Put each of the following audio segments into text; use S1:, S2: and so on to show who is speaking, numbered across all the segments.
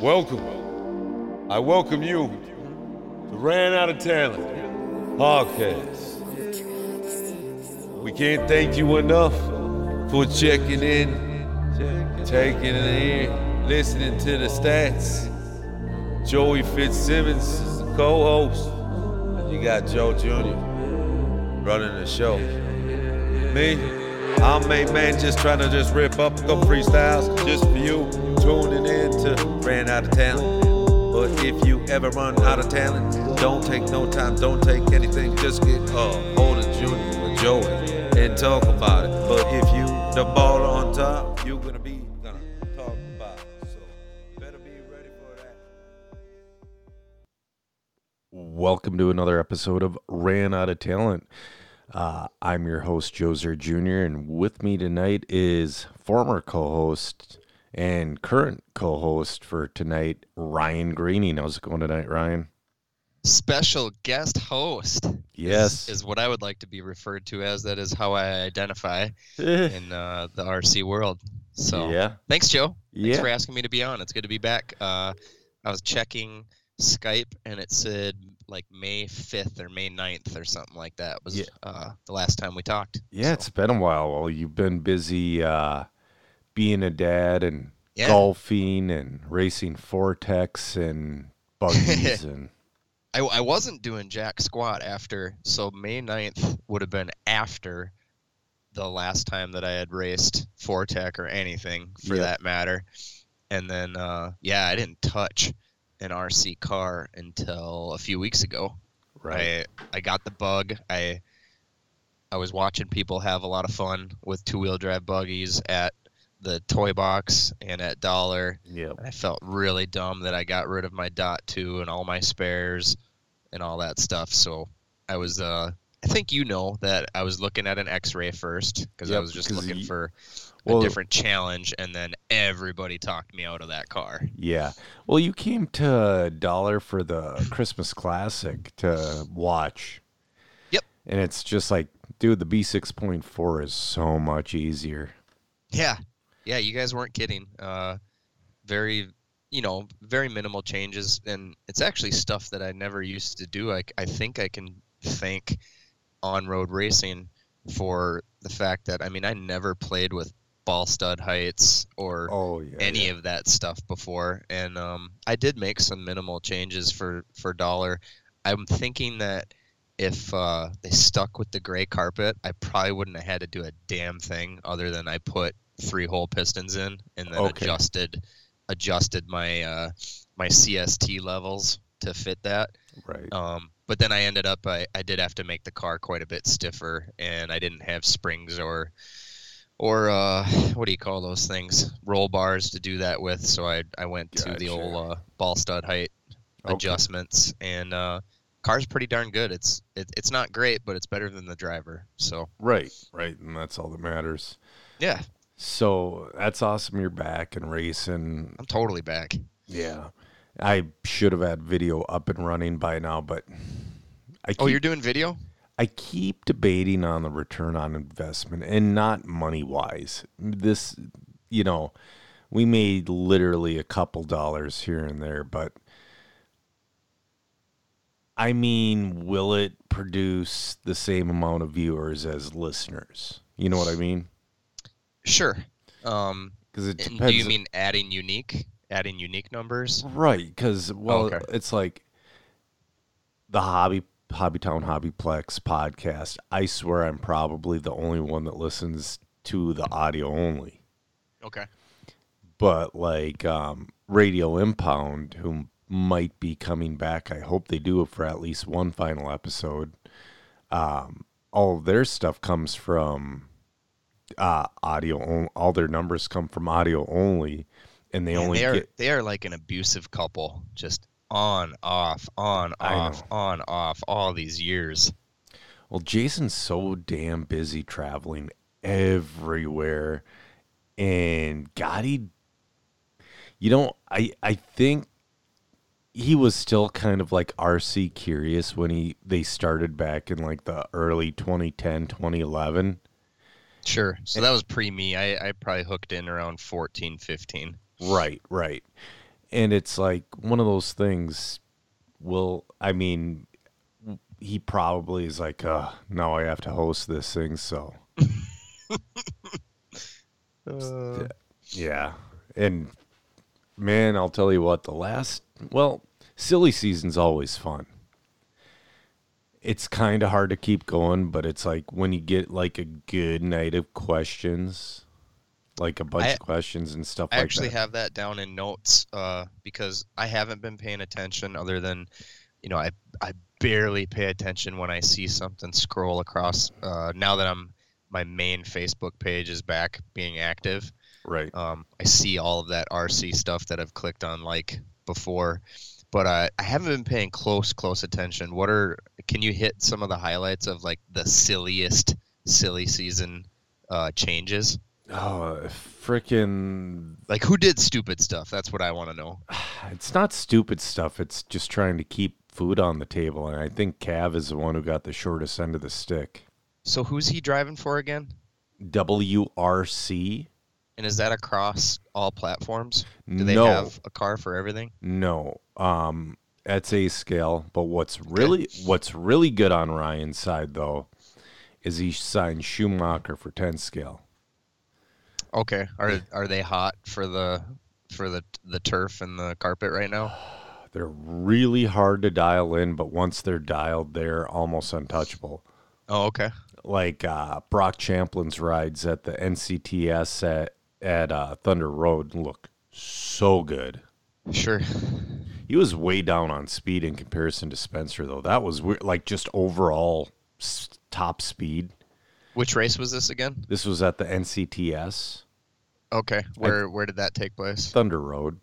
S1: Welcome. I welcome you to Ran Out of Talent podcast. We can't thank you enough for checking in, taking it in, listening to the stats. Joey Fitzsimmons is the co-host. And You got Joe Jr. running the show. Me, I'm a man just trying to just rip up the freestyles just for you tuning in to Ran Out of Talent. But if you ever run out of talent, don't take no time, don't take anything. Just get a hold of Junior or Joey and talk about it. But if you the ball on top, you're gonna be gonna talk about it. So better be ready for that.
S2: Welcome to another episode of Ran Out of Talent. Uh, I'm your host, Joser Jr., and with me tonight is former co host and current co host for tonight, Ryan Greening. How's it going tonight, Ryan?
S3: special guest host is-
S2: Yes.
S3: is, what i would like to be referred to as that is how i identify in uh, the rc world so
S2: Eh. yeah.
S3: thanks joe thanks
S2: Yeah.
S3: for asking me to be on it's good to be back uh, i was checking skype and it said like may 5th or may 9th or something like that was
S2: Yeah.
S3: uh, the last time we talked
S2: yeah,
S3: So,
S2: it's been a while. Well, you've been busy uh, being a dad and
S3: yeah
S2: golfing and racing Vortex and buggies and.
S3: I, I wasn't doing jack squat after so may 9th would have been after the last time that i had raced fortec or anything for
S2: Yep.
S3: that matter and then uh, yeah i didn't touch an rc car until a few weeks ago I, I got the bug i i was watching people have a lot of fun with two-wheel drive buggies at the toy box and at dollar
S2: Yeah.
S3: I felt really dumb that I got rid of my dot two and all my spares and all that stuff. So I was, uh, I think you know that I was looking at an X-ray first because I
S2: Yep,
S3: was just
S2: 'cause
S3: looking
S2: you-
S3: for
S2: well-
S3: a different challenge, and then everybody talked me out of that car.
S2: Yeah. Well, you came to Dollar for the Christmas Classic to watch.
S3: Yep.
S2: And it's just like, dude, the B6.4 is so much easier.
S3: Yeah, yeah, you guys weren't kidding. Uh, very, you know, very minimal changes, and it's actually stuff that I never used to do. I, I think I can thank on-road racing for the fact that I mean I never played with ball stud heights or
S2: Oh, yeah.
S3: any of that stuff before, and um, I did make some minimal changes for for dollar. I'm thinking that if uh, they stuck with the gray carpet, I probably wouldn't have had to do a damn thing other than I put three hole pistons in and then
S2: Okay.
S3: adjusted adjusted my uh, my CST levels to fit that.
S2: Right.
S3: Um, but then I ended up I, I did have to make the car quite a bit stiffer, and I didn't have springs or or uh, what do you call those things? Roll bars to do that with. So I I went to the
S2: Gotcha.
S3: old uh, ball stud height
S2: Okay.
S3: adjustments, and uh, car's pretty darn good. It's it, it's not great, but it's better than the driver. So
S2: Right. Right. And that's all that matters.
S3: yeah,
S2: So that's awesome. You're back and racing.
S3: I'm totally back.
S2: Yeah. I should have had video up and running by now, but I keep
S3: Oh, you're doing video?
S2: I keep debating on the return on investment and not money wise. This, you know, we made literally a couple dollars here and there, but I mean, will it produce the same amount of viewers as listeners? You know what I mean?
S3: Sure. Um,
S2: Because it
S3: and
S2: depends.
S3: do you mean adding unique? Adding unique numbers?
S2: Right, because well,
S3: okay.
S2: it's like the hobby Hobby Town Hobbyplex podcast. I swear, I'm probably the only one that listens to the audio only.
S3: Okay.
S2: But like um, Radio Impound, who might be coming back, I hope they do it for at least one final episode. Um, all of their stuff comes from uh, audio. On- all their numbers come from audio only, and they
S3: Man,
S2: only
S3: they are
S2: get
S3: they are like an abusive couple, just on off, on
S2: I
S3: off, on off, all these years.
S2: Well, Jason's so damn busy traveling everywhere, and God, he, you know, I I think he was still kind of like RC curious when he they started back in like the early 2010, 2011.
S3: Sure. So that was pre me. I, I probably hooked in around fourteen, fifteen.
S2: Right, right. and it's like one of those things. Will I mean, he probably is like, uh, now I have to host this thing, so
S3: Uh,
S2: yeah. And man, I'll tell you what, the last well, silly season's always fun. It's kind of hard to keep going, but it's like when you get like a good night of questions, like a bunch
S3: I-
S2: of questions and stuff
S3: I
S2: like
S3: actually
S2: that.
S3: have that down in notes uh, because I haven't been paying attention other than, you know, I, I barely pay attention when I see something scroll across. Uh, now that I'm my main Facebook page is back being active,
S2: right.
S3: um, I see all of that RC stuff that I've clicked on like before, but uh, I haven't been paying close close attention. What are can you hit some of the highlights of like the silliest silly season uh, changes?
S2: Oh, freaking
S3: Like who did stupid stuff? That's what I want to know.
S2: it's not stupid stuff. It's just trying to keep food on the table and I think Cav is the one who got the shortest end of the stick.
S3: So who's he driving for again?
S2: WRC?
S3: And is that across all platforms? Do they
S2: no.
S3: have a car for everything?
S2: No, um, that's a scale. But what's really what's really good on Ryan's side though is he signed Schumacher for ten scale.
S3: Okay. Are are they hot for the for the the turf and the carpet right now?
S2: They're really hard to dial in, but once they're dialed, they're almost untouchable.
S3: Oh, okay.
S2: Like uh, Brock Champlin's rides at the NCTS at at uh, Thunder Road look so good.
S3: Sure.
S2: He was way down on speed in comparison to Spencer though. That was weird. Like just overall s- top speed.
S3: Which race was this again?
S2: This was at the NCTS.
S3: Okay, where where did that take place?
S2: Thunder Road.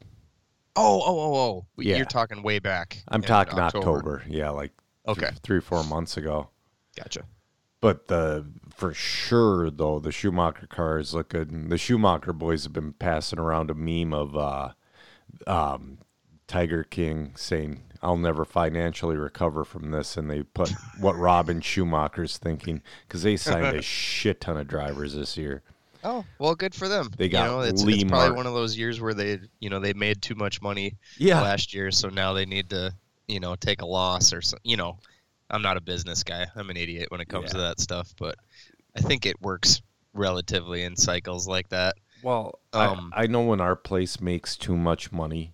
S3: Oh, oh, oh, oh!
S2: Yeah.
S3: You're talking way back.
S2: I'm
S3: in
S2: talking October. Yeah, like
S3: Okay.
S2: th- three, four months ago.
S3: Gotcha.
S2: But the for sure though, the Schumacher car is looking. The Schumacher boys have been passing around a meme of uh, um, Tiger King saying, "I'll never financially recover from this," and they put what Robin Schumacher's thinking because they signed a shit ton of drivers this year.
S3: Oh, well, good for them.
S2: They got
S3: you know, it's,
S2: Lee
S3: it's probably
S2: Martin.
S3: one of those years where they you know they made too much money
S2: Yeah,
S3: last year, so now they need to you know take a loss or so, you know. I'm not a business guy. I'm an idiot when it comes to that stuff, but I think it works relatively in cycles like that.
S2: Well,
S3: Um,
S2: I, I know when our place makes too much money,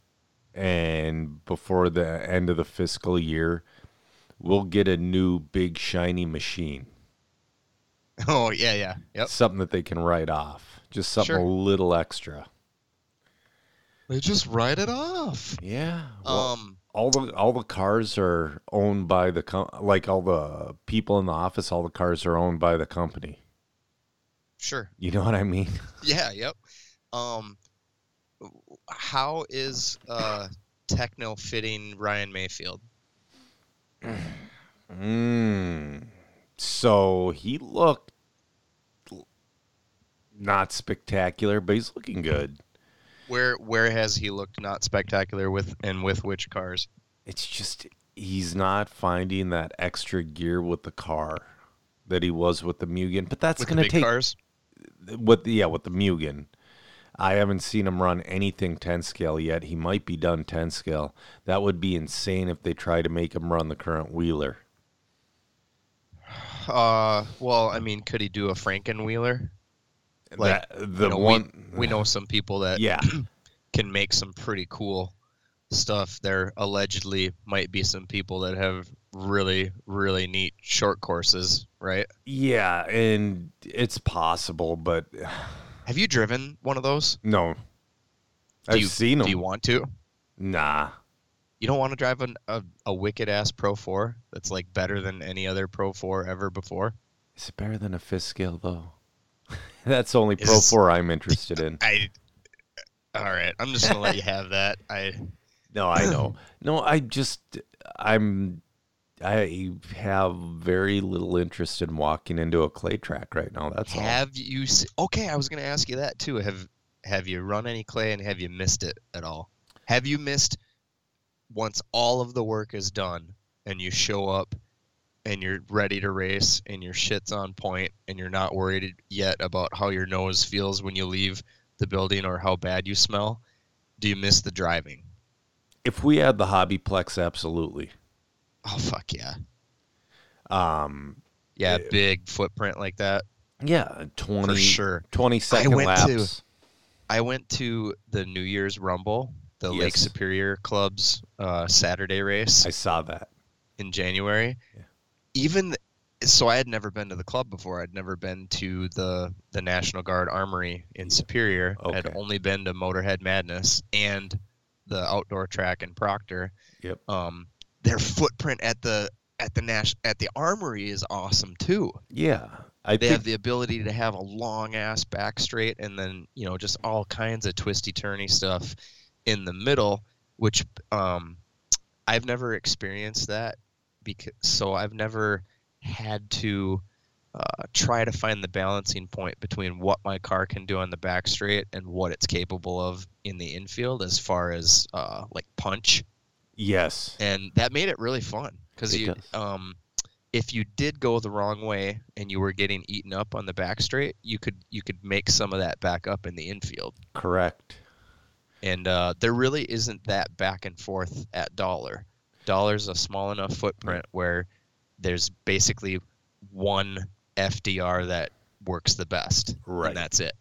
S2: and before the end of the fiscal year, we'll get a new big shiny machine,
S3: Oh yeah, yeah, yep.
S2: something that they can write off, just something
S3: Sure.
S2: a little extra.
S3: They just write it off.
S2: Yeah.
S3: Um,
S2: all the all the cars are owned by the com- like all the people in the office. All the cars are owned by the company.
S3: sure.
S2: You know what I mean?
S3: Yeah, yep. Um, w- how is uh, Techno fitting Ryan Mayfield? Hmm.
S2: Mm. So he looked not spectacular, but he's looking good.
S3: Where where has he looked not spectacular with and with which cars?
S2: It's just he's not finding that extra gear with the car that he was with the Mugen. But that's
S3: With the
S2: going to
S3: big
S2: take
S3: cars?
S2: with the, yeah with the Mugen. I haven't seen him run anything 10 scale yet. He might be done 10 scale. That would be insane if they try to make him run the current wheeler.
S3: Uh, well, I mean, could he do a Frankenwheeler? Like,
S2: That- the
S3: you know, we-
S2: one uh,
S3: we, know some people that
S2: yeah.
S3: can make some pretty cool stuff. There allegedly might be some people that have really really neat short courses, right?
S2: Yeah, and it's possible, but
S3: Have you driven one of those?
S2: no.
S3: Do
S2: I've
S3: you-
S2: seen
S3: Do you
S2: them.
S3: want to?
S2: Nah.
S3: You don't want to drive an, a, a wicked ass Pro 4 that's like better than any other Pro 4 ever before?
S2: Is it better than a fifth scale though? That's the only
S3: Is
S2: Pro
S3: this-
S2: Four I'm interested in.
S3: I. uh, All right. I'm just going to let you have that. I.
S2: No, I know. No, I just I'm I have very little interest in walking into a clay track right now. That's all.
S3: Have you. se- Okay. I was going to ask you that too. Have Have you run any clay and have you missed it at all? Have you missed once all of the work is done and you show up and you're ready to race and your shit's on point and you're not worried yet about how your nose feels when you leave the building or how bad you smell? Do you miss the driving?
S2: if we had the hobbyplex, absolutely.
S3: Oh fuck yeah.
S2: Um,
S3: Yeah,
S2: Yeah.
S3: big footprint like that.
S2: yeah, 20,
S3: For sure.
S2: 20 second
S3: went to-
S2: laps.
S3: I went to the New Year's Rumble, the Lake
S2: Yes.
S3: Superior Club's uh, Saturday race
S2: I saw that.
S3: in January.
S2: Yeah.
S3: Even th- so, I had never been to the club before. I'd never been to the the National Guard Armory in Superior. I'd
S2: Okay.
S3: only been to Motorhead Madness and the outdoor track in Proctor.
S2: Yep.
S3: Um, their footprint at the at the Nash at the Armory is awesome too.
S2: Yeah, I
S3: they
S2: think
S3: have the ability to have a long ass back straight and then you know just all kinds of twisty turny stuff in the middle which um i've never experienced that because so i've never had to uh, try to find the balancing point between what my car can do on the back straight and what it's capable of in the infield as far as uh, like punch
S2: yes.
S3: and that made it really fun because
S2: It
S3: you
S2: does.
S3: um if you did go the wrong way and you were getting eaten up on the back straight you could you could make some of that back up in the infield
S2: Correct.
S3: and uh, there really isn't that back and forth at dollar dollar's a small enough footprint where there's basically one fdr that works the best
S2: Right.
S3: and that's it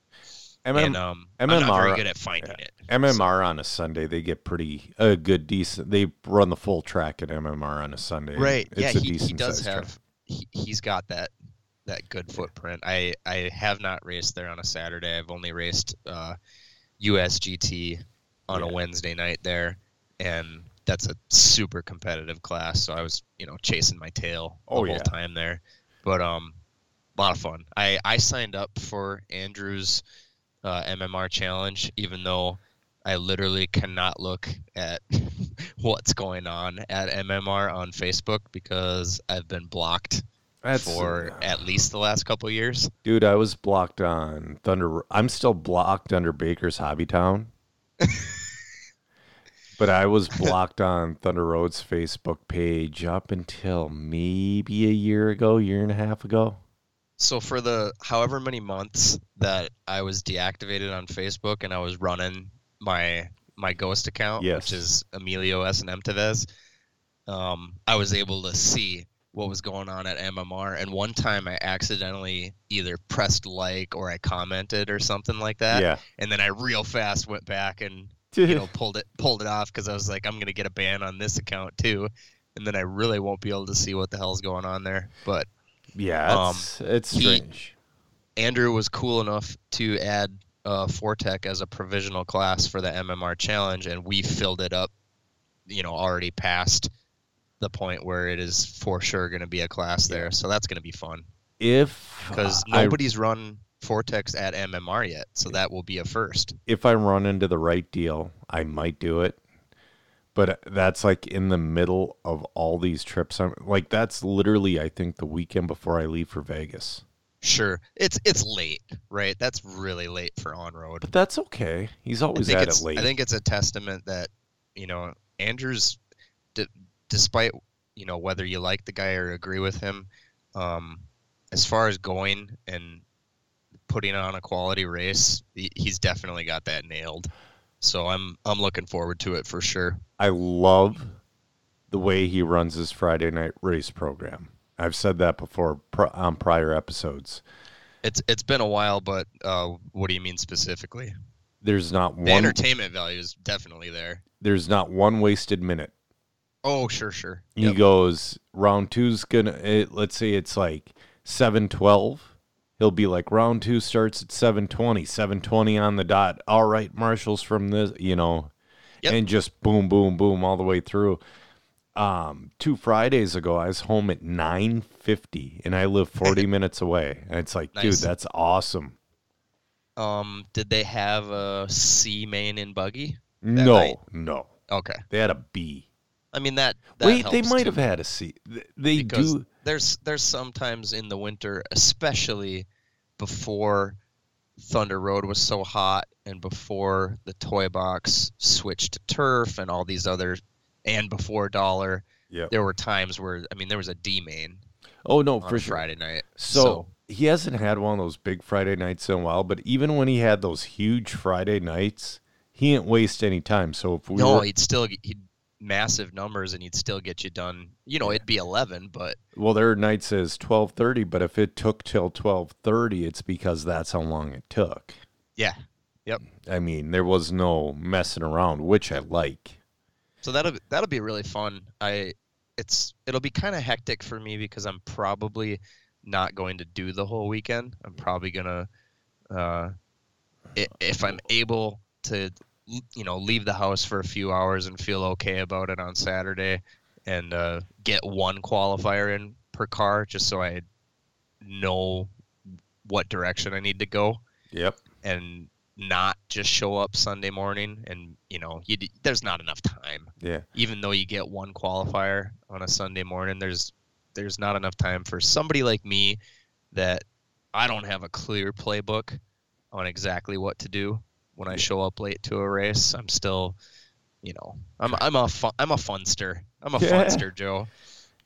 S2: MM,
S3: and um i'm not
S2: MMR
S3: very good at finding it
S2: MMR on a Sunday, they get pretty a good decent. They run the full track at MMR on a Sunday. and
S3: right
S2: It's
S3: yeah
S2: a
S3: he,
S2: decent
S3: he does
S2: sized track.
S3: have he, he's got that that good footprint i i have not raced there on a saturday i've only raced uh usgt on
S2: Yeah.
S3: a wednesday night there and that's a super competitive class so i was you know chasing my tail
S2: Oh,
S3: the whole
S2: yeah.
S3: time there but um a lot of fun i i signed up for andrew's uh, mmr challenge even though I literally cannot look at what's going on at MMR on Facebook because I've been blocked
S2: That's, uh,
S3: for at least the last couple years.
S2: dude. I was blocked on Thunder. I'm still blocked under Baker's Hobby Town. but I was blocked on Thunder Road's Facebook page up until maybe a year ago, year and a half ago.
S3: So for the however many months that I was deactivated on Facebook and I was running my my ghost account,
S2: Yes.
S3: which is Emilio S and M Tevez, um, I was able to see what was going on at MMR. And one time I accidentally either pressed like or I commented or something like that.
S2: yeah.
S3: and then I real fast went back and you know pulled it pulled it off because I was like, I'm gonna get a ban on this account too, and then I really won't be able to see what the hell's going on there. But
S2: yeah.
S3: um,
S2: It's, it's
S3: he-
S2: strange.
S3: Andrew was cool enough to add uh, Fortech as a provisional class for the MMR challenge, and we filled it up. You know, already past the point where it is for sure going to be a class there, so that's going to be fun
S2: If
S3: because
S2: Uh, I-
S3: nobody's run Fortex at MMR yet, so that will be a first.
S2: if I run into the right deal, I might do it. But that's like in the middle of all these trips. I'm like that's literally I think the weekend before I leave for Vegas.
S3: Sure, it's it's late, right? That's really late for on road.
S2: But that's okay. He's
S3: I
S2: always
S3: think,
S2: at
S3: it's,
S2: it late.
S3: I think it's a testament that you know Andrews, d- despite you know whether you like the guy or agree with him, um, as far as going and putting on a quality race, he, he's definitely got that nailed. So I'm I'm looking forward to it for sure.
S2: I love the way he runs his Friday night race program. I've said that before pr- on prior episodes.
S3: It's it's been a while, but uh, what do you mean specifically?
S2: There's not
S3: The
S2: one.
S3: entertainment value is definitely there.
S2: There's not one wasted minute.
S3: Oh sure sure.
S2: He goes round two's gonna. It, let's say it's like seven twelve. He'll be like round two starts at seven twenty. Seven twenty on the dot. All right, marshals from this, you know,
S3: Yep.
S2: and just boom, boom, boom all the way through. Um, two Fridays ago, I was home at nine fifty, and I live forty minutes away. And it's like, dude,
S3: Nice.
S2: that's awesome.
S3: Um, did they have a C main in buggy?
S2: no,
S3: night.
S2: no,
S3: Okay.
S2: they had a B.
S3: I mean that. that
S2: Wait, they
S3: helps,
S2: might
S3: too,
S2: have had a C. Th- They
S3: because
S2: do.
S3: There's there's sometimes in the winter, especially before Thunder Road was so hot and before the toy box switched to turf and all these other, and before dollar,
S2: Yeah.
S3: there were times where I mean there was a D main
S2: Oh no,
S3: on
S2: for
S3: a
S2: sure.
S3: Friday night.
S2: So, he hasn't had one of those big Friday nights in a while, but even when he had those huge Friday nights, he didn't waste any time. So if we
S3: no,
S2: were,
S3: he'd still he'd massive numbers and he'd still get you done. You know, it'd be 11, but
S2: Well, their night says twelve thirty, but if it took till twelve thirty, it's because that's how long it took.
S3: yeah.
S2: I mean, there was no messing around, which I like.
S3: So that'll that'll be really fun. I it's it'll be kind of hectic for me because I'm probably not going to do the whole weekend. I'm probably gonna uh, i- if I'm able to l- you know leave the house for a few hours and feel okay about it on Saturday and uh, get one qualifier in per car just so I know what direction I need to go
S2: Yep.
S3: and not just show up Sunday morning and you know you d- there's not enough time
S2: Yeah.
S3: even though you get one qualifier on a Sunday morning, there's there's not enough time for somebody like me that I don't have a clear playbook on exactly what to do when I show up late to a race. I'm still, you know, I'm I'm a fu- I'm a funster. I'm a
S2: Yeah.
S3: funster, Joe.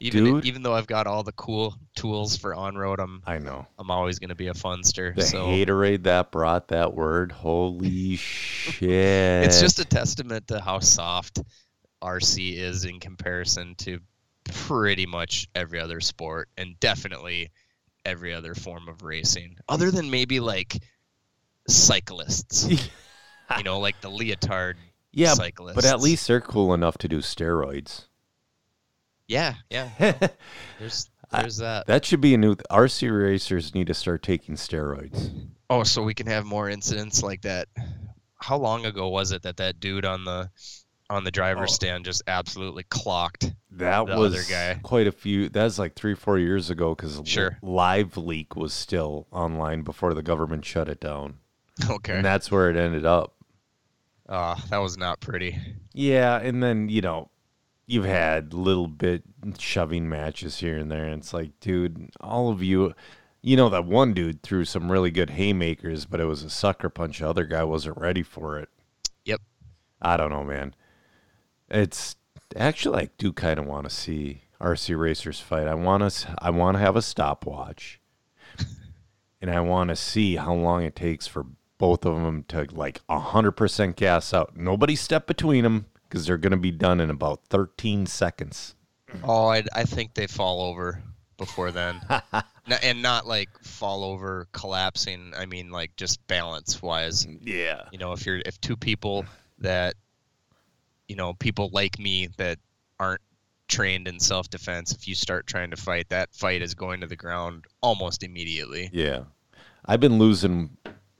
S3: Even
S2: Dude.
S3: even though I've got all the cool tools for on road, I'm
S2: I know.
S3: I'm always going to be a funster.
S2: The
S3: so
S2: haterade that brought that word, holy shit!
S3: it's just a testament to how soft RC is in comparison to pretty much every other sport and definitely every other form of racing, other than maybe like cyclists. you know, like the leotard
S2: yeah,
S3: cyclists.
S2: but at least they're cool enough to do steroids.
S3: yeah, yeah. There's there's that.
S2: That should be a new. RC racers need to start taking steroids.
S3: Oh, so we can have more incidents like that. How long ago was it that that dude on the on the driver's
S2: Oh.
S3: stand just absolutely clocked?
S2: That
S3: The other
S2: was
S3: guy.
S2: quite a few. That was like three, four years ago because
S3: Sure.
S2: Live Leak was still online before the government shut it down,
S3: Okay.
S2: and that's where it ended up.
S3: Ah, that was not pretty.
S2: Yeah, and then you know, you've had little bit shoving matches here and there, and it's like, dude, all of you, you know, that one dude threw some really good haymakers, but it was a sucker punch. The other guy wasn't ready for it.
S3: Yep.
S2: I don't know, man. It's actually I do kind of want to see RC racers fight. I want to, I want to have a stopwatch, and I want to see how long it takes for both of them to like hundred percent gas out. Nobody step between them because they're gonna be done in about thirteen seconds.
S3: Oh, I, I think they fall over before then, N- and not like fall over collapsing. I mean, like just balance wise.
S2: Mm. Yeah.
S3: You know, if you're if two people that, you know, people like me that aren't trained in self defense, if you start trying to fight, that fight is going to the ground almost immediately.
S2: Yeah. I've been losing.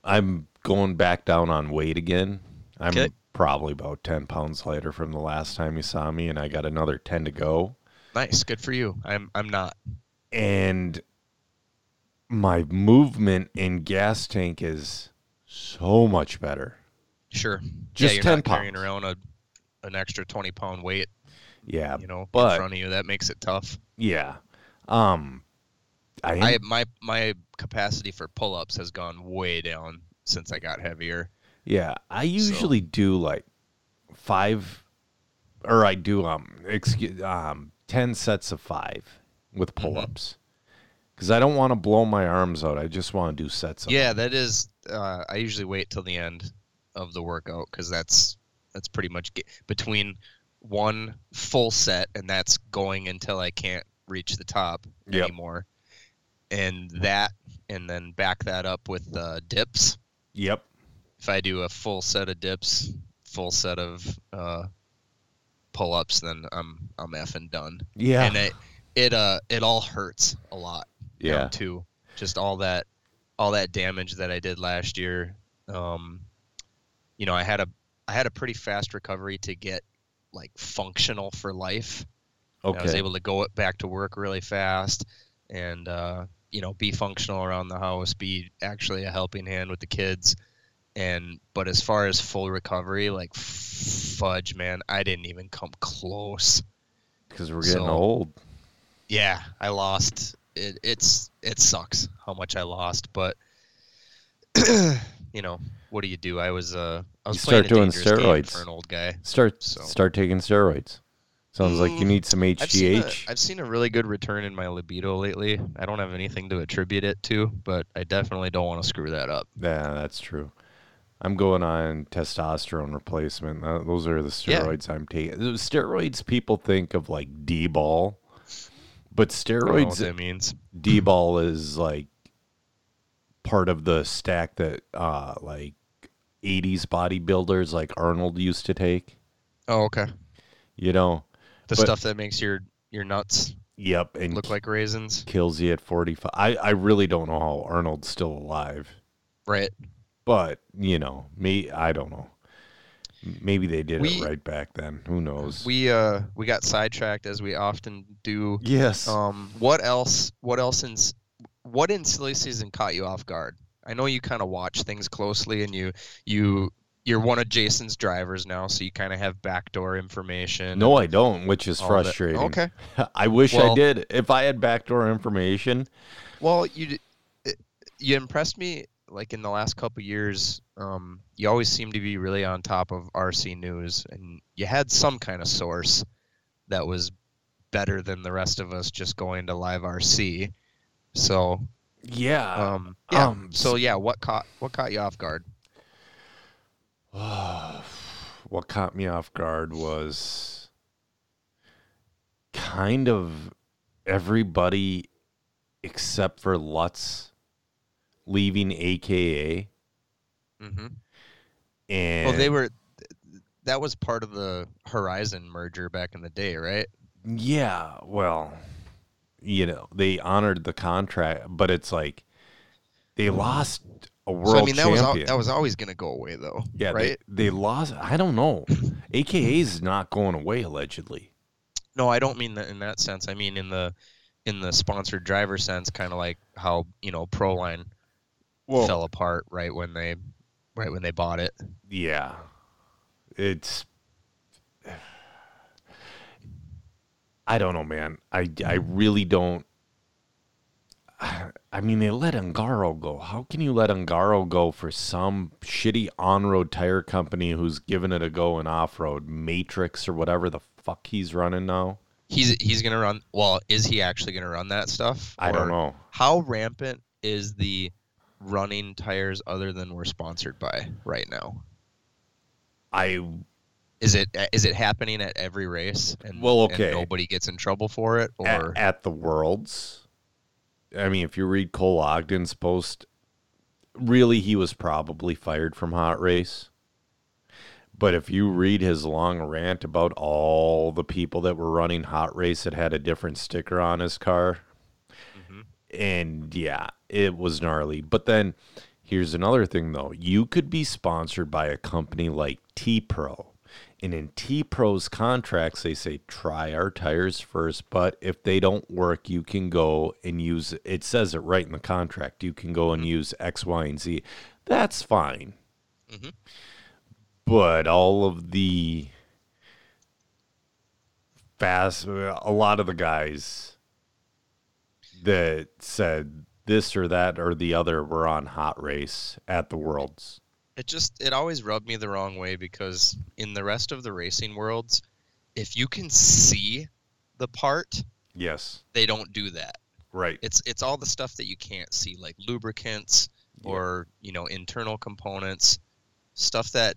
S2: I'm going back down on weight again. I'm
S3: Okay.
S2: probably about 10 pounds lighter from the last time you saw me, and I got another 10 to go.
S3: Nice, good for you. I'm I'm not.
S2: And my movement in gas tank is so much better.
S3: Sure.
S2: Just
S3: yeah, you're
S2: 10
S3: not carrying
S2: pounds.
S3: around a an extra twenty pound weight,
S2: Yeah.
S3: you know,
S2: but-
S3: in front of you. That makes it tough.
S2: Yeah. Um, I, am-
S3: I my my capacity for pull-ups has gone way down since I got heavier.
S2: Yeah, I usually do like five, or I do um excuse um ten sets of five
S3: Mm-hmm.
S2: with pull-ups, because I don't want to blow my arms out. I just want to do sets. Of
S3: Yeah, that is. Uh, I usually wait till the end of the workout because that's that's pretty much ge- between one full set and that's going until I can't reach the top
S2: Yep.
S3: anymore. And that, and then back that up with uh, dips.
S2: Yep.
S3: If I do a full set of dips, full set of uh, pull-ups, then I'm I'm effing done.
S2: Yeah.
S3: and it it uh it all hurts a lot now,
S2: yeah.
S3: too just all that all that damage that i did last year um you know i had a i had a pretty fast recovery to get like functional for life
S2: Okay.
S3: i was able to go back to work really fast and uh you know be functional around the house be actually a helping hand with the kids and but as far as full recovery like fudge man i didn't even come close
S2: Because we're getting
S3: so-
S2: old.
S3: yeah, I lost. It, it's it sucks how much I lost, but you know what do you do? I was uh I was
S2: You
S3: playing
S2: start
S3: a
S2: doing
S3: dangerous game
S2: steroids.
S3: for an old guy.
S2: Start
S3: So-
S2: start taking steroids. Sounds like you
S3: Mm,
S2: need some
S3: I've seen a,
S2: HGH.
S3: I've seen a really good return in my libido lately. I don't have anything to attribute it to, but I definitely don't want to screw that up.
S2: Yeah, that's true. I'm going on testosterone replacement. Tho- Those are the
S3: Yeah.
S2: steroids I'm taking. Those Steroids people think of like D ball, but
S3: I don't know what
S2: steroids
S3: that means.
S2: D ball is like part of the stack that uh like 80s bodybuilders like Arnold used to take.
S3: Oh, okay.
S2: You know,
S3: The
S2: But-
S3: stuff that makes your your nuts
S2: yep, and
S3: look like raisins.
S2: kills you at 45. I I really don't know how Arnold's still alive.
S3: Right.
S2: but you know me i don't know M- maybe they did
S3: We-
S2: it right back then who knows
S3: We uh we got sidetracked as we often do.
S2: yes
S3: Um, what else? What else in s- what in silly season caught you off guard? I know you kind of watch things closely, and you you you're one of Jason's drivers now, so you kind of have backdoor information.
S2: no i don't which is
S3: and all that.
S2: frustrating
S3: Okay.
S2: i wish i
S3: Well-
S2: did if i had backdoor information
S3: Well, you d- it- you impressed me like in the last couple years. Um, you always seem to be really on top of RC news, and you had some kind of source that was better than the rest of us just going to live RC. So
S2: yeah
S3: um, yeah.
S2: um,
S3: so yeah, what caught what caught you off guard?
S2: um, what caught me off guard was kind of everybody except for lutz leaving aka
S3: Mm-hmm.
S2: and
S3: Well, Oh, they were. That was part of the Horizon merger back in the day, right?
S2: Yeah, well, you know, they honored the contract, but it's like they lost a world
S3: Mm. so I mean, that was al-
S2: champion.
S3: that was always going to go away, though.
S2: yeah,
S3: right.
S2: they, they lost. I don't know. AKA's not going away allegedly.
S3: No, I don't mean that in that sense. I mean in the in the sponsored driver sense, kind of like how you know Proline fell apart right when they right when they bought it.
S2: yeah, it's. I don't know, man. I I really don't. I mean, they let Ungaro go. How can you let Ungaro go for some shitty on-road tire company who's giving it a go in off-road Matrix or whatever the fuck he's running now?
S3: He's he's gonna run. Well, is he actually gonna run that stuff?
S2: I don't
S3: Or
S2: know.
S3: How rampant is the running tires other than we're sponsored by right now?
S2: I
S3: Is it is it happening at every race? And,
S2: Well,
S3: and
S2: okay.
S3: nobody gets in trouble for it,
S2: at,
S3: or
S2: at the worlds. I mean, if you read Cole Ogden's post, really he was probably fired from Hot Race. But if you read his long rant about all the people that were running Hot Race that had a different sticker on his car,
S3: Mhm.
S2: and yeah, it was gnarly. But then here's another thing though you could be sponsored by a company like T Pro. And in T Pro's contracts, they say try our tires first, but if they don't work, you can go and use it says it right in the contract. You can go and use X, Y, and Z. That's fine.
S3: Mhm.
S2: But all of the fast, a lot of the guys that said this or that or the other were on Hot Race at the Worlds.
S3: it just it always rubbed me the wrong way because in the rest of the racing worlds if you can see the part
S2: Yes.
S3: they don't do that
S2: Right.
S3: it's it's all the stuff that you can't see like lubricants
S2: Yeah.
S3: or you know internal components stuff that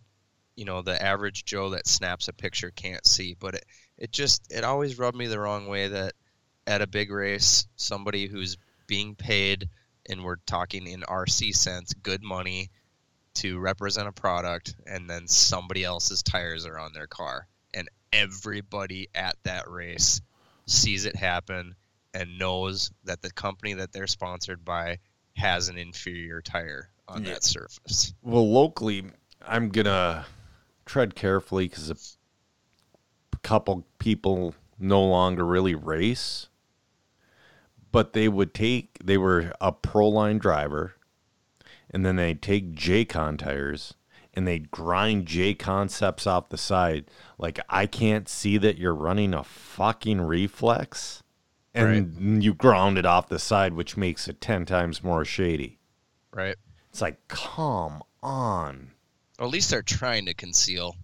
S3: you know the average joe that snaps a picture can't see but it, it just it always rubbed me the wrong way that at a big race somebody who's being paid and we're talking in rc sense good money to represent a product and then somebody else's tires are on their car and everybody at that race sees it happen and knows that the company that they're sponsored by has an inferior tire on
S2: Yeah.
S3: that surface.
S2: Well, locally, I'm gonna tread carefully because a couple people no longer really race, but they would take they were a pro line driver, and then they take J con tires and they grind J concepts off the side. Like I can't see that you're running a fucking reflex, and you ground it off the side, which makes it ten times more shady.
S3: Right.
S2: It's like, come on.
S3: Or at least they're trying to conceal.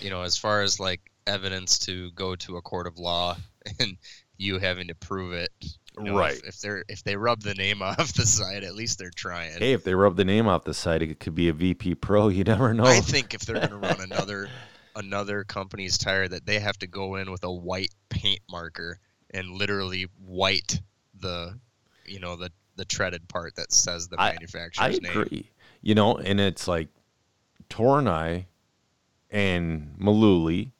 S3: You know, as far as like evidence to go to a court of law and you having to prove it. You know, if-
S2: Right.
S3: If, they're if they rub the name off the side, at least they're trying.
S2: Hey, if they rub the name off the site, it could be a VP Pro. You never know.
S3: I think if they're gonna run another another company's tire, that they have to go in with a white paint marker and literally white the you know the the treaded part that says the
S2: I- I
S3: manufacturer's name.
S2: agree. You know, and it's like Tornai and Maluli,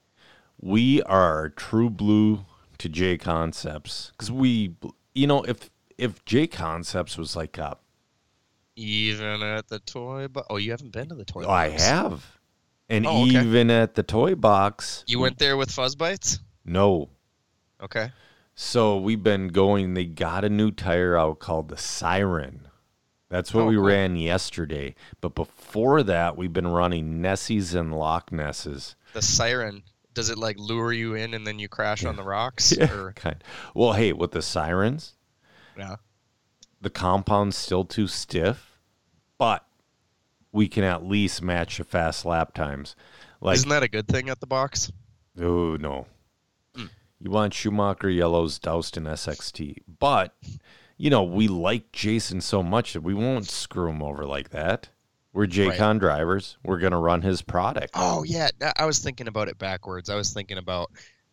S2: we are true blue to J Concepts because we, you know, if if J Concepts was like, uh,
S3: Even at the toy box. Oh, you haven't been to the toy
S2: oh, I
S3: box.
S2: have, and
S3: Oh, okay.
S2: even at the toy box,
S3: You went there with fuzz bites?
S2: no.
S3: Okay.
S2: So we've been going. They got a new tire out called the Siren. That's what
S3: Oh,
S2: we
S3: cool.
S2: ran yesterday. But before that, we've been running Nessies and Loch Nesses.
S3: The siren. Does it like lure you in and then you crash on the rocks? Or
S2: kind. Well, hey, with the sirens,
S3: yeah.
S2: the compound's still too stiff, but we can at least match the fast lap times. Like,
S3: Isn't that a good thing at the box?
S2: oh no, you want Schumacher yellows doused in SXT, but you know we like Jason so much that we won't screw him over like that. We're JCon drivers. We're gonna run his product.
S3: Oh yeah, no, I was thinking about it backwards. I was thinking about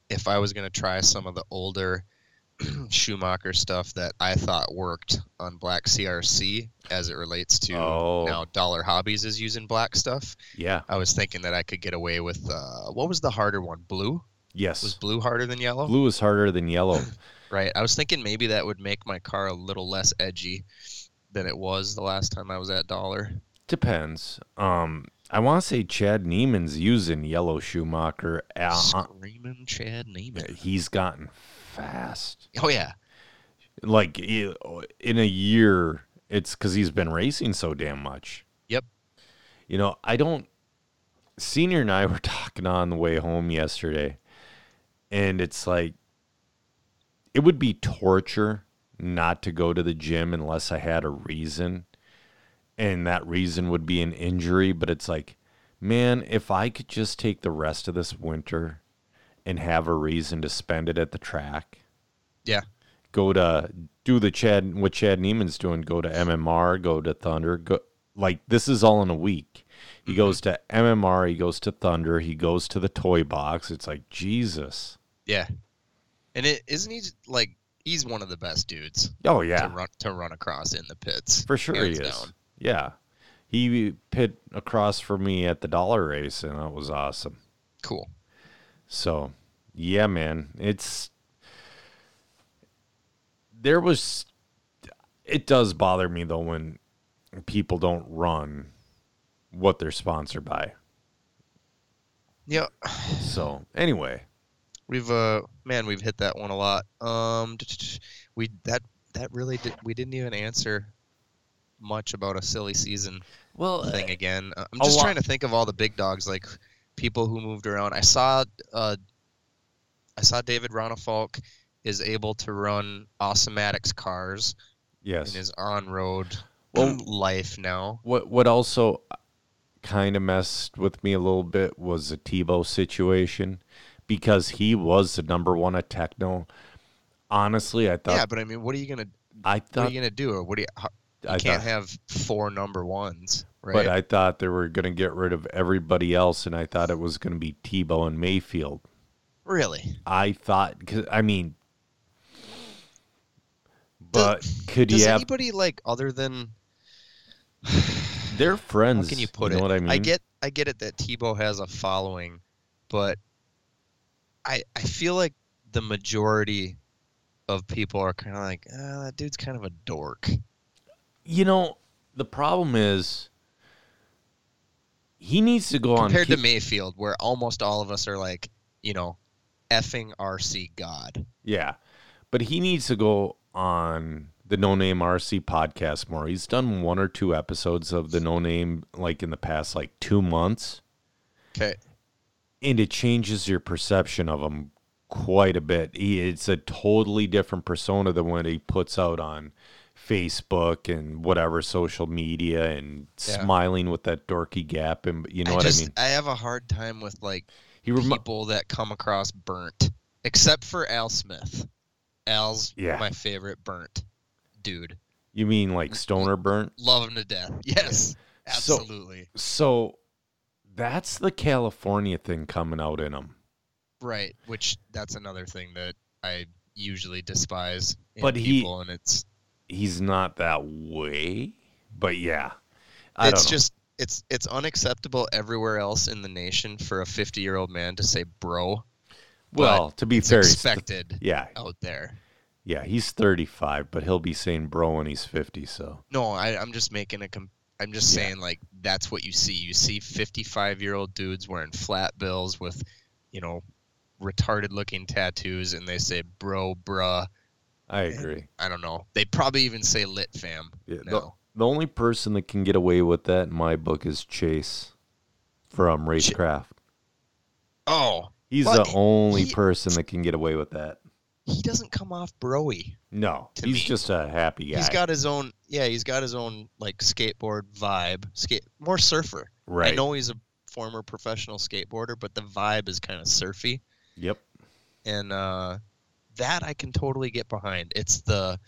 S3: if I was gonna try some of the older Schumacher stuff that I thought worked on Black CRC as it relates to
S2: Oh.
S3: now Dollar Hobbies is using black stuff.
S2: Yeah.
S3: I was thinking that I could get away with uh, what was the harder one? Blue was
S2: Yes.
S3: blue harder than yellow,
S2: Blue is harder than yellow.
S3: right? I was thinking maybe that would make my car a little less edgy than it was the last time I was at Dollar.
S2: Depends. Um, I want to say Chad Neiman's using yellow Schumacher. Uh,
S3: Screaming Chad Neiman.
S2: he's gotten fast.
S3: Oh yeah,
S2: Like i- in a year, it's because he's been racing so damn much.
S3: Yep.
S2: You know, I don't. Senior and I were talking on the way home yesterday, and it's like it would be torture not to go to the gym unless I had a reason. And that reason would be an injury, but it's like, man, if I could just take the rest of this winter and have a reason to spend it at the track,
S3: yeah.
S2: go to do the Chad what Chad Neiman's doing, go to MMR, go to Thunder, go like this is all in a week. He goes to MMR, he goes to Thunder, he goes to the toy box. It's like Jesus.
S3: Yeah, and it isn't he j- like he's one of the best dudes
S2: Oh
S3: to
S2: yeah.
S3: run to run across in the pits
S2: For sure he
S3: hands
S2: is.
S3: down.
S2: Yeah. He pit across from me at the dollar race and that was awesome.
S3: Cool.
S2: So, yeah, man, it's there was it does bother me though when people don't run what they're sponsored by.
S3: Yeah,
S2: So, anyway,
S3: we've uh man we've hit that one a lot. Um, we that that really did we didn't even answer much about a silly season
S2: well,
S3: thing again. Uh, I'm
S2: a
S3: just
S2: lot-
S3: trying to think of all the big dogs like people who moved around. I saw uh I saw David Ronafalk is able to run Awesomatics cars in
S2: yes.
S3: his on road
S2: Well-
S3: life now.
S2: What what also kind of messed with me a little bit was the Tebow situation because he was the number one at Techno. Honestly, I thought
S3: yeah, but I mean, what are you gonna
S2: I
S3: what are
S2: thought
S3: you gonna do? Or what do you? How, you
S2: I
S3: can't
S2: thought-
S3: have four number ones, right?
S2: But I thought they were going to get rid of everybody else, and I thought it was going to be Tebow and Mayfield.
S3: really,
S2: I thought, cause, I mean, but could
S3: does
S2: you have?
S3: anybody like other than
S2: They're
S3: how
S2: friends.
S3: can you put
S2: know
S3: it?
S2: What I mean?
S3: get I get it that Tebow has a following, but I I feel like the majority of people are kind of like ah, that dude's kind of a dork.
S2: You know, the problem is he needs to go
S3: compared
S2: on.
S3: to Mayfield, where almost all of us are like, you know, effing RC God.
S2: Yeah, but he needs to go on the No Name RC podcast more. He's done one or two episodes of the No Name like in the past like two months.
S3: Okay.
S2: and it changes your perception of him quite a bit. He, it's a totally different persona than what he puts out on Facebook and whatever social media and
S3: Yeah.
S2: smiling with that dorky gap and you know
S3: I
S2: what I
S3: just
S2: mean.
S3: I have a hard time with like
S2: He remi-
S3: people that come across burnt, except for Al Smith. Al's
S2: Yeah.
S3: my favorite burnt dude.
S2: You mean like stoner burnt?
S3: Love him to death. Yes,
S2: So-
S3: absolutely.
S2: So that's the California thing coming out in them.
S3: Right, which that's another thing that I usually despise in
S2: But he-
S3: people, and it's
S2: He's not that way, but yeah. I
S3: it's
S2: don't know.
S3: just it's it's unacceptable everywhere else in the nation for a 50 year old man to say bro.
S2: well, to be
S3: It's
S2: fair, he's th-
S3: expected
S2: yeah,
S3: out there.
S2: yeah, he's 35, but he'll be saying bro when he's 50. So
S3: No, I, I'm just making a. Com- I'm just
S2: Yeah.
S3: saying like that's what you see. You see 55 year old dudes wearing flat bills with, you know, retarded looking tattoos, and they say bro, bruh.
S2: I agree.
S3: I don't know. They probably even say lit fam.
S2: Yeah, the-
S3: No.
S2: The only person that can get away with that in my book is Chase from Racecraft.
S3: Oh,
S2: He's
S3: Well,
S2: the only
S3: he-
S2: person that can get away with that.
S3: he doesn't come off broy.
S2: No,
S3: To
S2: he's
S3: me.
S2: just a happy guy.
S3: He's got his own. Yeah, he's got his own like skateboard vibe. Skate more surfer.
S2: right.
S3: I know he's a former professional skateboarder, but the vibe is kind of surfy.
S2: Yep.
S3: and uh, that I can totally get behind. It's the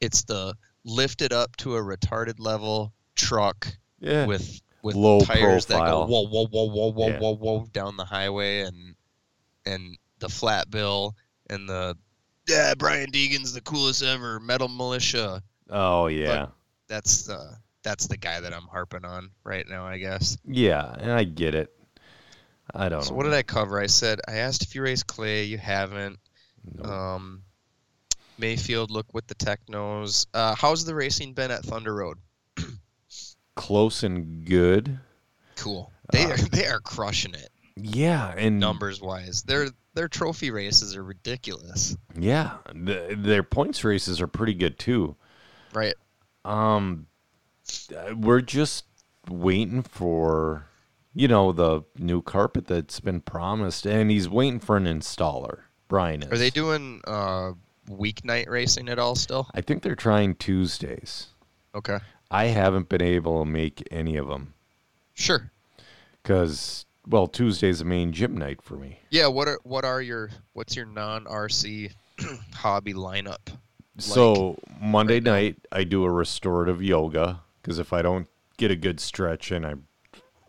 S3: it's the lifted up to a retarded level truck
S2: Yeah.
S3: with with
S2: Low
S3: tires
S2: profile.
S3: that go whoa whoa whoa whoa whoa
S2: Yeah.
S3: whoa whoa down the highway and and the flat bill and the yeah Brian Deegan's the coolest ever metal militia.
S2: oh yeah.
S3: That's the that's the guy that I'm harping on right now, I guess.
S2: Yeah, and I get it. I don't
S3: So
S2: know.
S3: what did I cover? I said I asked if you race clay. You haven't.
S2: No.
S3: Um, Mayfield, look with the Technos. Uh, how's the racing been at Thunder Road?
S2: Close and good.
S3: Cool. hmm. They
S2: Uh,
S3: are, they are crushing it
S2: Yeah, and
S3: numbers wise. Their their trophy races are ridiculous.
S2: yeah, the, their points races are pretty good too.
S3: Right.
S2: Um, uh, we're just waiting for, you know, the new carpet that's been promised, and he's waiting for an installer. Brian is.
S3: Are they doing uh, weeknight racing at all still?
S2: I think they're trying Tuesdays.
S3: Okay.
S2: I haven't been able to make any of them
S3: Sure.
S2: because, well, Tuesday's the main gym night for me.
S3: Yeah. What are what are your what's your non RC hobby lineup?
S2: So Monday night I do a restorative yoga because if I don't get a good stretch in, I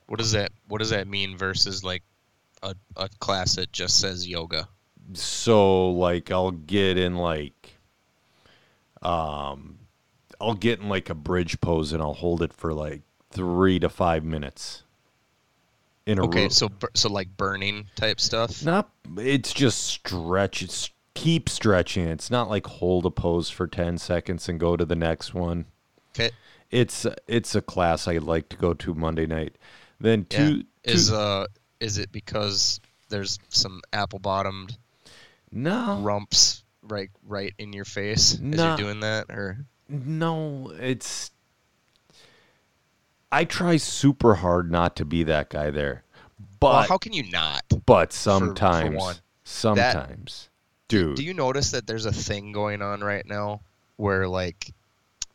S3: What does that what does that mean versus like a, a class that just says yoga?
S2: so like I'll get in like um I'll get in like a bridge pose and I'll hold it for like three to five minutes in a
S3: Okay,
S2: row.
S3: so bur- so like burning type stuff.
S2: Not it's just stretch. It's keep stretching. It's not like hold a pose for ten seconds and go to the next one.
S3: Okay.
S2: It's it's a class I like to go to Monday night. Then
S3: Yeah.
S2: two
S3: Is uh is it because there's some apple bottomed
S2: No,
S3: rumps right right in your face as
S2: Nah.
S3: you're doing that or
S2: no, it's. I try super hard not to be that guy there, but
S3: well, how can you not?
S2: but sometimes,
S3: one.
S2: sometimes, dude,
S3: Do you notice that there's a thing going on right now where like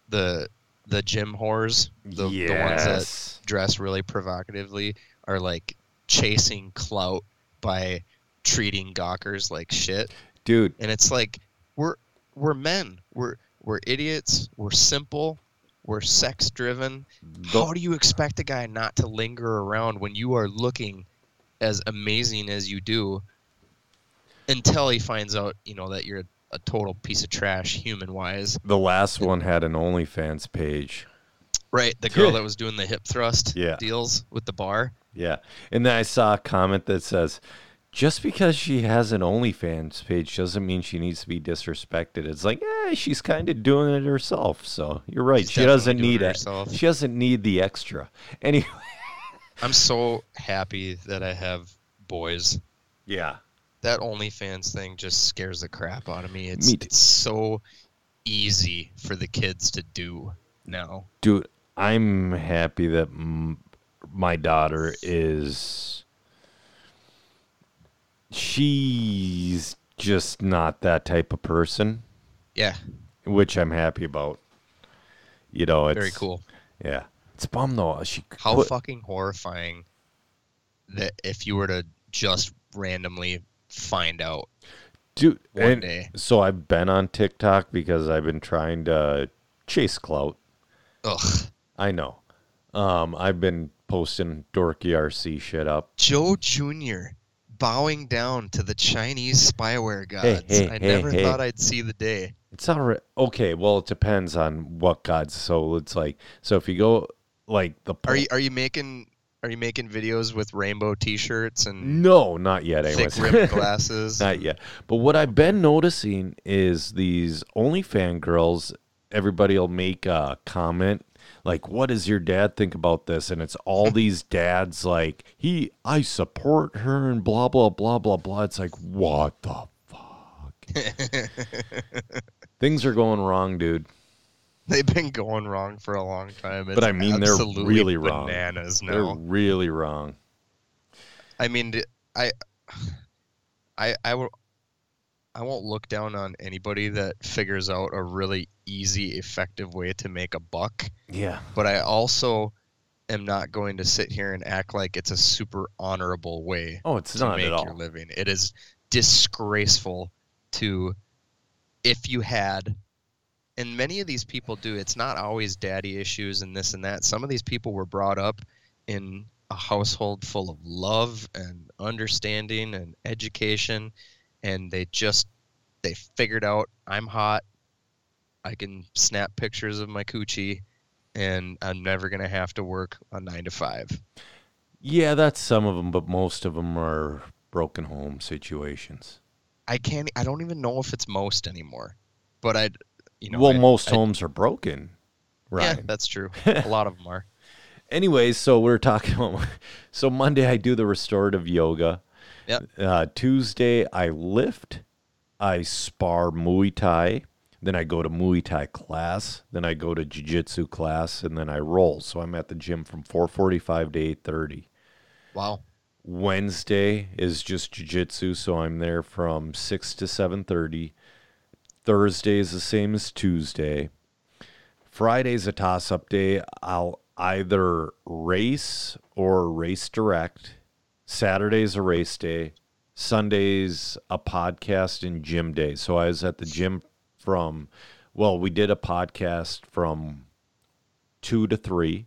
S3: the the gym whores, the, the ones
S2: yes,
S3: that dress really provocatively are like chasing clout by treating gawkers like shit.
S2: dude,
S3: and it's like we're we're men we're we're idiots we're simple we're sex driven
S2: the-
S3: how do you expect a guy not to linger around when you are looking as amazing as you do until he finds out you know that you're a total piece of trash human wise
S2: the last one had an OnlyFans page.
S3: right the girl that was doing the hip thrust
S2: Yeah.
S3: deals with the bar
S2: Yeah. And then I saw a comment that says, just because she has an OnlyFans page doesn't mean she needs to be disrespected. It's like, eh, she's kind of doing it herself. So you're right.
S3: She's
S2: she doesn't
S3: definitely doing
S2: need
S3: it
S2: it.
S3: herself.
S2: She doesn't need the extra. Anyway.
S3: i'm so happy that i have boys
S2: Yeah.
S3: that OnlyFans thing just scares the crap out of me. It's,
S2: Me too.
S3: it's so easy for the kids to do now.
S2: Dude, I'm happy that m- my daughter is. She's just not that type of person,
S3: Yeah,
S2: which I'm happy about. You know, it's
S3: very cool.
S2: Yeah. It's a bum though. She
S3: How
S2: quit-
S3: fucking horrifying that if you were to just randomly find out
S2: Dude,
S3: One
S2: and
S3: day.
S2: so I've been on TikTok because I've been trying to chase clout.
S3: Ugh.
S2: I know. Um, I've been posting dorky RC shit up.
S3: Joe Jr. bowing down to the Chinese spyware gods.
S2: hey, hey,
S3: I never
S2: hey.
S3: thought I'd see the day.
S2: It's all right. Okay, well, it depends on what gods. So it's like, so if you go like the
S3: Are
S2: pol-
S3: you are you making are you making videos with rainbow T-shirts and
S2: no, not yet.
S3: thick
S2: Anyways,
S3: rimmed glasses?
S2: not yet. But what I've been noticing is these OnlyFan girls. Everybody will make a comment like, "What does your dad think about this?" And it's all these dads like, "He, I support her," and blah blah blah blah blah. It's like, what the fuck? Things are going wrong, dude.
S3: They've been going wrong for a long time. It's
S2: I mean, they're
S3: absolutely
S2: really wrong.
S3: Bananas now.
S2: They're really wrong.
S3: I mean, d- I, I, I will, I won't look down on anybody that figures out a really easy, effective way to make a buck.
S2: Yeah.
S3: But I also am not going to sit here and act like it's a super honorable way
S2: Oh, it's
S3: to
S2: not
S3: make
S2: at
S3: your
S2: all.
S3: living. It is disgraceful to if you had and many of these people do it's not always daddy issues and this and that. Some of these people were brought up in a household full of love and understanding and education and they just they figured out I'm hot. I can snap pictures of my coochie and I'm never going to have to work a 9 to 5.
S2: Yeah, that's some of them, but most of them are broken home situations.
S3: I can't. e, I don't even know if it's most anymore. But I, you know,
S2: well,
S3: I-
S2: most
S3: I-
S2: homes are broken,
S3: yeah,
S2: right?
S3: that's true. A lot of them are.
S2: Anyways, so we're talking about. So Monday I do the restorative yoga.
S3: Yep.
S2: Uh, Tuesday I lift. I spar Muay Thai. Then I go to Muay Thai class. Then I go to Jiu Jitsu class, and then I roll. So I'm at the gym from 4:45 to 8:30.
S3: Wow.
S2: Wednesday is just jiu-jitsu, so I'm there from 6 to 7:30. Thursday is the same as Tuesday. Friday's a toss-up day. I'll either race or race direct. Saturday's a race day. Sunday's a podcast and gym day. So I was at the gym from well, we did a podcast from 2 to 3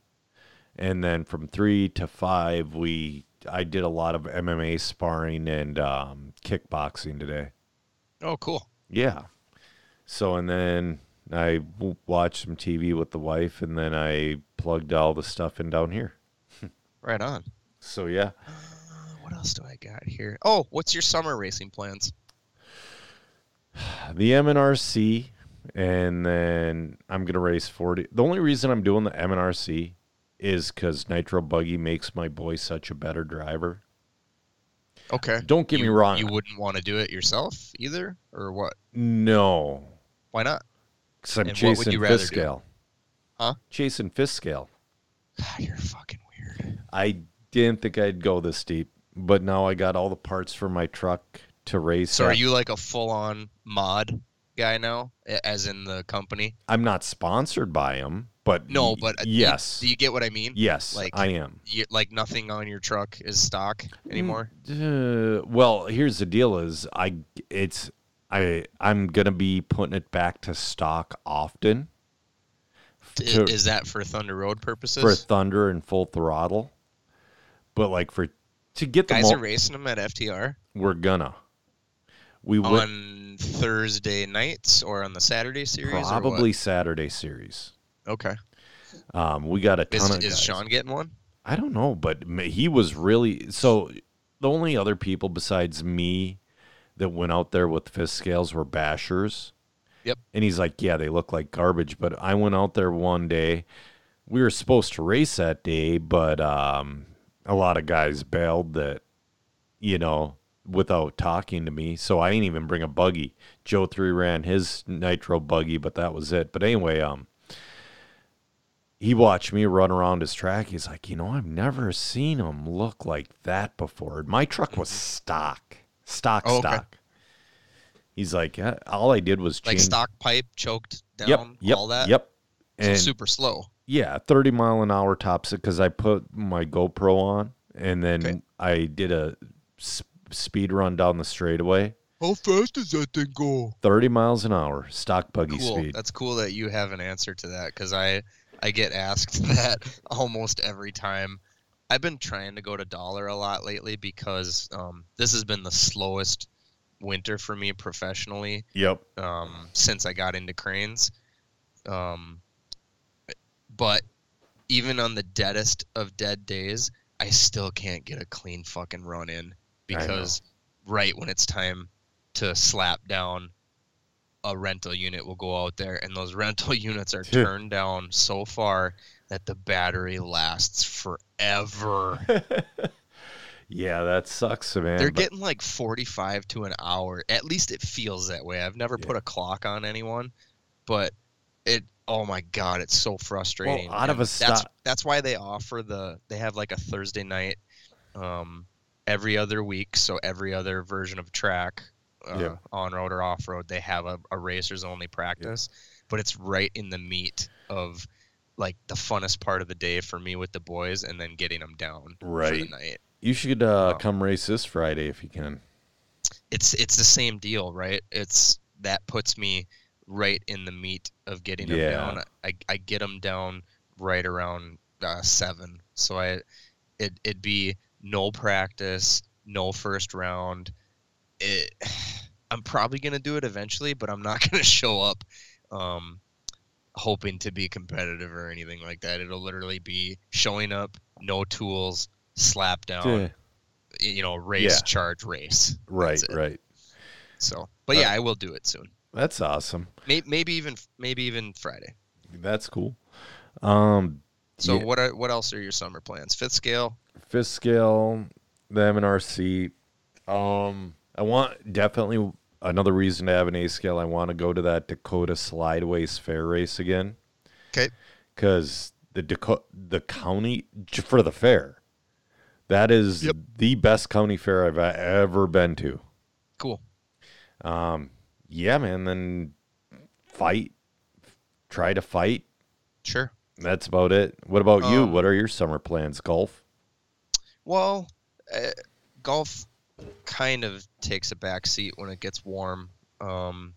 S2: and then from three to five we i did a lot of mma sparring and um, kickboxing today
S3: Oh, cool.
S2: yeah so and then i w- watched some tv with the wife and then i plugged all the stuff in down here
S3: Right on.
S2: so yeah
S3: What else do I got here? Oh, what's your summer racing plans?
S2: the mnrc and then i'm gonna race 40 the only reason i'm doing the mnrc is because nitro buggy makes my boy such a better driver
S3: Okay.
S2: don't get
S3: you,
S2: me wrong
S3: You wouldn't want to do it yourself either, or what?
S2: no
S3: Why not?
S2: Because I'm
S3: And what would
S2: chasing
S3: you rather
S2: fish
S3: do?
S2: scale.
S3: Huh?
S2: Chasing fish scale.
S3: God, you're fucking weird.
S2: I didn't think I'd go this deep, but now I got all the parts for my truck to race.
S3: So are
S2: at.
S3: you like a full-on mod guy now, a- as in the company?
S2: I'm not sponsored by him, but
S3: No,
S2: y-
S3: but uh, do you-
S2: yes,
S3: Do you get what I mean?
S2: yes,
S3: like-
S2: I am.
S3: You, like nothing on your truck is stock
S2: Mm,
S3: anymore.
S2: Uh, well, here's the deal: is I it's I I'm gonna be putting it back to stock often
S3: I-
S2: to-
S3: Is that for Thunder Road purposes?
S2: for Thunder and Full Throttle, but like for to get the
S3: Guys
S2: mo-
S3: are racing them at FTR
S2: we're gonna we would
S3: on Thursday nights or on the Saturday series. or what?
S2: Probably Saturday series.
S3: Okay.
S2: Um, we got a ton
S3: Is,
S2: of.
S3: is
S2: guys.
S3: Sean getting one?
S2: I don't know, but ma- he was really so. The only other people besides me that went out there with fist scales were bashers.
S3: Yep.
S2: And he's like, "Yeah, they look like garbage." But I went out there one day. We were supposed to race that day, but um, a lot of guys bailed that, you know, without talking to me. So I ain't even bring a buggy. Joe three ran his nitro buggy, but that was it. But anyway, um, he watched me run around his track. He's like, you know, I've never seen him look like that before. My truck was stock, stock,
S3: Mm-hmm. Oh, okay.
S2: stock. He's like, yeah, all I did was change.
S3: Like stock pipe choked down,
S2: yep, yep,
S3: all that.
S2: Yep.
S3: So
S2: And
S3: super slow.
S2: yeah, 30 mile an hour tops it because I put my GoPro on and then
S3: Okay.
S2: I did a s- speed run down the straightaway
S3: How fast does that thing go?
S2: 30 miles an hour, stock buggy
S3: Cool.
S2: speed.
S3: That's cool that you have an answer to that because I I get asked that almost every time. I've been trying to go to dollar a lot lately because um, this has been the slowest winter for me professionally
S2: Yep.
S3: um, since I got into cranes. Um, but even on the deadest of dead days, I still can't get a clean fucking run
S2: I
S3: in
S2: know.
S3: because right when it's time to slap down, a rental unit will go out there, and those rental units are turned down so far that the battery lasts forever.
S2: Yeah, that sucks, man.
S3: They're
S2: but-
S3: getting like 45 to an hour. At least it feels that way. I've never put a clock on anyone, but it oh my god, it's so frustrating.
S2: out of
S3: And
S2: a
S3: That's
S2: stop-
S3: that's why they offer the they have like a Thursday night um every other week, so every other version of track uh,
S2: Yeah.
S3: on road or off road, they have a, a racers only practice, but it's right in the meat of like the funnest part of the day for me with the boys and then getting them down for the
S2: Right.
S3: night.
S2: you should uh,
S3: Oh.
S2: come race this Friday if you can.
S3: it's it's the same deal, right? It's that puts me right in the meat of getting them
S2: Yeah.
S3: down. I, I get them down right around uh, seven, so I it it'd be no practice, no first round. It, I'm probably gonna do it eventually, but I'm not gonna show up, um, hoping to be competitive or anything like that. It'll literally be showing up, no tools, slap down, you know, race,
S2: Yeah.
S3: charge, race.
S2: Right,
S3: That's it.
S2: right.
S3: So, but yeah, I will do it soon.
S2: That's awesome.
S3: Maybe, maybe even maybe even Friday.
S2: That's cool. Um,
S3: So
S2: Yeah.
S3: what are what else are your summer plans? Fifth scale.
S2: fifth scale, the M and R seat. Um, I want definitely another reason to have an A scale. I want to go to that Dakota Slideways Fair race again.
S3: 'Kay.
S2: Because the Dakota, the county j- for the fair, that is
S3: Yep.
S2: the best county fair I've e-, ever been to.
S3: Cool.
S2: Um, yeah, man. Then fight, try to fight.
S3: Sure.
S2: That's about it. What about you?
S3: Um,
S2: What are your summer plans? Golf.
S3: Well, uh, golf kind of takes a back seat when it gets warm. Um,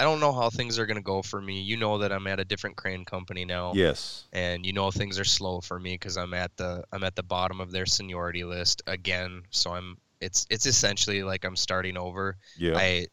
S3: I don't know how things are going to go for me. You know that I'm at a different crane company now.
S2: Yes.
S3: and you know things are slow for me because I'm at the I'm at the bottom of their seniority list again. So I'm it's it's essentially like I'm starting over.
S2: Yeah.
S3: I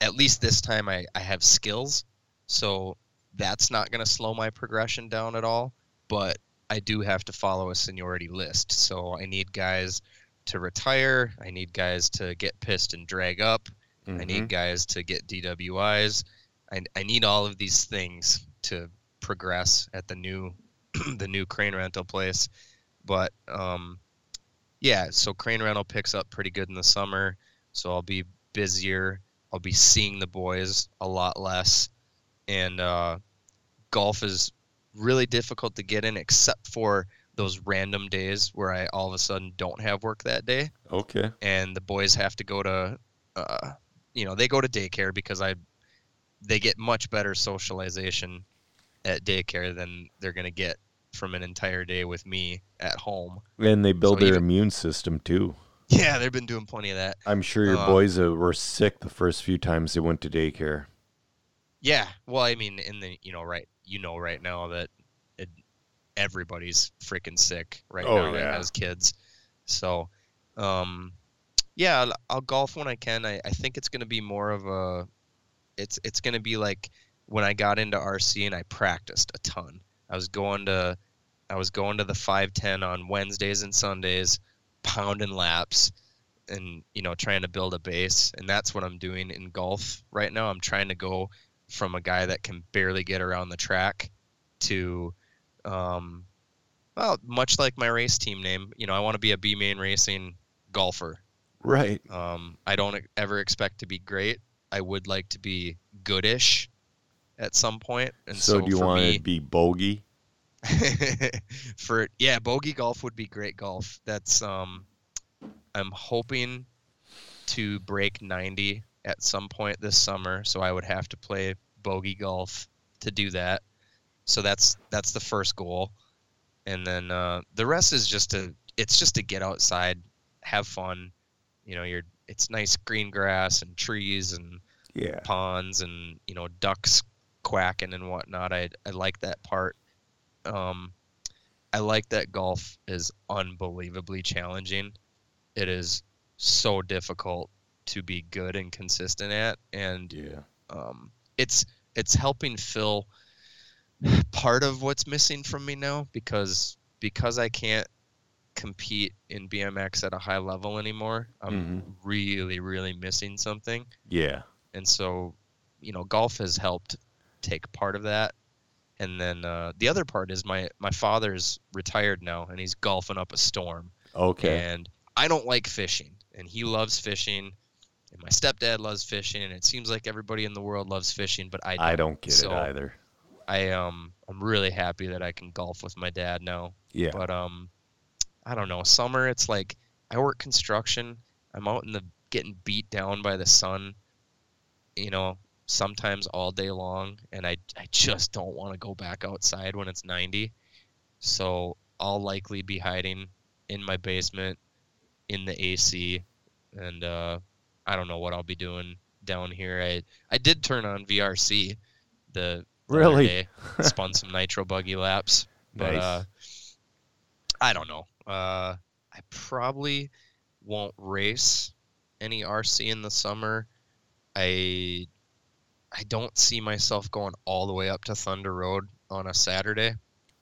S3: at least this time I, I have skills, so that's not gonna slow my progression down at all. But I do have to follow a seniority list. So I need guys to retire, I need guys to get pissed and drag up, I
S2: Mhm.
S3: need guys to get DWIs. I, I need all of these things to progress at the new the new crane rental place. But um, yeah, so crane rental picks up pretty good in the summer. So I'll be busier. I'll be seeing the boys a lot less, and uh, golf is really difficult to get in, except for those random days where I all of a sudden don't have work that day
S2: Okay.
S3: and the boys have to go to uh, you know they go to daycare because i they get much better socialization at daycare than they're going to get from an entire day with me at home
S2: And they build
S3: So
S2: their
S3: even-
S2: immune system too.
S3: yeah they've been doing plenty of that
S2: I'm sure your
S3: Uh,
S2: boys uh, were sick the first few times they went to daycare.
S3: yeah well i mean in the you know right you know right now that it, everybody's freaking sick right
S2: Oh,
S3: now
S2: yeah.
S3: that has kids so um yeah i'll, I'll golf when i can i, I think it's going to be more of a it's it's going to be like when i got into rc and i practiced a ton i was going to i was going to the 510 on wednesdays and sundays pounding laps and you know trying to build a base and that's what i'm doing in golf right now i'm trying to go from a guy that can barely get around the track to um, well much like my race team name you know i want to be a b main racing golfer
S2: Right.
S3: um, I don't ever expect to be great. I would like to be goodish at some point. And
S2: so,
S3: so,
S2: do you
S3: for
S2: want
S3: me,
S2: to be bogey?
S3: for yeah, bogey golf would be great golf. That's um, I'm hoping to break 90 at some point this summer. So I would have to play bogey golf to do that. So that's that's the first goal, and then uh, the rest is just to it's just to get outside, have fun, you know, you're it's nice green grass and trees and
S2: Yeah.
S3: ponds and you know ducks quacking and whatnot. I I like that part. Um, I like that golf is unbelievably challenging. It is so difficult to be good and consistent at, and
S2: Yeah.
S3: um, it's it's helping fill part of what's missing from me now because because I can't compete in BMX at a high level anymore. I'm really really missing something
S2: Yeah.
S3: and so you know golf has helped take part of that and then uh, the other part is my my father's retired now and he's golfing up a storm
S2: Okay.
S3: and i don't like fishing and he loves fishing and my stepdad loves fishing and it seems like everybody in the world loves fishing but i
S2: I don't get
S3: So-
S2: it either.
S3: i um i'm really happy that i can golf with my dad now
S2: Yeah.
S3: but um i don't know summer it's like i work construction i'm out in the getting beat down by the sun you know sometimes all day long and i, I just don't want to go back outside when it's 90 so i'll likely be hiding in my basement in the ac and uh i don't know what i'll be doing down here i i did turn on vrc the the other
S2: Really?
S3: day, spun some nitro buggy laps but
S2: nice.
S3: uh, I don't know. Uh, I probably won't race any RC in the summer. I I don't see myself going all the way up to Thunder Road on a Saturday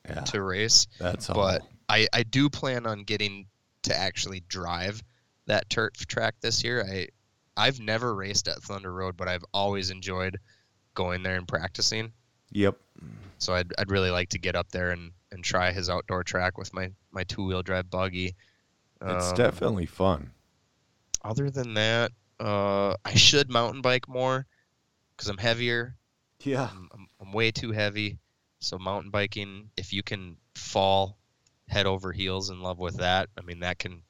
S2: yeah.
S3: to race.
S2: That's all.
S3: But I, I do plan on getting to actually drive that turf track this year. I I've never raced at Thunder Road, but I've always enjoyed going there and practicing.
S2: yep.
S3: So I'd, I'd really like to get up there and, and try his outdoor track with my, my two wheel drive buggy.
S2: It's
S3: Um,
S2: definitely fun.
S3: Other than that, uh, I should mountain bike more because I'm heavier.
S2: Yeah.
S3: I'm, I'm, I'm way too heavy. So mountain biking, if you can fall head over heels in love with that, I mean that can.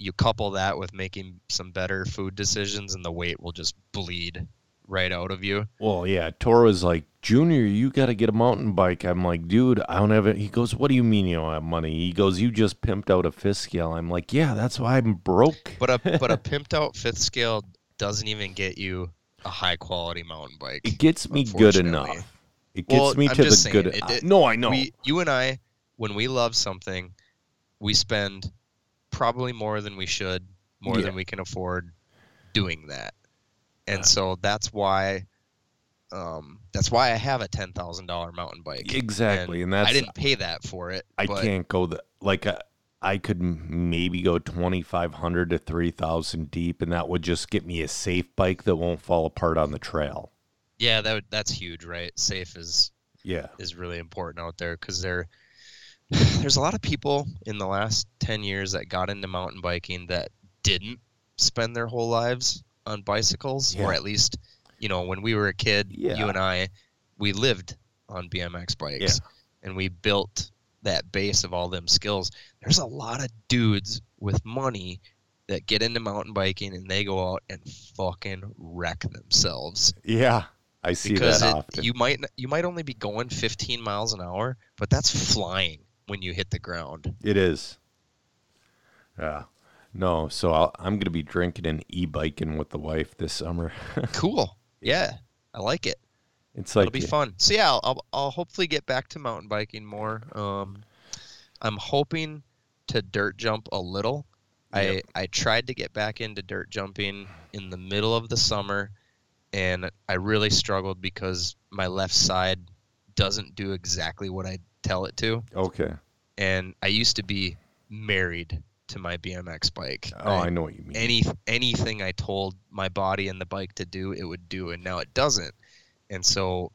S3: You couple that with making some better food decisions, and the weight will just bleed right out of you.
S2: Well, yeah. Tora's like, Junior, you got to get a mountain bike. I'm like, dude, I don't have it. He goes, What do you mean you don't have money? He goes, You just pimped out a fifth scale. I'm like, Yeah, that's why I'm broke.
S3: But a but a pimped out fifth scale doesn't even get you a high quality mountain bike.
S2: it gets me good
S3: Unfortunately.
S2: enough. It gets
S3: Well,
S2: me
S3: I'm
S2: to the
S3: just saying,
S2: good.
S3: it-
S2: I-
S3: it-
S2: no, I know.
S3: We, you and I, when we love something, we spend probably more than we should, more
S2: Yeah.
S3: than we can afford doing that. And
S2: Yeah.
S3: so that's why um, that's why I have a ten thousand dollar mountain bike.
S2: exactly, and,
S3: I
S2: that's
S3: didn't pay that for it.
S2: I
S3: but
S2: can't go the like I, I could m- maybe go 2500 to 3000 deep and that would just get me a safe bike that won't fall apart on the trail.
S3: Yeah, that would, that's huge, right? Safe is
S2: Yeah.
S3: is really important out there because there there's a lot of people in the last 10 years that got into mountain biking that didn't spend their whole lives on bicycles or
S2: Yeah.
S3: at least you know when we were a kid
S2: Yeah.
S3: you and i we lived on bmx bikes and we built that base of all them skills there's a lot of dudes with money that get into mountain biking and they go out and fucking wreck themselves
S2: Yeah. I see
S3: because
S2: that
S3: it,
S2: often.
S3: you might n- you might only be going 15 miles an hour, but that's flying when you hit the ground.
S2: it is. Yeah. No, so I'll, I'm going to be drinking and e-biking with the wife this summer.
S3: Cool. Yeah, I like it.
S2: It's like
S3: It'll be fun. So yeah, I'll, I'll I'll hopefully get back to mountain biking more. Um, I'm hoping to dirt jump a little.
S2: Yep.
S3: I I tried to get back into dirt jumping in the middle of the summer, and I really struggled because my left side doesn't do exactly what I tell it to.
S2: Okay.
S3: and I used to be married to my BMX bike.
S2: Oh, I, know what you mean.
S3: any anything I told my body and the bike to do, it would do, and now it doesn't. And so,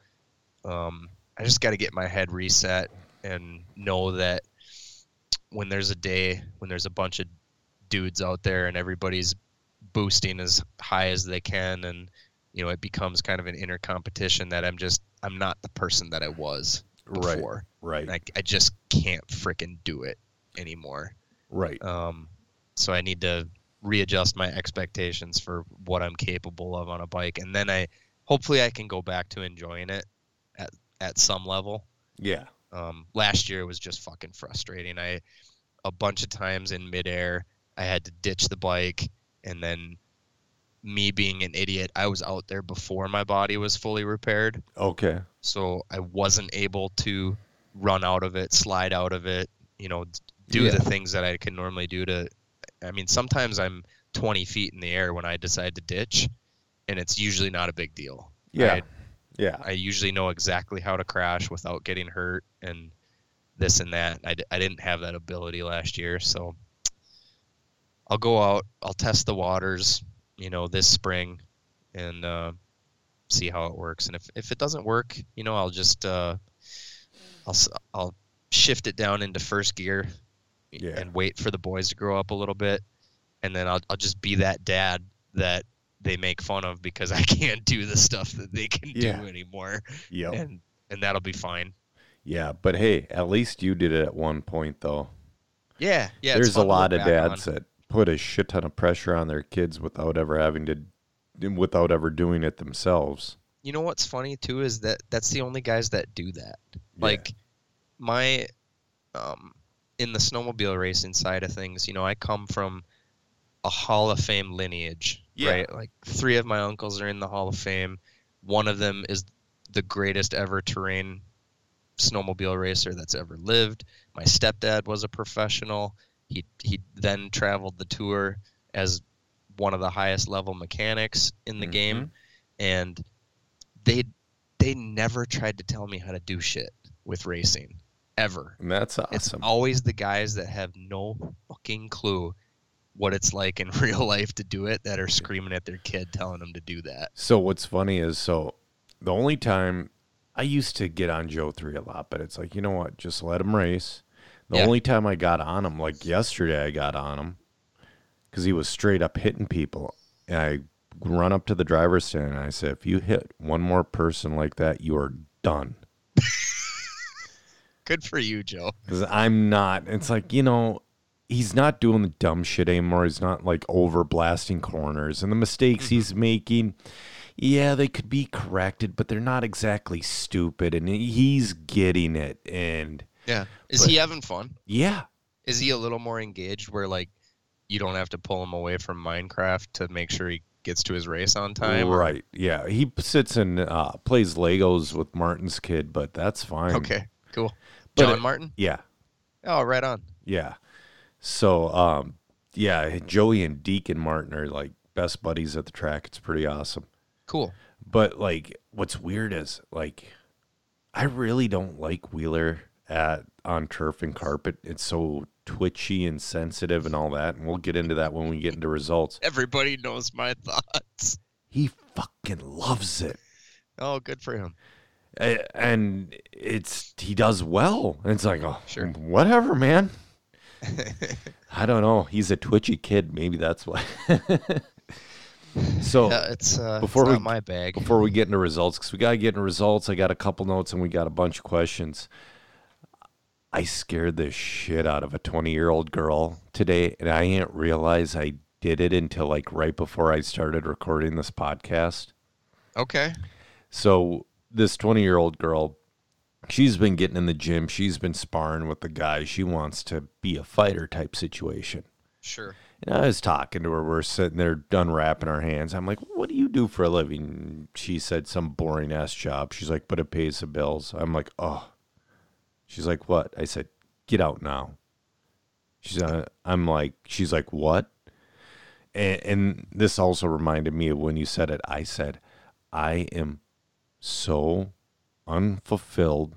S3: um, I just got to get my head reset and know that when there's a day when there's a bunch of dudes out there and everybody's boosting as high as they can, and you know it becomes kind of an inner competition that I'm just I'm not the person that I was
S2: right.
S3: before
S2: Right.
S3: and I, I just can't frickin' do it anymore.
S2: right.
S3: Um, so I need to readjust my expectations for what I'm capable of on a bike, and then I hopefully I can go back to enjoying it at at some level.
S2: Yeah.
S3: Um, last year was just fucking frustrating. I a bunch of times in midair I had to ditch the bike and then me being an idiot, I was out there before my body was fully repaired,
S2: Okay.
S3: so I wasn't able to run out of it, slide out of it, you know, d- do
S2: Yeah.
S3: the things that I can normally do to. I mean, sometimes I'm 20 feet in the air when I decide to ditch, and it's usually not a big deal.
S2: Yeah.
S3: I-
S2: yeah.
S3: I usually know exactly how to crash without getting hurt and this and that. I, d- I didn't have that ability last year, so I'll go out, I'll test the waters, you know, this spring and uh, see how it works. And if, if it doesn't work, you know, I'll just uh, I'll s- I'll shift it down into first gear
S2: Yeah.
S3: and wait for the boys to grow up a little bit, and then I'll I'll just be that dad that they make fun of because I can't do the stuff that they can
S2: Yeah.
S3: do anymore
S2: Yep.
S3: and and that'll be fine.
S2: yeah. But hey, at least you did it at one point, though.
S3: Yeah, yeah. it's
S2: There's a
S3: fun to look
S2: lot of
S3: back on.
S2: dads that put a shit ton of pressure on their kids without ever having to, without ever doing it themselves.
S3: You know what's funny too is that that's the only guys that do that.
S2: Yeah.
S3: Like my um in the snowmobile racing side of things, you know, I come from a Hall of Fame lineage,
S2: Yeah.
S3: right? Like three of my uncles are in the Hall of Fame. One of them is the greatest ever terrain snowmobile racer that's ever lived. My stepdad was a professional. He he then traveled the tour as one of the highest level mechanics in the game
S2: Mm-hmm.
S3: and they they never tried to tell me how to do shit with racing ever.
S2: And that's
S3: It's
S2: awesome.
S3: always the guys that have no fucking clue what it's like in real life to do it that are screaming at their kid telling them to do that.
S2: So what's funny is so the only time I used to get on Joe three a lot, but it's like you know what, just let him race. The
S3: Yeah.
S2: only time I got on him, like yesterday, I got on him because he was straight up hitting people, and I run up to the driver's stand and I said, "If you hit one more person like that, you are done."
S3: Good for you, Joe.
S2: Because I'm not. It's like you know, he's not doing the dumb shit anymore. He's not like over blasting corners and the mistakes he's making. Yeah, they could be corrected, but they're not exactly stupid. And he's getting it. And
S3: Yeah. Is
S2: But-
S3: he having fun?
S2: yeah,
S3: Is he a little more engaged where like you don't have to pull him away from Minecraft to make sure he gets to his race on time? or-
S2: right. Yeah, he sits and uh, plays Legos with Martin's kid, but that's fine.
S3: Okay. Cool.
S2: But
S3: John
S2: it-
S3: Martin?
S2: Yeah,
S3: Oh, right on.
S2: yeah. So, um, yeah, Joey and Deacon Martin are like best buddies at the track. It's pretty awesome.
S3: Cool.
S2: But like, what's weird is like, I really don't like Wheeler at on turf and carpet. It's so twitchy and sensitive and all that. And we'll get into that when we get into results.
S3: Everybody knows my thoughts.
S2: He fucking loves it,
S3: Oh, good for him.
S2: A- and it's he does well. And it's like, oh,
S3: Sure.
S2: whatever, man. I don't know. He's a twitchy kid. Maybe that's why. so
S3: Yeah, it's uh,
S2: Oh, Before
S3: it's
S2: we-
S3: not my bag.
S2: before we get into results because we got to get into results. I got a couple notes and we got a bunch of questions. I scared the shit out of a 20 year old girl today, and I didn't realize I did it until like right before I started recording this podcast.
S3: okay.
S2: So, this 20 year old girl, she's been getting in the gym, she's been sparring with the guy, she wants to be a fighter type situation.
S3: Sure.
S2: And I was talking to her. We're sitting there, done wrapping our hands. I'm like, "What do you do for a living?" She said some boring ass job. She's like, "But it pays the bills." I'm like, "Oh." She's like, "What?" I said, "Get out now." She's. Uh, I'm like. She's like, "What?" And, and this also reminded me of when you said it. I said, "I am so unfulfilled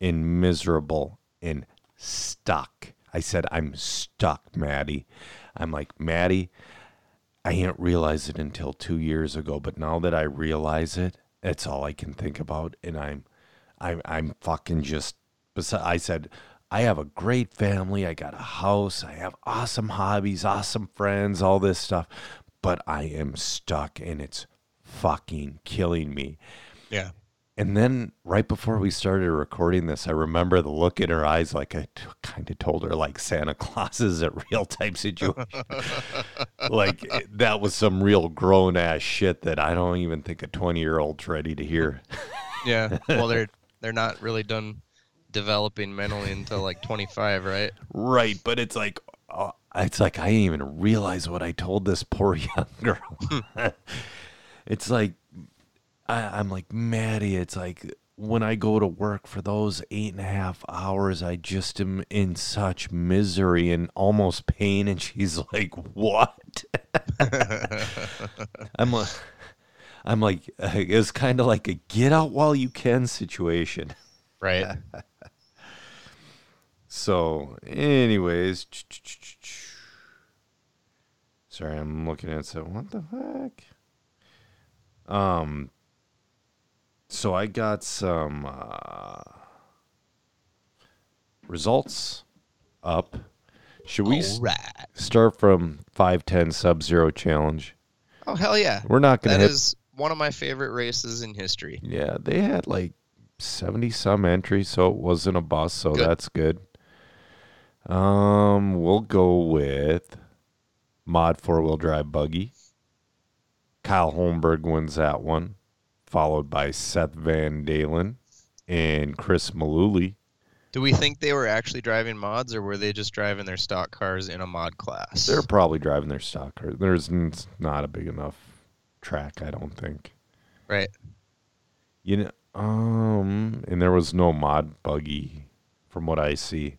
S2: and miserable and stuck. I said, I'm stuck, Maddie. I'm like, Maddie, I didn't realize it until two years ago, but now that I realize it, that's all I can think about. And I'm, I'm, I'm fucking just, besi- I said, I have a great family. I got a house. I have awesome hobbies, awesome friends, all this stuff. But I am stuck and it's fucking killing me.
S3: Yeah.
S2: And then right before we started recording this, I remember the look in her eyes, like I t- kind of told her, like Santa Claus is a real type situation. like it- that was some real grown ass shit that I don't even think a twenty year old's ready to hear.
S3: Yeah. Well, they're they're not really done developing mentally until like 25, right?
S2: right, but it's like uh, it's like I didn't even realize what I told this poor young girl. it's like I, I'm like Maddie. It's like when I go to work for those eight and a half hours, I just am in such misery and almost pain. And she's like, "What?" I'm like, I'm like, it's kind of like a get out while you can situation.
S3: Right.
S2: So, anyways, sorry, I'm looking at so what the heck? Um, so I got some uh, results up. Should we s-
S3: All right.
S2: start from 510 Sub Zero Challenge?
S3: Oh hell yeah.
S2: We're not going
S3: That
S2: to hit.
S3: is one of my favorite races in history.
S2: yeah, they had like 70 some entries, so it wasn't a bust, so
S3: Good.
S2: that's good. Um, we'll go with Mod Four Wheel Drive Buggy. Kyle Holmberg wins that one, followed by Seth Van Dalen and Chris Malooly.
S3: Do we think they were actually driving mods, or were they just driving their stock cars in a mod class?
S2: They're probably driving their stock car. There's n- it's not a big enough track, I don't think.
S3: Right.
S2: You know, um, and there was no mod buggy, from what I see.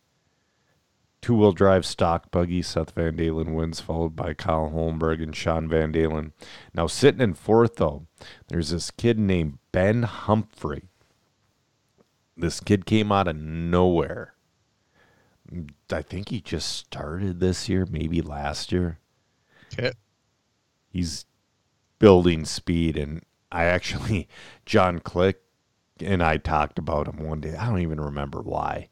S2: Two wheel drive stock buggy. Seth Van Dalen wins, followed by Kyle Holmberg and Sean Van Dalen. Now sitting in fourth though, there's this kid named Ben Humphrey. This kid came out of nowhere. I think he just started this year, maybe last year
S3: Okay.
S2: he's building speed and I actually John Click and I talked about him one day. I don't even remember why.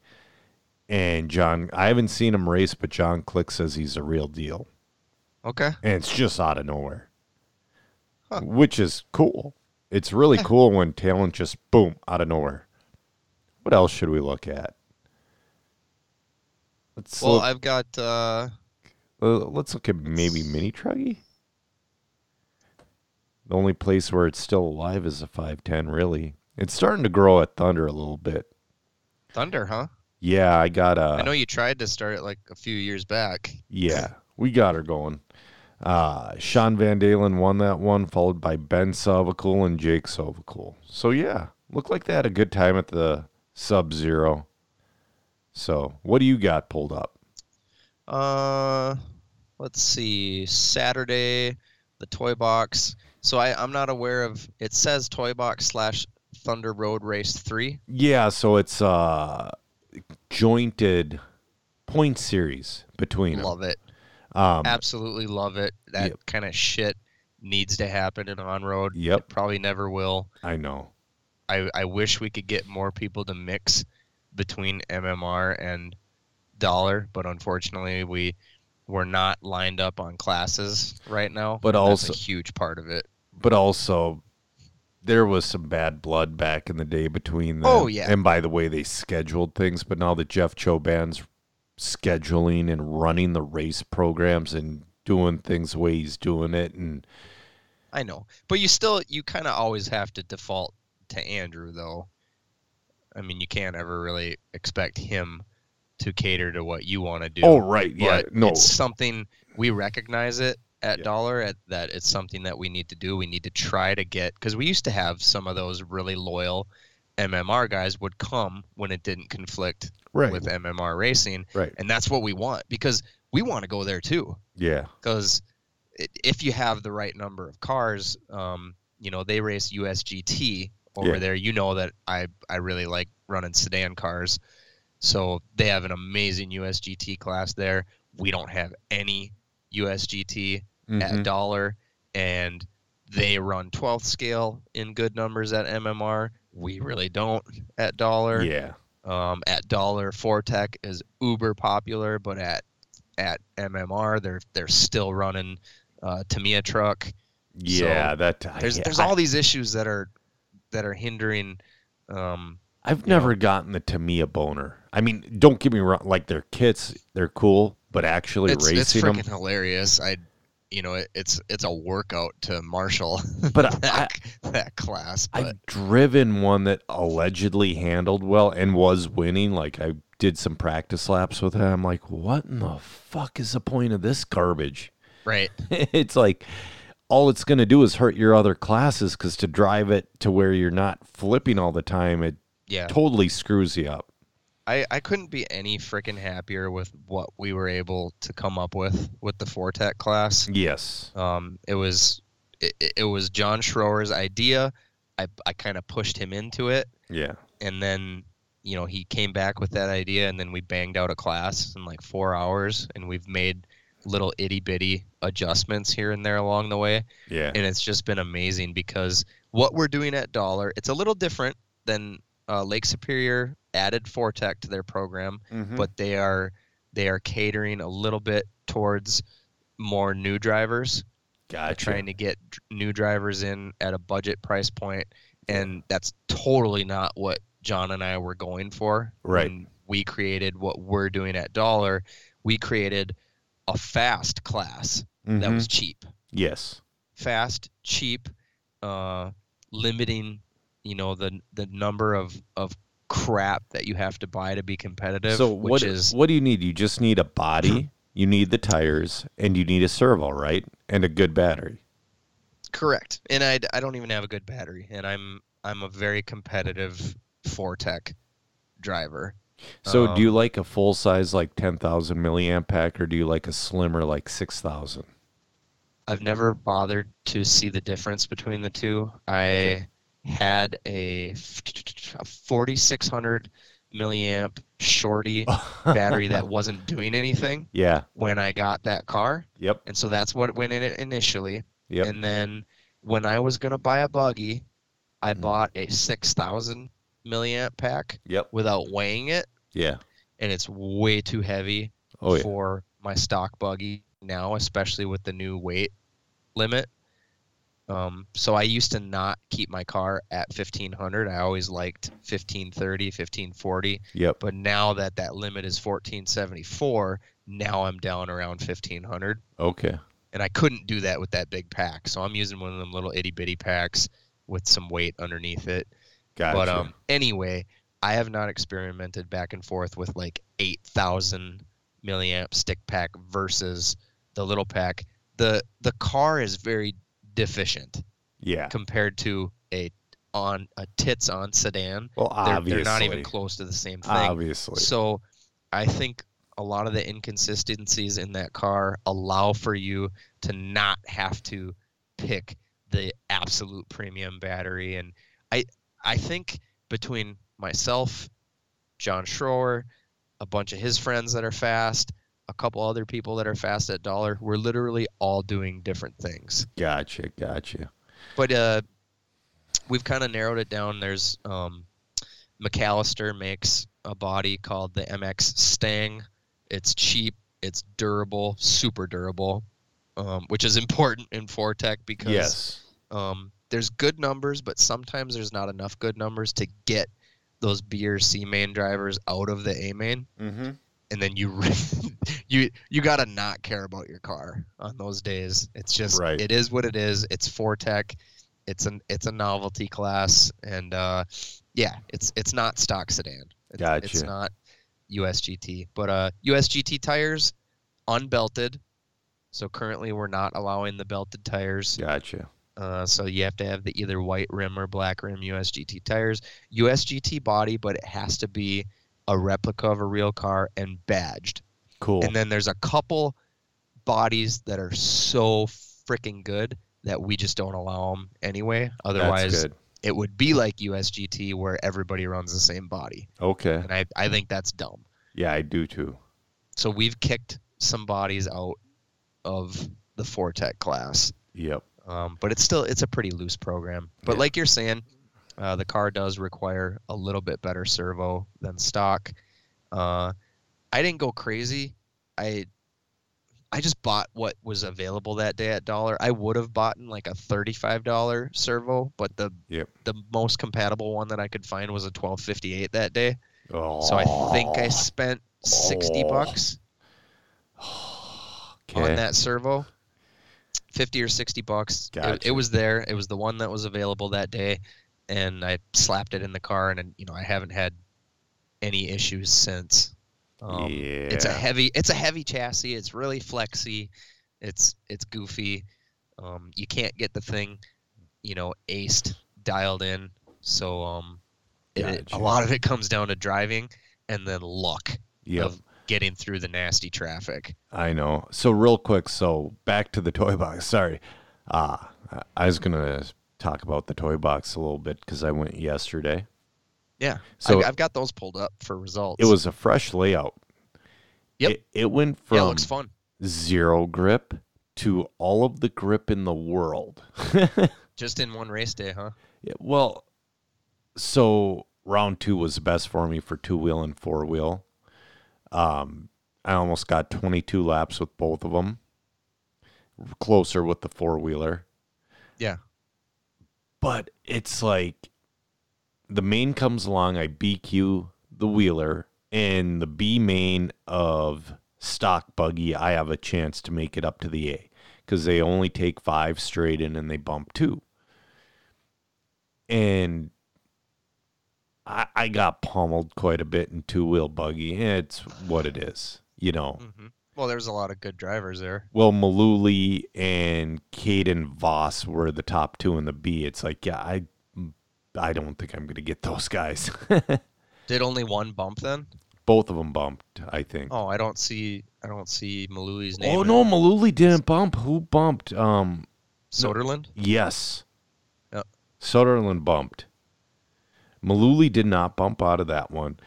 S2: And John I haven't seen him race, but John Click says he's the real deal.
S3: Okay.
S2: And it's just out of nowhere.
S3: Huh.
S2: Which is cool. It's really cool when talent just boom out of nowhere. What else should we look at? Let's
S3: Well,
S2: look,
S3: I've got. Uh,
S2: uh, let's look at maybe mini truggy. The only place where it's still alive is a 510, really. It's starting to grow at Thunder a little bit.
S3: Thunder, huh?
S2: Yeah, I got uh, a.
S3: I know you tried to start it like a few years back.
S2: Yeah, we got her going. Uh, Sean Van Dalen won that one, followed by Ben Sovacool and Jake Sovacool. So, yeah, looked like they had a good time at the Sub Zero. So, what do you got pulled up?
S3: Uh, let's see. Saturday, the toy box. So I, I'm not aware of. It says toy box slash Thunder Road Race Three.
S2: Yeah, so it's uh jointed point series between 'em.
S3: Love it.
S2: Um,
S3: Absolutely love it. That
S2: Yep.
S3: kind of shit needs to happen in on road.
S2: Yep.
S3: Probably never will.
S2: I know.
S3: I, I wish we could get more people to mix between MMR and dollar, but unfortunately we we're not lined up on classes right now.
S2: But
S3: and that's
S2: also-
S3: a huge part of it.
S2: But also there was some bad blood back in the day between them.
S3: Oh, yeah.
S2: And by the way they scheduled things, but now that Jeff Choban's scheduling and running the race programs and doing things the way he's doing it and
S3: I know. But you still you kind of always have to default to Andrew though. I mean, you can't ever really expect him to cater to what you want to do.
S2: Oh right, yeah.
S3: but
S2: No.
S3: it's something we recognize it at
S2: Yeah.
S3: dollar at that it's something that we need to do we need to try to get because we used to have some of those really loyal mmr guys would come when it didn't conflict
S2: right.
S3: with mmr racing
S2: right.
S3: and that's what we want because we want to go there too
S2: Yeah.
S3: because if you have the right number of cars um, you know they race usgt over
S2: Yeah.
S3: there you know that I, I really like running sedan cars so they have an amazing usgt class there we don't have any usgt at
S2: Mhm.
S3: dollar and they run 12th scale in good numbers at mmr we really don't at dollar
S2: Yeah.
S3: um, at dollar, Fortec is uber popular, but at at MMR, they're they're still running uh, Tamiya truck.
S2: Yeah, that
S3: There's
S2: yeah,
S3: there's
S2: I-
S3: all these issues that are that are hindering. Um,
S2: I've never gotten the Tamiya boner. I mean, don't get me wrong; like their kits, they're cool, but actually
S3: it's it's
S2: racing them,
S3: freaking hilarious. I you know, it, it's it's a workout to marshal
S2: But I,
S3: that, that class. But
S2: I've driven one that allegedly handled well and was winning. Like I did some practice laps with it. I'm like, what in the fuck is the point of this garbage?
S3: right,
S2: it's like all it's going to do is hurt your other classes because to drive it to where you're not flipping all the time, it
S3: yeah,
S2: totally screws you up.
S3: I I couldn't be any freaking happier with what we were able to come up with with the Fortec class.
S2: Yes.
S3: Um, it was it, it- it was John Schroer's idea. I I kind of pushed him into it,
S2: Yeah.
S3: and then you know he came back with that idea, and then we banged out a class in like four hours, and we've made little itty bitty adjustments here and there along the way.
S2: Yeah.
S3: and it's just been amazing because what we're doing at Dollar, it's a little different than uh, Lake Superior added Fortec to their program,
S2: Mhm.
S3: but they are they are catering a little bit towards more new drivers,
S2: gotcha.
S3: trying to get dr- new drivers in at a budget price point, and that's totally not what John and I were going for.
S2: Right.
S3: when we created what we're doing at Dollar. We created a fast class that
S2: Mhm.
S3: was cheap
S2: yes.
S3: fast, cheap, uh, limiting, you know, the the number of of crap that you have to buy to be competitive.
S2: So
S3: which
S2: what
S3: is
S2: what do you need? You just need a body, you need the tires, and you need a servo, right? And a good battery.
S3: correct. And I I don't even have a good battery, and I'm I'm a very competitive Fortec driver.
S2: So
S3: Um,
S2: do you like a full size like ten thousand milliamp pack, or do you like a slimmer like six thousand?
S3: I've never bothered to see the difference between the two. I had a, f- a 4600 milliamp shorty battery that wasn't doing anything
S2: Yeah.
S3: when I got that car.
S2: Yep.
S3: And so that's what went in it initially.
S2: Yep.
S3: And then when I was going to buy a buggy, I bought a 6,000 milliamp pack
S2: yep.
S3: without weighing it.
S2: Yeah.
S3: And it's way too heavy
S2: Oh yeah.
S3: for my stock buggy now, especially with the new weight limit. Um, so I used to not keep my car at 1500. I always liked 1530, 1540.
S2: Yep.
S3: But now that that limit is 1474, now I'm down around 1500
S2: Okay.
S3: and I couldn't do that with that big pack. So I'm using one of them little itty bitty packs with some weight underneath it.
S2: Gotcha.
S3: But um, anyway, I have not experimented back and forth with like 8,000 milliamp stick pack versus the little pack. The the car is very deficient
S2: yeah.
S3: compared to a on a tits on sedan.
S2: Well,
S3: They're,
S2: obviously.
S3: they're not even close to the same thing.
S2: Obviously.
S3: So I think a lot of the inconsistencies in that car allow for you to not have to pick the absolute premium battery. And I I think between myself, John Schroer, a bunch of his friends that are fast, a couple other people that are fast at Dollar, we're literally all doing different things
S2: Gotcha. Gotcha.
S3: but uh, we've kind of narrowed it down. There's um, McAllister makes a body called the MX Stang. It's cheap, it's durable, super durable, um, which is important in Fortec because
S2: Yes.
S3: um, there's good numbers, but sometimes there's not enough good numbers to get those B or C main drivers out of the A main,
S2: Mm-hmm.
S3: and then you re- you you gotta not care about your car on those days. It's just
S2: Right.
S3: it is what it is. It's Fortec. It's an it's a novelty class, and uh, yeah, it's it's not stock sedan. It's, It's
S2: Gotcha.
S3: not USGT, but uh, USGT tires unbelted. So currently, we're not allowing the belted tires.
S2: Gotcha.
S3: Uh, so you have to have the either white rim or black rim USGT tires, USGT body, but it has to be a replica of a real car and badged.
S2: Cool.
S3: And then there's a couple bodies that are so freaking good that we just don't allow them anyway.
S2: That's
S3: Otherwise,
S2: good.
S3: it would be like USGT where everybody runs the same body,
S2: Okay.
S3: and I I think that's dumb.
S2: Yeah, I do too.
S3: So we've kicked some bodies out of the Fortec class.
S2: Yep.
S3: um, but it's still it's a pretty loose program. But
S2: Yeah.
S3: like you're saying, uh, the car does require a little bit better servo than stock. Uh, I didn't go crazy. I I just bought what was available that day at dollar. I would have bought in like a thirty-five dollar servo, but the
S2: Yep.
S3: the most compatible one that I could find was a twelve fifty-eight that day.
S2: Oh.
S3: So I think I spent sixty
S2: Oh.
S3: bucks
S2: okay.
S3: on that servo. 50 or 60 bucks. It- It,
S2: Gotcha.
S3: was there. It was the one that was available that day. And I slapped it in the car, and, and you know I haven't had any issues since. Um, It's a
S2: Yeah.
S3: heavy. It's a heavy chassis. It's really flexy. It's it's goofy. Um, you can't get the thing, you know, aced dialed in. So um, it- it-
S2: Gotcha.
S3: a lot of it comes down to driving and then luck
S2: Yep.
S3: of getting through the nasty traffic.
S2: I know. So real quick, so back to the toy box. Sorry, uh, I- I was gonna talk about the toy box a little bit because I went yesterday.
S3: Yeah.
S2: So-
S3: So I've, got those pulled up for results.
S2: It was a fresh layout.
S3: Yep.
S2: It, it went from
S3: yeah, it looks fun.
S2: zero grip to all of the grip in the world.
S3: Just in one race day, huh?
S2: Yeah, well, so round two was the best for me for two wheel and four wheel. Um, I almost got 22 laps with both of them, closer with the four wheeler.
S3: Yeah.
S2: But it's like the main comes along, I BQ the wheeler, and the B main of stock buggy, I have a chance to make it up to the A because they only take five straight in and they bump two and I, I got pummeled quite a bit in two wheel buggy. It's what it is, you know.
S3: Mm-hmm. Well, there's a lot of good drivers there.
S2: Well, Maluli and Caden Voss were the top two in the B. It's like, yeah, I, I don't think I'm gonna get those guys.
S3: Did only one bump then?
S2: Both of them bumped, I think.
S3: Oh, I don't see. I don't see Maloui's name.
S2: Oh
S3: in
S2: no,
S3: it.
S2: Maluli didn't bump. Who bumped? Um,
S3: Soderlund.
S2: yes,
S3: Yep.
S2: Sutherland bumped. Maluli did not bump out of that one.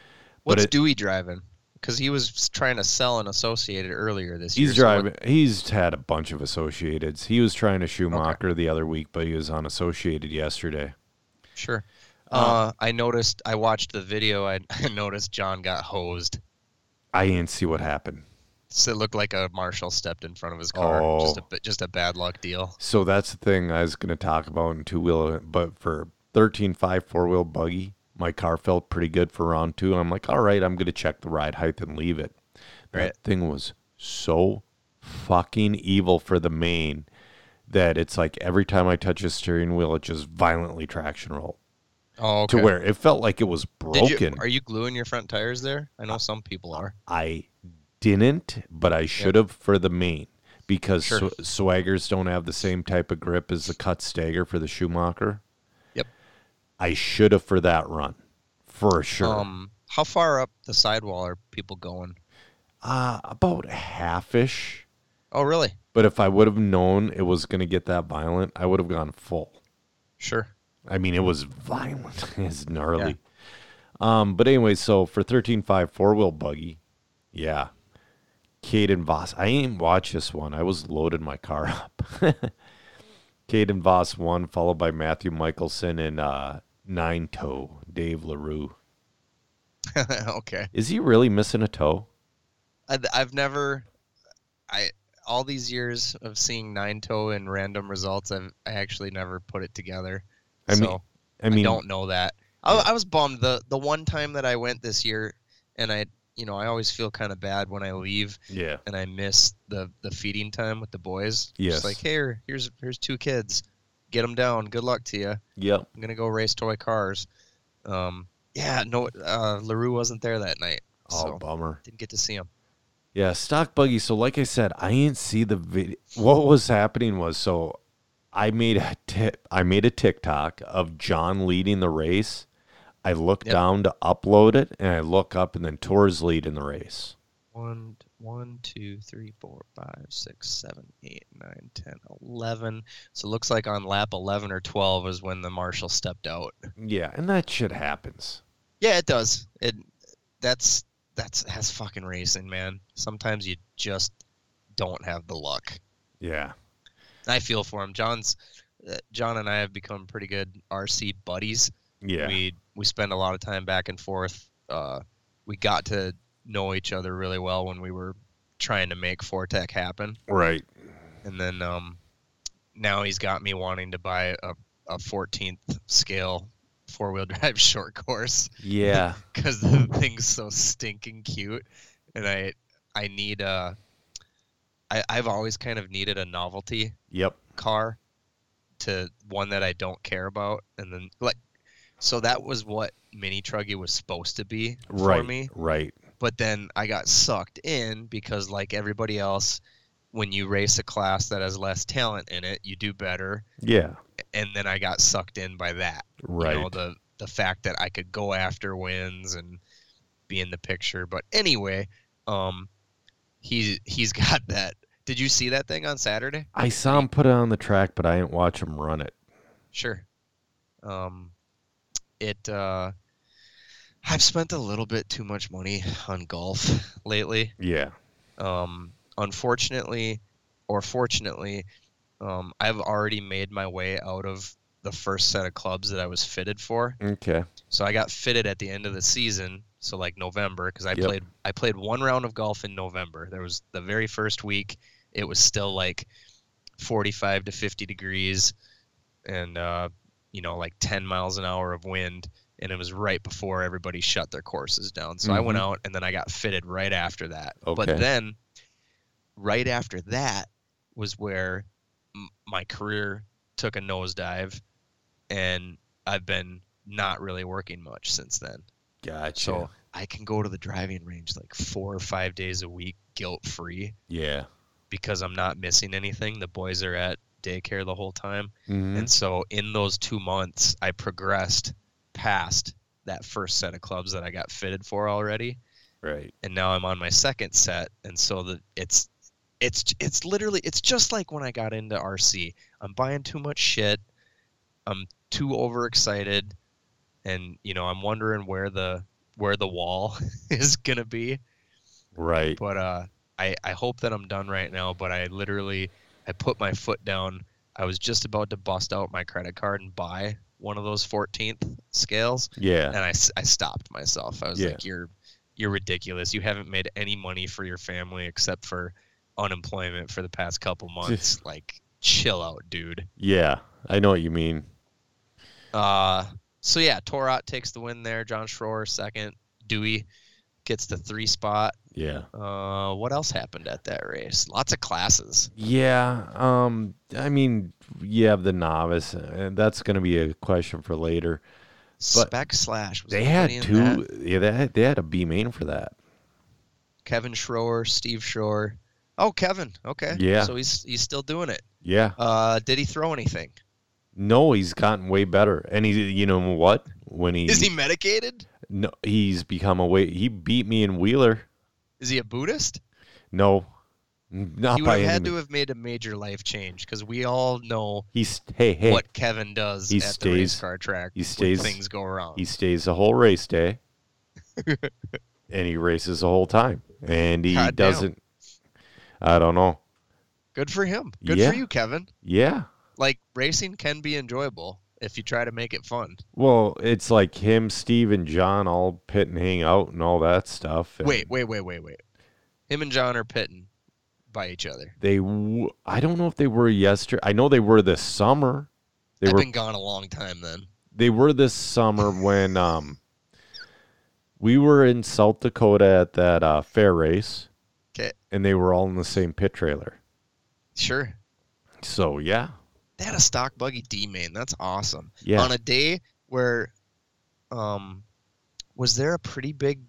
S3: What's
S2: it-
S3: Dewey driving? Because he was s- trying to sell an associated earlier this year.
S2: He's
S3: so what-
S2: driving. He's had a bunch of associateds. He was trying to Schumacher the other week, but he was on associated yesterday.
S3: Sure.
S2: Um,
S3: Uh, I noticed. I watched the video. I, I noticed John got hosed.
S2: I didn't see what happened.
S3: So it looked like a marshal stepped in front of his car. Just a
S2: Oh.
S3: bit- just a bad luck deal.
S2: So that's the thing I was going to talk about in two wheel, but for 13.5 four wheel buggy, my car felt pretty good for round two. I'm like, all right, I'm going to check the ride height and leave it.
S3: Right.
S2: That thing was so fucking evil for the main that it's like every time I touch a steering wheel, it just violently traction roll
S3: Oh, okay.
S2: to where it felt like it was
S3: Did
S2: broken.
S3: you, are you gluing your front tires there? I know some people are.
S2: I didn't, but I should have for the main because
S3: Sure.
S2: sw- swaggers don't have the same type of grip as the cut stagger for the Schumacher.
S3: Yep.
S2: I should have for that run for sure.
S3: Um, how far up the sidewall are people going?
S2: uh, about halfish.
S3: Oh, really?
S2: But if I would have known it was going to get that violent, I would have gone full.
S3: Sure.
S2: I mean, it was violent. it's gnarly. Um, but anyway, so for 13.5 four wheel buggy, yeah. Caden Voss. I ain't watch this one. I was loading my car up. Caden Voss one, followed by Matthew Michelson and uh, nine toe, Dave LaRue.
S3: okay.
S2: Is he really missing a toe?
S3: I, I've never, I all these years of seeing nine toe in random results, I've I actually never put it together.
S2: I mean-
S3: so
S2: I mean,
S3: don't know that. I, I was bummed the the one time that I went this year, and I you know I always feel kind of bad when I leave
S2: yeah.
S3: and I miss the the feeding time with the boys.
S2: Yes.
S3: Just like here, here's here's two kids, get them down. Good luck to you.
S2: Yep.
S3: I'm gonna go race toy cars. Um, yeah, no, uh, Larue wasn't there that night,
S2: Oh,
S3: so
S2: bummer.
S3: didn't get to see him.
S2: Yeah, stock buggy. So, like I said, I ain't see the video. What was happening was so I made a tip. I made a TikTok of John leading the race. I look
S3: Yep.
S2: down to upload it, and I look up, and then Torres lead in the race.
S3: One, one, two, three, four, five, six, seven, eight, nine, ten, eleven. So it looks like on lap eleven or twelve is when the marshal stepped out.
S2: Yeah, and that shit happens.
S3: Yeah, it does. It that's that's that's fucking racing, man. Sometimes you just don't have the luck.
S2: Yeah,
S3: I feel for him. John's uh, John and I have become pretty good RC buddies.
S2: yeah,
S3: we we spend a lot of time back and forth. Uh, we got to know each other really well when we were trying to make Fortec happen,
S2: right.
S3: and then um, now he's got me wanting to buy a, a 14th scale four wheel drive short course
S2: Yeah,
S3: because the thing's so stinking cute, and I I need a uh, I, I've always kind of needed a novelty
S2: Yep.
S3: car to one that I don't care about, and then like, so that was what Mini Truggy was supposed to be
S2: Right.
S3: for me.
S2: Right.
S3: But then I got sucked in because, like everybody else, when you race a class that has less talent in it, you do better.
S2: Yeah.
S3: And then I got sucked in by that.
S2: Right.
S3: You know, the the fact that I could go after wins and be in the picture. But anyway, um, he he's got that. Did you see that thing on Saturday?
S2: I saw him put it on the track, but I didn't watch him run it.
S3: Sure. Um, it. Uh, I've spent a little bit too much money on golf lately.
S2: Yeah.
S3: Um, unfortunately, or fortunately, um, I've already made my way out of the first set of clubs that I was fitted for.
S2: Okay.
S3: So I got fitted at the end of the season, so like November, because I
S2: Yep.
S3: played I played one round of golf in November. There was the very first week. It was still like 45 to 50 degrees, and uh, you know like 10 miles an hour of wind, and it was right before everybody shut their courses down. So I went
S2: Mhm.
S3: out, and then I got fitted right after that.
S2: Okay.
S3: But then, right after that was where m- my career took a nosedive, and I've been not really working much since then.
S2: Gotcha.
S3: So I can go to the driving range like four or five days a week, guilt free,
S2: yeah.
S3: because I'm not missing anything. The boys are at daycare the whole time.
S2: Mhm.
S3: And so in those two months, I progressed past that first set of clubs that I got fitted for already.
S2: Right.
S3: And now I'm on my second set. And so the, it's, it's, it's literally, it's just like when I got into RC. I'm buying too much shit. I'm too overexcited. And, you know, I'm wondering where the, where the wall is going to be
S2: Right.
S3: but uh, I, I hope that I'm done right now. But I literally, I put my foot down. I was just about to bust out my credit card and buy one of those 14th scales,
S2: Yeah.
S3: and I, s- I stopped myself. I was
S2: Yeah.
S3: like, "You're you're ridiculous. You haven't made any money for your family except for unemployment for the past couple months. like, chill out, dude."
S2: Yeah. I know what you mean.
S3: Uh, so yeah, Torot takes the win there. John Schroer second. Dewey gets the three spot.
S2: Yeah.
S3: Uh, what else happened at that race? Lots of classes.
S2: Yeah. Um. I mean, you have the novice, and that's going to be a question for later. But-
S3: Spec slash. Was
S2: they
S3: there
S2: had
S3: any in
S2: two.
S3: that?
S2: Yeah. They had, they had a B main for that.
S3: Kevin Schroer, Steve Schroer. Oh, Kevin. Okay.
S2: Yeah.
S3: So he's he's still doing it.
S2: Yeah.
S3: Uh, did he throw anything?
S2: No, he's gotten way better, and he. You know what? When he,
S3: Is he medicated?
S2: No, he's become a way. He beat me in Wheeler.
S3: Is he a Buddhist?
S2: No. Not
S3: he would
S2: by
S3: have
S2: any
S3: had
S2: means.
S3: to have made a major life change because we all know
S2: He's hey hey.
S3: what Kevin does
S2: He
S3: at the race
S2: stays-
S3: car track.
S2: he
S3: when
S2: stays-
S3: things go wrong.
S2: He stays the whole race day, and he races the whole time, and he
S3: God damn.
S2: doesn't. I don't know.
S3: Good for him. Good
S2: Yeah.
S3: for you, Kevin.
S2: Yeah.
S3: Like racing can be enjoyable if you try to make it fun.
S2: Well, it's like him, Steve, and John all pit and hang out and all that stuff. and
S3: Wait, wait, wait, wait, wait. Him and John are pitting by each other.
S2: They, w- I don't know if they were yesterday. I know they were this summer. They
S3: They've
S2: were
S3: been gone a long time then.
S2: they were this summer when um we were in South Dakota at that uh, fair race,
S3: 'Kay.
S2: and they were all in the same pit trailer.
S3: Sure.
S2: So yeah,
S3: They had a stock buggy D main. That's awesome.
S2: yeah,
S3: On a day where um was there a pretty big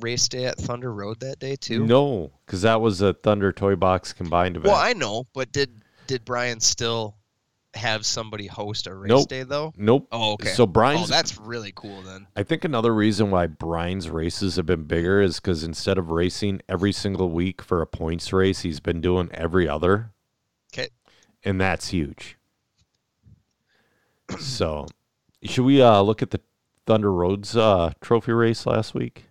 S3: race day at Thunder Road that day too?
S2: no, because that was a Thunder Toy Box combined event.
S3: Well, I know, but did did Brian still have somebody host a race
S2: Nope.
S3: day though?
S2: nope.
S3: Oh, okay.
S2: So
S3: oh,
S2: Brian's
S3: that's really cool then.
S2: I think another reason why Brian's races have been bigger is because instead of racing every single week for a points race, he's been doing every other.
S3: 'Kay.
S2: And that's huge. so, should we uh, look at the Thunder Roads uh, trophy race last week?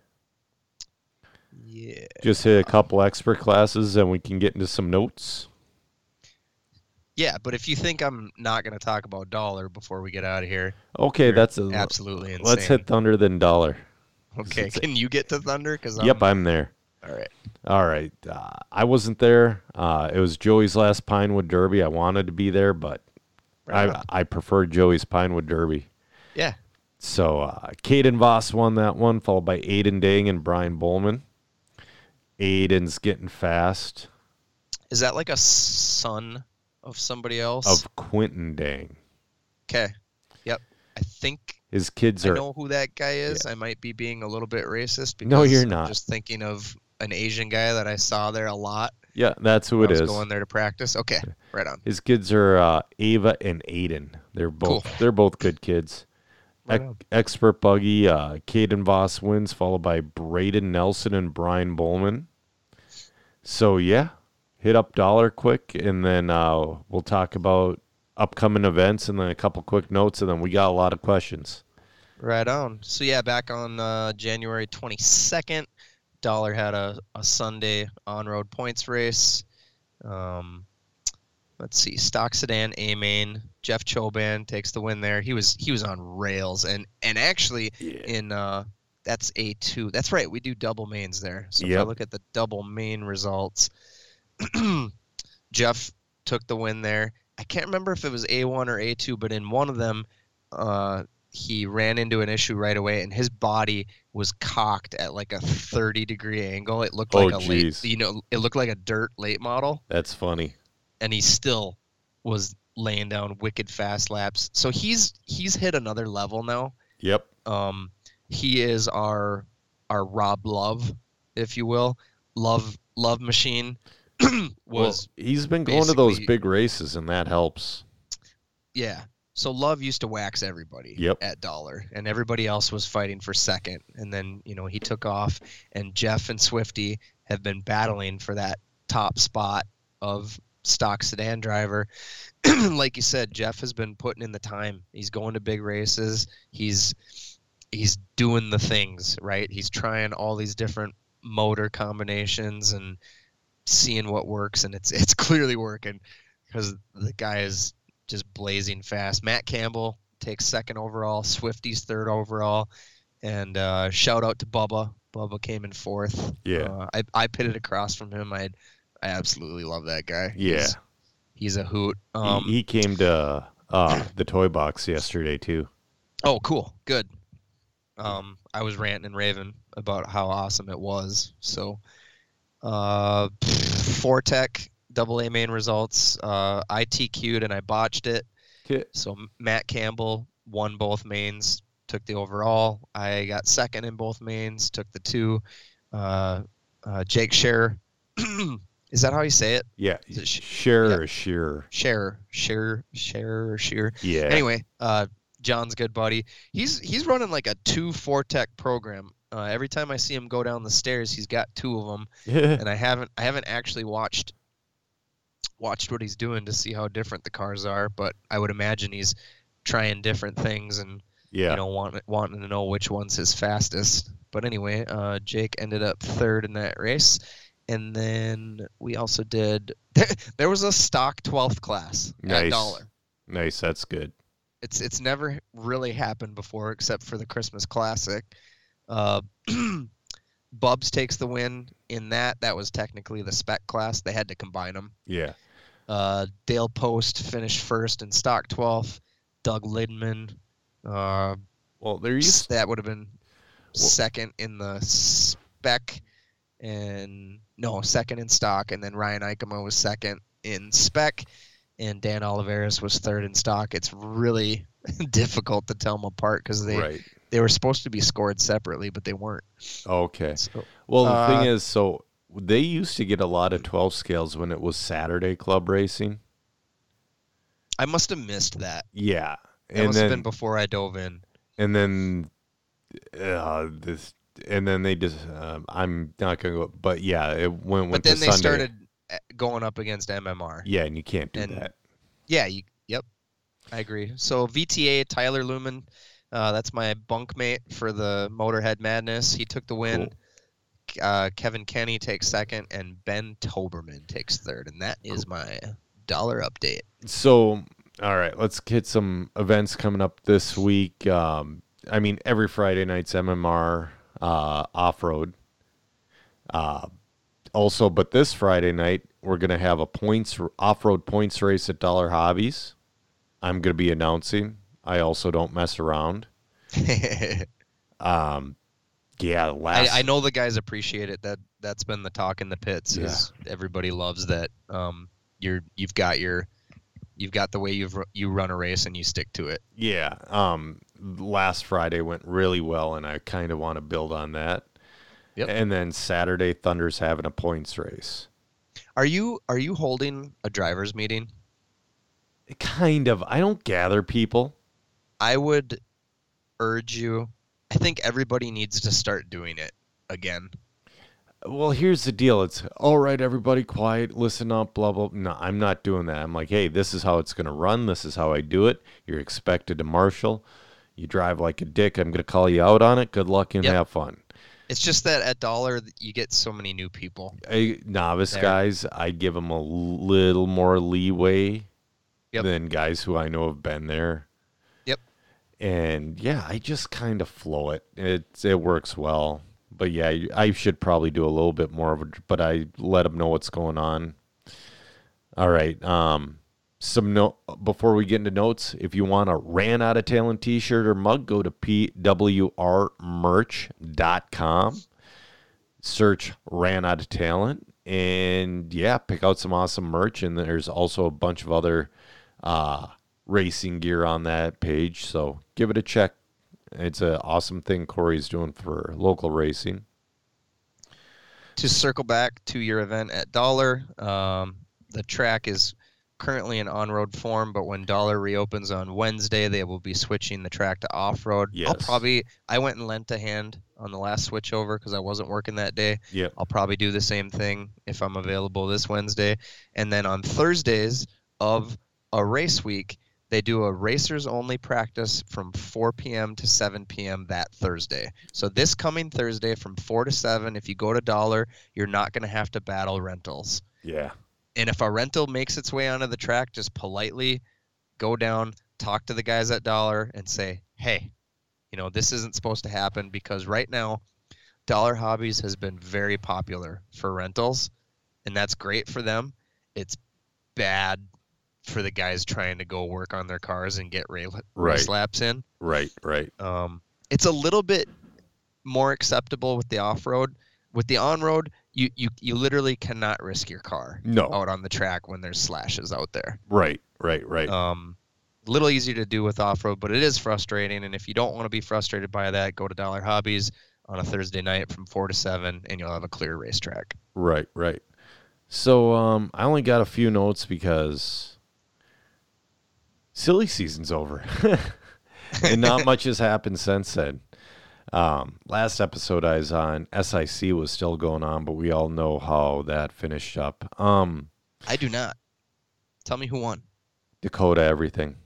S3: Yeah.
S2: Just hit
S3: Uh,
S2: a couple expert classes and we can get into some notes.
S3: Yeah, but if you think I'm not going to talk about dollar before we get out of here,
S2: Okay,
S3: Sure.
S2: that's a,
S3: absolutely insane.
S2: let's hit Thunder then Dollar.
S3: Okay,
S2: It's a-
S3: can you get to Thunder? Because
S2: Yep, I'm there.
S3: All right.
S2: All right. Uh, I wasn't there. Uh, it was Joey's last Pinewood Derby. I wanted to be there, but
S3: Right
S2: I, I prefer Joey's Pinewood Derby.
S3: Yeah.
S2: So uh, Caden Voss won that one, followed by Aiden Dang and Brian Bowman. Aiden's getting fast.
S3: Is that like a son of somebody else?
S2: of Quentin Dang.
S3: okay. Yep. I think
S2: His kids
S3: I
S2: are
S3: know who that guy is. I might be being a little bit racist because
S2: No, you're
S3: I'm
S2: not.
S3: just thinking of an Asian guy that I saw there a lot.
S2: yeah, that's who it
S3: when I was
S2: is.
S3: going there to practice. Okay, right on.
S2: His kids are uh, Ava and Aiden. They're both they're both good kids.
S3: Right
S2: Ex-
S3: on.
S2: expert buggy. Uh, Caden Voss wins, followed by Braden Nelson and Brian Bowman. So yeah, hit up dollar quick, and then uh, we'll talk about upcoming events, and then a couple quick notes, and then we got a lot of questions.
S3: Right on. So yeah, back on uh, January 22nd, Dollar had a, a Sunday on-road points race. Um, let's see, Stock Sedan A Main. Jeff Choban takes the win there. He was he was on rails and and actually in uh, that's A2. That's right. We do double mains there. So if I
S2: Yep.
S3: look at the double main results, Jeff took the win there. I can't remember if it was A1 or A2, but in one of them. Uh, he ran into an issue right away and his body was cocked at like a 30 degree angle it looked
S2: Oh,
S3: like a late
S2: jeez.
S3: you know it looked like a dirt late model
S2: That's funny.
S3: and he still was laying down wicked fast laps so he's he's hit another level now
S2: Yep.
S3: um he is our our rob love if you will love love machine was
S2: well, he's been going to those
S3: basically-
S2: big races, and that helps.
S3: Yeah. So Love used to wax everybody
S2: Yep.
S3: at dollar, and everybody else was fighting for second. And then you know he took off, and Jeff and Swifty have been battling for that top spot of stock sedan driver. like you said, Jeff has been putting in the time. He's going to big races. He's he's doing the things right. He's trying all these different motor combinations and seeing what works, and it's it's clearly working because the guy is just blazing fast. Matt Campbell takes second overall, Swifty's third overall, and uh, shout out to Bubba. Bubba came in fourth.
S2: Yeah.
S3: Uh, I, I pitted across from him. I I absolutely love that guy.
S2: Yeah.
S3: He's, he's a hoot.
S2: He-
S3: Um,
S2: he, came to uh, the toy box yesterday too.
S3: Oh, cool. Good. Um, I was ranting and raving about how awesome it was. So, uh, Fortec double A main results. Uh, I TQ'd and I botched it.
S2: Okay.
S3: So M- Matt Campbell won both mains, took the overall. I got second in both mains, took the two. Uh, uh, Jake Scherer. is that how you say it?
S2: Yeah,
S3: Is it Sh-
S2: sure,
S3: yeah.
S2: sure.
S3: Scherer, Scherer, Scherer, Scherer.
S2: Yeah.
S3: Anyway, uh, John's good buddy. He's he's running like a two four tech program. Uh, every time I see him go down the stairs, he's got two of them, and I haven't I haven't actually watched watched what he's doing to see how different the cars are. But I would imagine he's trying different things and
S2: yeah.
S3: you know want, wanting to know which one's his fastest. But anyway, uh, Jake ended up third in that race, and then we also did. there was a stock twelfth class at
S2: Nice.
S3: dollar
S2: nice. That's good.
S3: it's it's never really happened before except for the Christmas Classic. Uh, Bubs takes the win in that. That was technically the spec class. They had to combine them.
S2: Yeah.
S3: Uh, Dale Post finished first in stock 12th. Doug Lidman, uh,
S2: Well, there used
S3: that would have been second in the spec, and no, second in stock. And then Ryan Eichema was second in spec, and Dan Oliveris was third in stock. It's really difficult to tell them apart because they
S2: right.
S3: they were supposed to be scored separately, but they weren't.
S2: Okay.
S3: So,
S2: Well, the
S3: Uh,
S2: thing is, so they used to get a lot of twelve scales when it was Saturday club racing.
S3: I must have missed that.
S2: Yeah,
S3: That
S2: and
S3: must
S2: then
S3: have been before I dove in.
S2: and then uh, this and then they just um, I'm not gonna go, but yeah, it went.
S3: But
S2: went
S3: then
S2: to
S3: they
S2: Sunday.
S3: started eh, going up against MMR.
S2: Yeah, and you can't do
S3: and-
S2: that.
S3: Yeah. You, yep. I agree. So VTA Tyler Lumen, uh, that's my bunkmate for the Motorhead Madness. He took the win. Uh, Kevin Kenny takes second, and Ben Toberman takes third, and that is my dollar update.
S2: so all right let's get some events coming up this week um, i mean every friday night's mmr uh, off-road uh, also but this friday night we're going to have a points off-road points race at dollar hobbies i'm going to be announcing i also don't mess around yeah,
S3: I,
S2: last
S3: I know the guys appreciate it. That that's been the talk in the pits. Is everybody loves that? Um, you're you've got your, you've got the way you've ru- you run a race and you stick to it.
S2: Yeah. Um, last Friday went really well, and I kind of want to build on that.
S3: Yep.
S2: And then Saturday, Thunder's having a points race.
S3: Are you are you holding a drivers meeting?
S2: Kind of. I don't gather people.
S3: I would urge you. I think everybody needs to start doing it again.
S2: Well, here's the deal. It's all right, everybody, quiet, listen up, blah, blah. No, I'm not doing that. I'm like, hey, this is how it's going to run. This is how I do it. You're expected to marshal. You drive like a dick. I'm going to call you out on it. Good luck and
S3: Yep.
S2: have fun.
S3: It's just that at dollar th- you get so many new people.
S2: I, novice
S3: There.
S2: guys, I give them a little more leeway
S3: Yep.
S2: than guys who I know have been there.
S3: Yep.
S2: And yeah, I just kind of flow it. It it works well. But yeah, you- I should probably do a little bit more of it, but I let them know what's going on. All right. Um some no before we get into notes, if you want a ran out of talent t-shirt or mug, go to pwrmerch.com search ran out of talent and yeah pick out some awesome merch and there's also a bunch of other uh racing gear on that page so give it a check it's an awesome thing corey's doing for local racing
S3: to circle back to your event at Dollar, um, the track is currently in on-road form, but when Dollar reopens on Wednesday, they will be switching the track to off-road. I'll
S2: Yes.
S3: probably I went and lent a hand on the last switchover because I wasn't working that day.
S2: Yep.
S3: I'll probably do the same thing if I'm available this Wednesday, and then on Thursdays of a race week. They do a racers only practice from 4 p.m. to 7 p.m. that Thursday. So this coming Thursday from 4 to 7, if you go to Dollar, you're not going to have to battle rentals.
S2: yeah
S3: And if a rental makes its way onto the track, just politely go down, talk to the guys at Dollar, and say, hey, you know, this isn't supposed to happen because right now, Dollar Hobbies has been very popular for rentals, and that's great for them. It's bad for the guys trying to go work on their cars and get ra-
S2: Right.
S3: race laps in.
S2: right right
S3: Um, it's a little bit more acceptable with the off road. With the on road, you, you you literally cannot risk your car
S2: no
S3: out on the track when there's slashes out there.
S2: right right right
S3: Um, a little easier to do with off road, but it is frustrating. And if you don't want to be frustrated by that, go to Dollar Hobbies on a Thursday night from four to seven, and you'll have a clear racetrack.
S2: Right, right. So um, I only got a few notes because silly season's over, and not much has happened since then. Um, last episode I was on, SIC was still going on, but we all know how that finished up. Um,
S3: I do not. Tell me who won.
S2: Dakota, everything.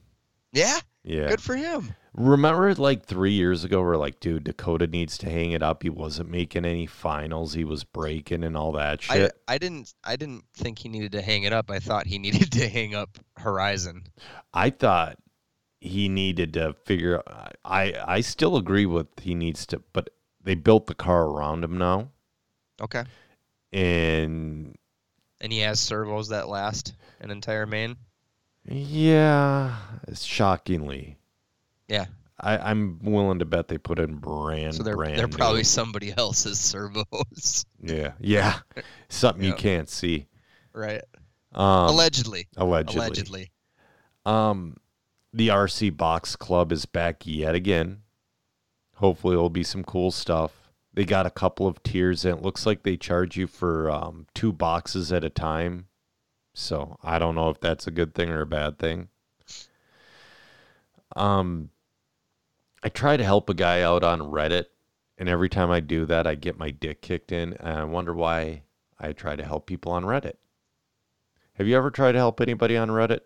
S3: Yeah,
S2: Yeah.
S3: good for him.
S2: Remember, like three years ago, we're like, dude, Dakota needs to hang it up. He wasn't making any finals. He was breaking and all that shit.
S3: I, I didn't I didn't think he needed to hang it up. I thought he needed to hang up Horizon.
S2: I thought he needed to figure. I I still agree with he needs to, but they built the car around him now,
S3: Okay.
S2: and
S3: And he has servos that last an entire main.
S2: yeah, shockingly,
S3: Yeah.
S2: I, I'm willing to bet they put in brand
S3: So they're
S2: brand.
S3: they're
S2: new-
S3: probably somebody else's servos,
S2: yeah yeah something you
S3: Yeah.
S2: can't see.
S3: right?
S2: Um,
S3: allegedly,
S2: allegedly.
S3: allegedly.
S2: Um, the RC Box Club is back yet again. Hopefully, it'll be some cool stuff. They got a couple of tiers, and it looks like they charge you for um, two boxes at a time. So I don't know if that's a good thing or a bad thing. Um, I try to help a guy out on Reddit, and every time I do that, I get my dick kicked in, and I wonder why I try to help people on Reddit. Have you ever tried to help anybody on Reddit?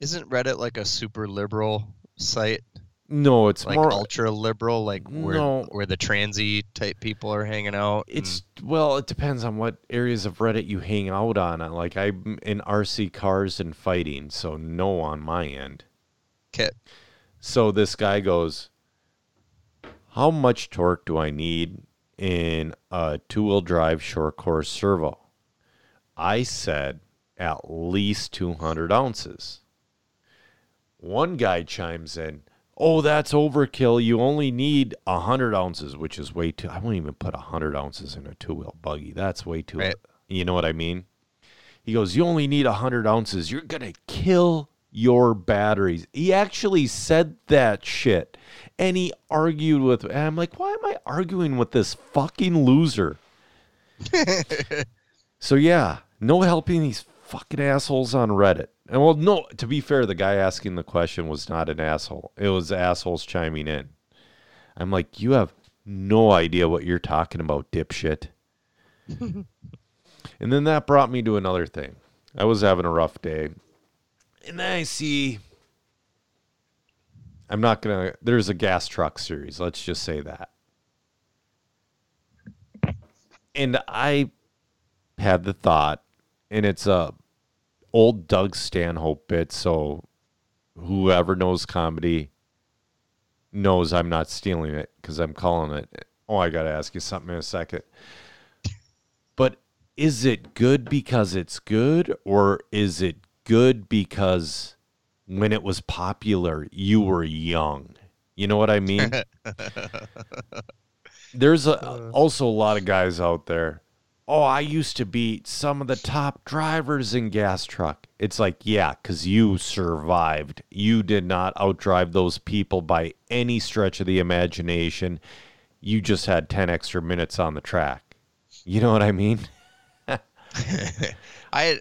S3: Isn't Reddit like a super liberal site,
S2: No, it's
S3: like
S2: more.
S3: ultra liberal, like where
S2: No.
S3: where the transy type people are hanging out?
S2: it's
S3: Hmm.
S2: well, it depends on what areas of Reddit you hang out on. Uh, Like I'm in RC cars and fighting, so no on my end.
S3: and- 'kay.
S2: So this guy goes, "How much torque do I need in a two-wheel drive short course servo?" I said, "At least 200 ounces." One guy chimes in, oh, that's overkill. You only need 100 ounces, which is way too. I won't even put 100 ounces in a two wheel buggy. That's way too.
S3: Right.
S2: You know what I mean? He goes, You only need 100 ounces. You're going to kill your batteries. He actually said that shit. And he argued with. And I'm like, Why am I arguing with this fucking loser? So yeah, no helping these fucking assholes on Reddit. And well, no, to be fair, the guy asking the question was not an asshole. It was assholes chiming in. I'm like, you have no idea what you're talking about, dipshit. and then that brought me to another thing. I was having a rough day. And then I see I'm not gonna there's a gas truck series, let's just say that. And I had the thought, and it's a old Doug Stanhope bit. So whoever knows comedy knows I'm not stealing it because I'm calling it. Oh, I got to ask you something in a second. But is it good because it's good, or is it good because when it was popular, you were young? You know what I mean? There's a, also a lot of guys out there oh, I used to be some of the top drivers in gas truck. It's like, yeah, because you survived. You did not outdrive those people by any stretch of the imagination. You just had 10 extra minutes on the track. You know what I mean?
S3: I, I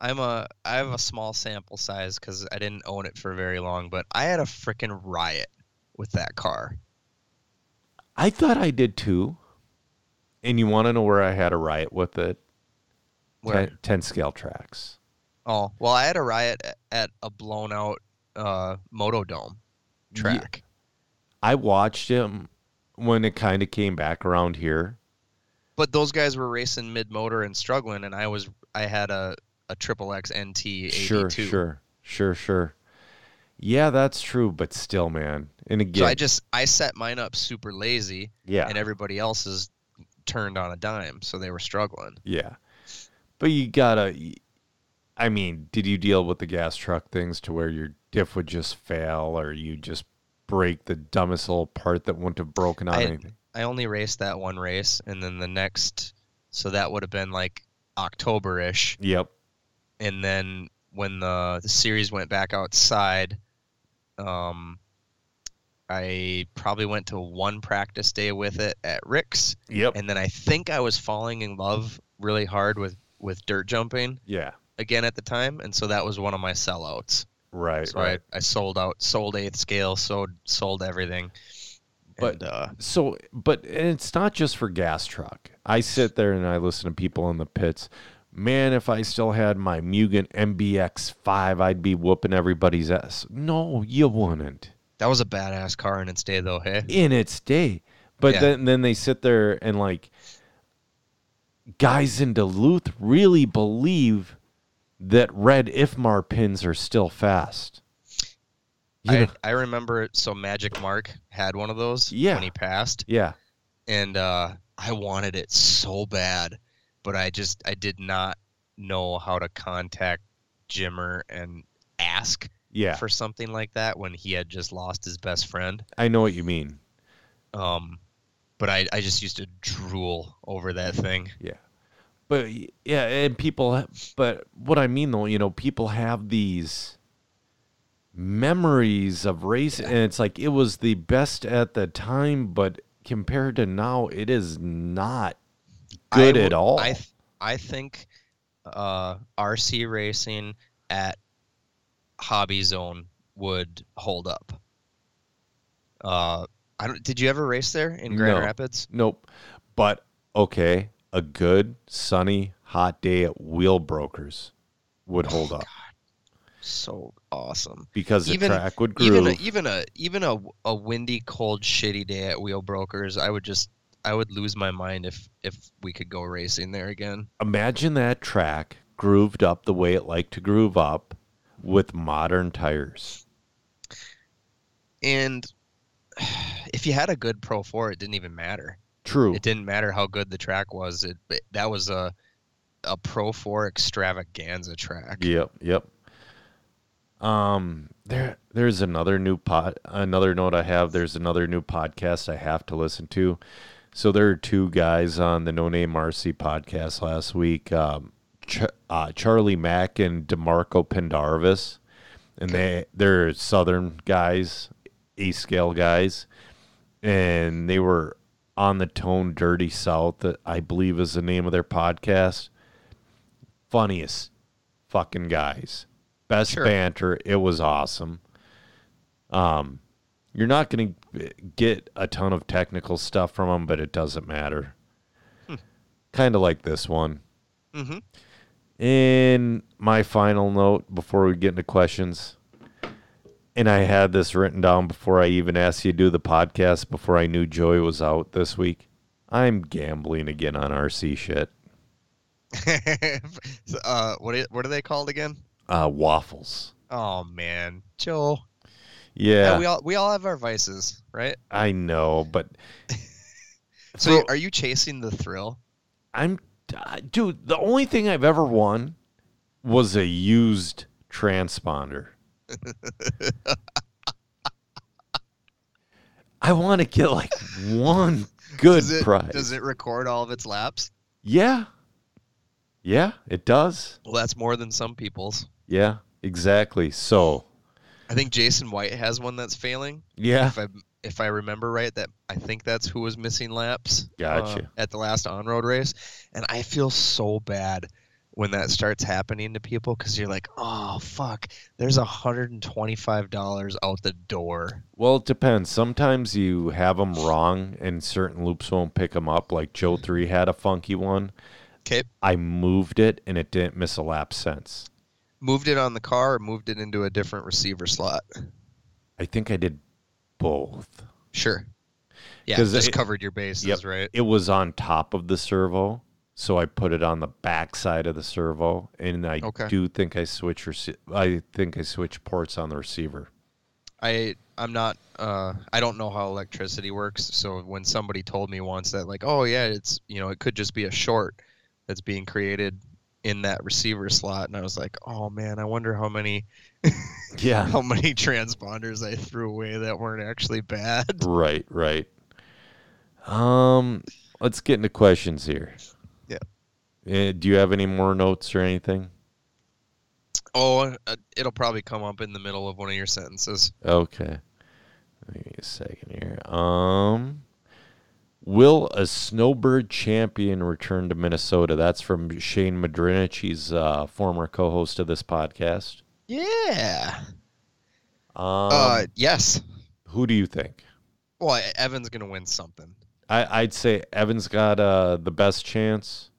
S3: I'm a I have a small sample size because I didn't own it for very long, but I had a freaking riot with that car.
S2: I thought I did too. And you want to know where I had a riot with it?
S3: Where
S2: 10, 10 scale tracks.
S3: oh well, I had a riot a- at a blown out uh, motodome track.
S2: I watched him when it kind of came back around here.
S3: But those guys were racing mid motor and struggling, and I was I had a a triple X NT eighty
S2: Sure,
S3: two.
S2: sure, sure, sure. Yeah, that's true, but still, man. And again,
S3: So I just I set mine up super lazy,
S2: yeah,
S3: and everybody else's turned on a dime, so they were struggling.
S2: yeah. But you gotta. I mean, did you deal with the gas truck things to where your diff would just fail, or you just break the dumbest little part that wouldn't have broken on
S3: I-
S2: anything?
S3: I only raced that one race, and then the next, so that would have been like October ish.
S2: Yep.
S3: And then when the, the series went back outside, um, I probably went to one practice day with it at Rick's,
S2: Yep.
S3: and then I think I was falling in love really hard with with dirt jumping
S2: yeah.
S3: again at the time, and so that was one of my sellouts.
S2: Right.
S3: so
S2: right.
S3: I, I sold out, sold eighth scale, sold sold everything.
S2: But-
S3: and, uh,
S2: so but and it's not just for gas truck i sit there and i listen to people in the pits man if i still had my mugen mbx5 i'd be whooping everybody's ass no you wouldn't
S3: that was a badass car in its day, though. Hey.
S2: in its day but
S3: Yeah.
S2: then then they sit there and like guys in duluth really believe that red ifmar pins are still fast You
S3: I,
S2: know?
S3: I remember so Magic Mark had one of those
S2: Yeah.
S3: when he passed,
S2: yeah
S3: and uh, I wanted it so bad, but I just I did not know how to contact Jimmer and ask
S2: yeah
S3: for something like that when he had just lost his best friend.
S2: i know what you mean
S3: Um, but I, I just used to drool over that thing.
S2: but y- yeah, and people. ha- But what I mean though, you know, people have these memories of race, and it's like it was the best at the time, but compared to now, it is not
S3: I
S2: good
S3: w-
S2: at all.
S3: I th- I think uh, RC racing at Hobby Zone would hold up. Uh, I don't. Did you ever race there in Grand
S2: No.
S3: Rapids?
S2: nope. But okay, a good sunny hot day at Wheel Brokers
S3: Oh,
S2: would hold up
S3: So awesome.
S2: because
S3: Even-
S2: the track would
S3: Even
S2: groove.
S3: a, even a even a, a windy, cold, shitty day at Wheel Brokers, I would just I would lose my mind if if we could go racing there again.
S2: Imagine that track grooved up the way it liked to groove up with modern tires.
S3: And if you had a good Pro Four, it didn't even matter.
S2: True.
S3: it didn't matter how good the track was. It, it- that was a a Pro Four extravaganza track.
S2: Yep, yep. Um, there, there's another new pod, another note I have. There's another new podcast I have to listen to. So there are two guys on the No Name Marcy podcast last week. Um, Ch- uh, Charlie Mack and Demarco Pendarvis, and they they're Southern guys, A scale guys, and they were on the Tone Dirty South. That I believe is the name of their podcast. Funniest fucking guys. Best
S3: Sure.
S2: banter. It was awesome. Um, you're not going to get a ton of technical stuff from them, but it doesn't matter.
S3: Hmm.
S2: Kind of like this one.
S3: Mm-hmm.
S2: In my final note before we get into questions, and I had this written down before I even asked you to do the podcast before I knew Joey was out this week. I'm gambling again on RC shit.
S3: uh, what are, what are they called again?
S2: Uh, waffles.
S3: Oh man, Joe.
S2: Yeah,
S3: Yeah, we all we all have our vices, right?
S2: I know, but
S3: So
S2: Bro-
S3: are you chasing the thrill?
S2: I'm, uh, dude. The only thing I've ever won was a used transponder. I want to get like one good
S3: does it,
S2: prize.
S3: Does it record all of its laps?
S2: Yeah, yeah, it does.
S3: Well, that's more than some people's.
S2: Yeah, exactly. So,
S3: I think Jason White has one that's failing.
S2: yeah,
S3: If I if I remember right, that I think that's who was missing laps. uh,
S2: Gotcha.
S3: at the last on-road race, and I feel so bad when that starts happening to people because you're like, oh fuck, there's hundred and twenty-five dollars out the door.
S2: well, it depends. Sometimes you have them wrong, and certain loops won't pick them up. Like Joe
S3: Mm-hmm.
S2: Three had a funky one.
S3: Okay,
S2: I moved it, and it didn't miss a lap since.
S3: moved it on the car, or moved it into a different receiver slot.
S2: I think I did both.
S3: Sure. Yeah,
S2: 'Cause
S3: just
S2: it-
S3: covered your bases,
S2: Yep.
S3: right?
S2: It was on top of the servo, so I put it on the back side of the servo, and I
S3: Okay.
S2: do think I switch. Rece- I think I switch ports on the receiver.
S3: I I'm not uh I don't know how electricity works, so when somebody told me once that like, oh yeah, it's you know, it could just be a short that's being created in that receiver slot and I was like, Oh man, I wonder how many
S2: Yeah.
S3: how many transponders I threw away that weren't actually bad.
S2: right. Right. Um. Let's get into questions here.
S3: Yeah.
S2: Uh, do you have any more notes or anything?
S3: Oh, uh, it'll probably come up in the middle of one of your sentences.
S2: Okay. Give me a second here. Um, will a snowbird champion return to Minnesota? That's from Shane Madrinich. He's uh, former co-host of this podcast.
S3: Yeah.
S2: Um,
S3: uh yes.
S2: who do you think?
S3: Well, E-, Evan's gonna win something.
S2: I, I'd say Evan's got uh, the best chance.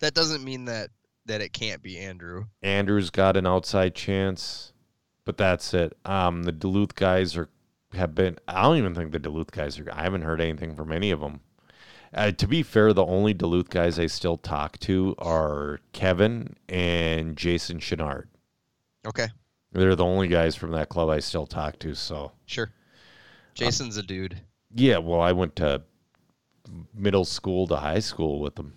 S3: That doesn't mean that that it can't be Andrew.
S2: Andrew's got an outside chance, but that's it. Um, the Duluth guys are have been. I don't even think the Duluth guys are. I haven't heard anything from any of them. Uh, to be fair, the only Duluth guys I still talk to are Kevin and Jason Chenard.
S3: Okay,
S2: They're the only guys from that club I still talk to. So
S3: sure. Jason's a dude.
S2: yeah, well, I went to middle school to high school with them.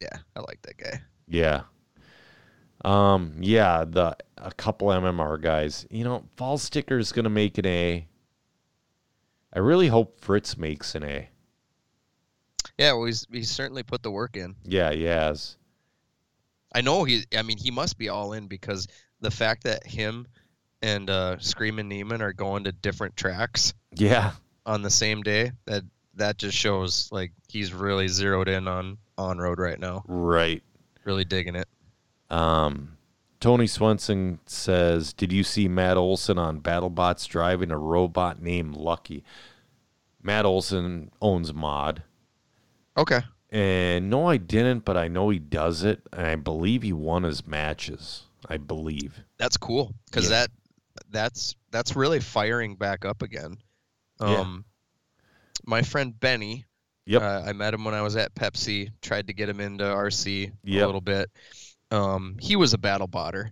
S3: Yeah, I like that guy.
S2: Yeah. Um, yeah, the a couple MMR guys. You know, Fall Sticker is gonna make an A. I really hope Fritz makes an A.
S3: Yeah, well, he's he's certainly put the work in.
S2: Yeah, he has.
S3: I know he. I mean, he must be all in because the fact that him and uh, Screaming Neiman are going to different tracks
S2: Yeah.
S3: on the same day that that just shows like he's really zeroed in on on road right now.
S2: Right.
S3: Really digging it.
S2: Um Tony Swenson says, Did you see Matt Olson on BattleBots driving a robot named Lucky? Matt Olson owns mod.
S3: Okay.
S2: And no, I didn't, but I know he does it, and I believe he won his matches. I believe.
S3: That's cool because
S2: Yeah.
S3: that that's that's really firing back up again.
S2: Yeah.
S3: Um, my friend Benny,
S2: Yep.
S3: uh, I met him when I was at Pepsi. Tried to get him into RC
S2: Yep.
S3: a little bit. Um, he was a battle botter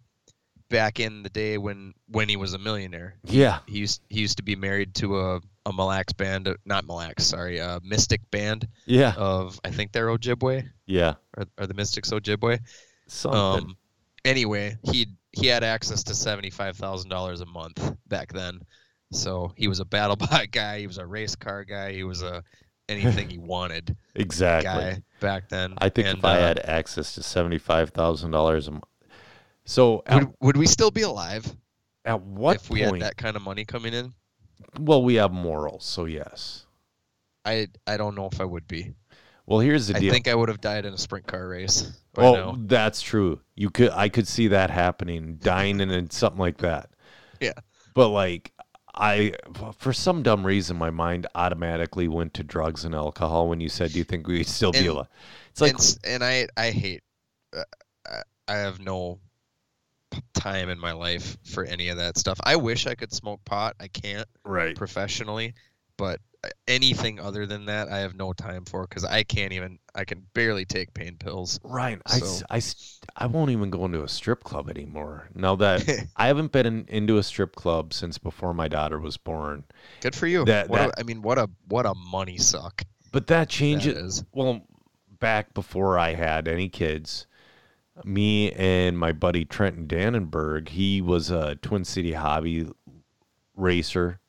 S3: back in the day when when he was a millionaire.
S2: Yeah.
S3: He used he used to be married to a a Mille Lacs band, uh, not Mille Lacs, sorry, a Mystic band
S2: Yeah.
S3: of I think they're Ojibwe
S2: Yeah.
S3: or, or the Mystics Ojibwe.
S2: Something.
S3: Um, anyway, he'd he had access to seventy five thousand dollars a month back then. So he was a battle bot guy. He was a race car guy. He was a anything he wanted
S2: Exactly.
S3: guy back then.
S2: I think
S3: And,
S2: if I
S3: uh,
S2: had access to seventy five thousand dollars a month, so at,
S3: would, would we still be alive
S2: at what
S3: if we
S2: point?
S3: had that kind of money coming in?
S2: Well, we have morals, so yes.
S3: I I don't know if I would be.
S2: Well, here's the
S3: I
S2: deal.
S3: think I would have died in a sprint car race. by
S2: oh,
S3: now.
S2: that's true. You could I could see that happening, dying and then something like that.
S3: Yeah.
S2: But like I for some dumb reason my mind automatically went to drugs and alcohol when you said do you think we'd still be
S3: And-
S2: alive. It's like
S3: and, s- and I I hate uh, I, I have no p- time in my life for any of that stuff. I wish I could smoke pot. I can't
S2: right.
S3: professionally, but uh, anything other than that, I have no time for because I can't even. I can barely take pain pills.
S2: Right. I, s-
S3: So-
S2: I s- I won't even go into a strip club anymore. Now that I haven't been in, into a strip club since before my daughter was born.
S3: Good for you.
S2: That-
S3: what a-
S2: that-
S3: I mean, what a what a money suck
S2: But that
S3: that
S2: changes
S3: is.
S2: well back before I had any kids, me and my buddy Trenton Dannenberg, he was a Twin City hobby racer.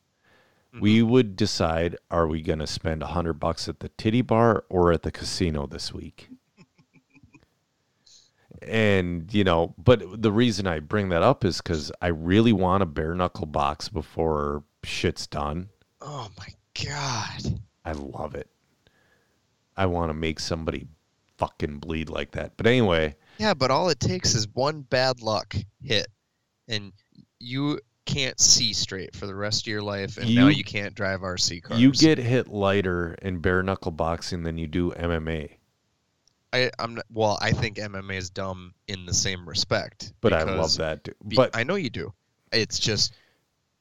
S2: We would decide are we going to spend a 100 bucks at the titty bar or at the casino this week? and, you know, but the reason I bring that up is cuz I really want a bare knuckle box before shit's done.
S3: Oh my god.
S2: I love it. I want to make somebody fucking bleed like that. But anyway,
S3: Yeah, but all it takes is one bad luck hit, and you can't see straight for the rest of your life, and now
S2: You-
S3: you can't drive RC cars.
S2: you get hit lighter in bare knuckle boxing than you do MMA.
S3: I, I'm not, well. I think MMA is dumb in the same respect.
S2: But I love
S3: because
S2: that. dude.
S3: Be-
S2: But
S3: I know you do. It's just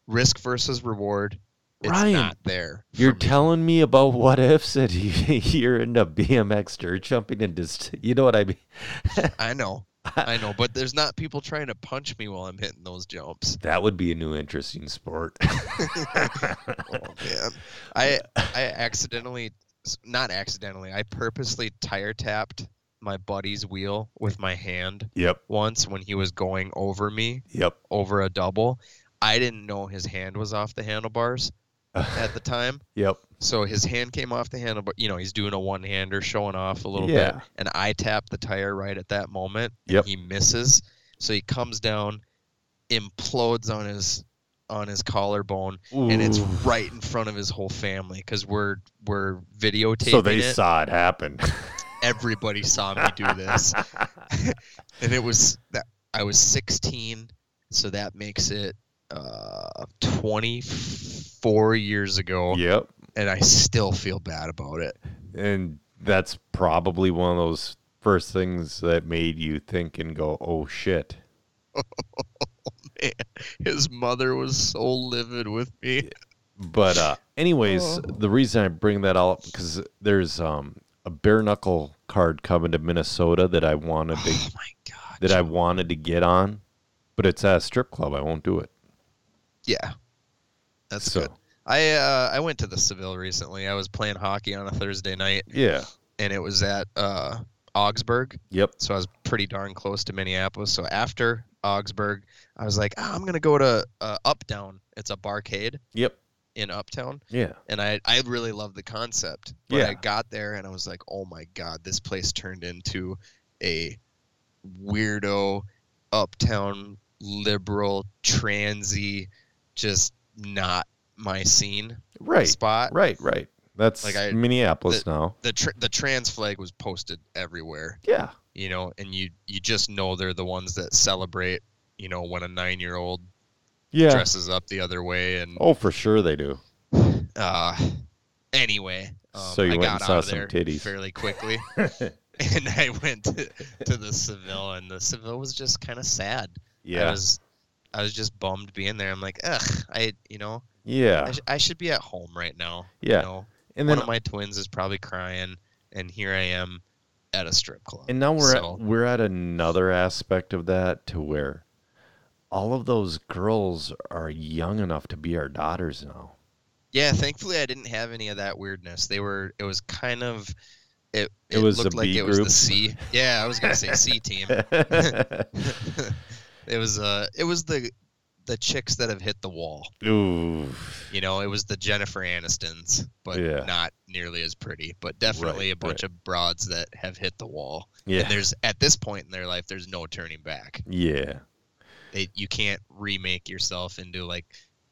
S3: risk versus reward. It's
S2: Ryan,
S3: not there. for
S2: you're
S3: me.
S2: telling me about what ifs and you- you're into BMX dirt jumping and just, you know what I mean?
S3: I know. I know, but there's not people trying to punch me while I'm hitting those jumps.
S2: That would be a new interesting sport.
S3: Oh man, I I accidentally, not accidentally, I purposely tire tapped my buddy's wheel with my hand
S2: yep.
S3: once when he was going over me
S2: Yep.
S3: over a double. I didn't know his hand was off the handlebars at the time.
S2: Yep.
S3: So his hand came off the handle, but you know he's doing a one-hander, showing off a little
S2: Yeah.
S3: bit, and I tap the tire right at that moment. and
S2: Yep.
S3: he misses, so he comes down, implodes on his on his collarbone, and it's
S2: Ooh.
S3: right in front of his whole family because we're we're videotaping
S2: so they
S3: it.
S2: saw it happen.
S3: Everybody saw me do this, and it was that I was 16, so that makes it uh 24 years ago,
S2: yep.
S3: and I still feel bad about it.
S2: and that's probably one of those first things that made you think and go, "Oh shit."
S3: man, his mother was so livid with me.
S2: But uh, anyways, the reason I bring that up because there's um, a bare knuckle card coming to Minnesota that I wanted to
S3: Oh my god.
S2: that I wanted to get on, but it's at a strip club. I won't do it.
S3: Yeah. That's
S2: So-
S3: good. I uh, I went to the Seville recently. I was playing hockey on a Thursday night,
S2: Yeah.
S3: and it was at uh, Augsburg,
S2: Yep.
S3: so I was pretty darn close to Minneapolis. So after Augsburg, I was like, "Ah, I'm gonna go to uh, Uptown. It's a barcade
S2: Yep.
S3: in Uptown,
S2: Yeah.
S3: and I I really love the concept. But
S2: Yeah.
S3: I got there and I was like, oh my god, this place turned into a weirdo uptown liberal transy, just not my scene
S2: Right.
S3: spot.
S2: Right. Right. That's
S3: Like, I-
S2: Minneapolis now.
S3: The tr the trans flag was posted everywhere,
S2: Yeah.
S3: you know, and you you just know they're the ones that celebrate, you know, when a nine year old
S2: Yeah.
S3: dresses up the other way and
S2: Oh, for sure they do. Oh.
S3: uh anyway um,
S2: So you
S3: I
S2: went
S3: got
S2: and
S3: out
S2: saw
S3: of
S2: some
S3: there
S2: titties.
S3: fairly quickly and i went to, to the seville and the seville was just kind of sad i
S2: Yeah.
S3: was i was just bummed being there i'm like ugh i you know
S2: Yeah.
S3: I, sh- I should be at home right now
S2: Yeah.
S3: you know
S2: And
S3: one
S2: then
S3: of my twins is probably crying and here i am at a strip club
S2: And now we're
S3: So-
S2: at, we're at another aspect of that to where all of those girls are young enough to be our daughters now.
S3: yeah thankfully i didn't have any of that weirdness they were it was kind of it,
S2: It
S3: it,
S2: was the
S3: looked like
S2: B
S3: it was the
S2: group.
S3: c yeah i was gonna say c team It was uh, it was the the chicks that have hit the wall.
S2: Ooh.
S3: You know, it was the Jennifer Anistons, but
S2: Yeah.
S3: not nearly as pretty. But definitely
S2: Right,
S3: a bunch of broads that have hit the wall.
S2: Yeah.
S3: And there's at this point in their life, there's no turning back.
S2: Yeah.
S3: It, you can't remake yourself into like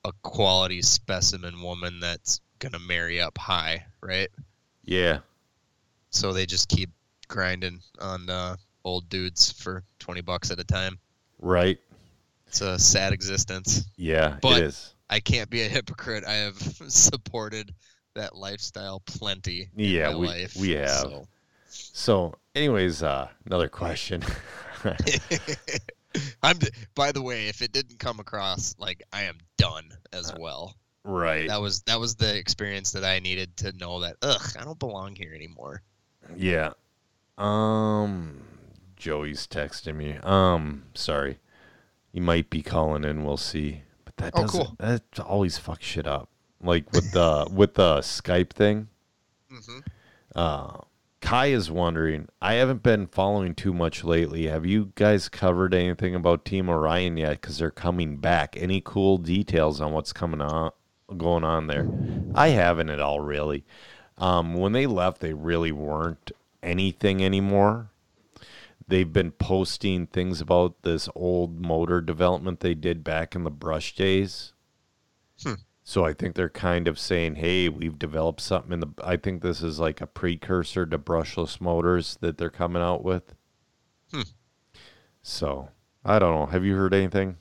S3: a quality specimen woman that's gonna marry up high, right?
S2: Yeah.
S3: So they just keep grinding on uh, old dudes for twenty bucks at a time.
S2: Right.
S3: It's a sad existence.
S2: Yeah.
S3: But-
S2: it is.
S3: I can't be a hypocrite. I have supported that lifestyle plenty. in
S2: Yeah,
S3: my
S2: we-
S3: life,
S2: we have.
S3: so.
S2: So, anyways, uh, another question.
S3: I'm. d- By the way, if it didn't come across, like I am done as
S2: Uh,
S3: well.
S2: right.
S3: That was that was the experience that I needed to know that. Ugh, I don't belong here anymore.
S2: Yeah. Um Joey's texting me. Um sorry. He might be calling in, we'll see. But that
S3: Oh,
S2: doesn't
S3: cool.
S2: that always fucks shit up. Like with the with the Skype thing.
S3: hmm
S2: Uh Kai is wondering, I haven't been following too much lately. Have you guys covered anything about Team Orion yet cuz they're coming back? Any cool details on what's coming on going on there? I haven't at all really. Um when they left, they really weren't anything anymore. They've been posting things about this old motor development they did back in the brush days. So I think they're kind of saying, "Hey, we've developed something in the." I think this is like a precursor to brushless motors that they're coming out with.
S3: Hmm.
S2: So I don't know. Have you heard anything?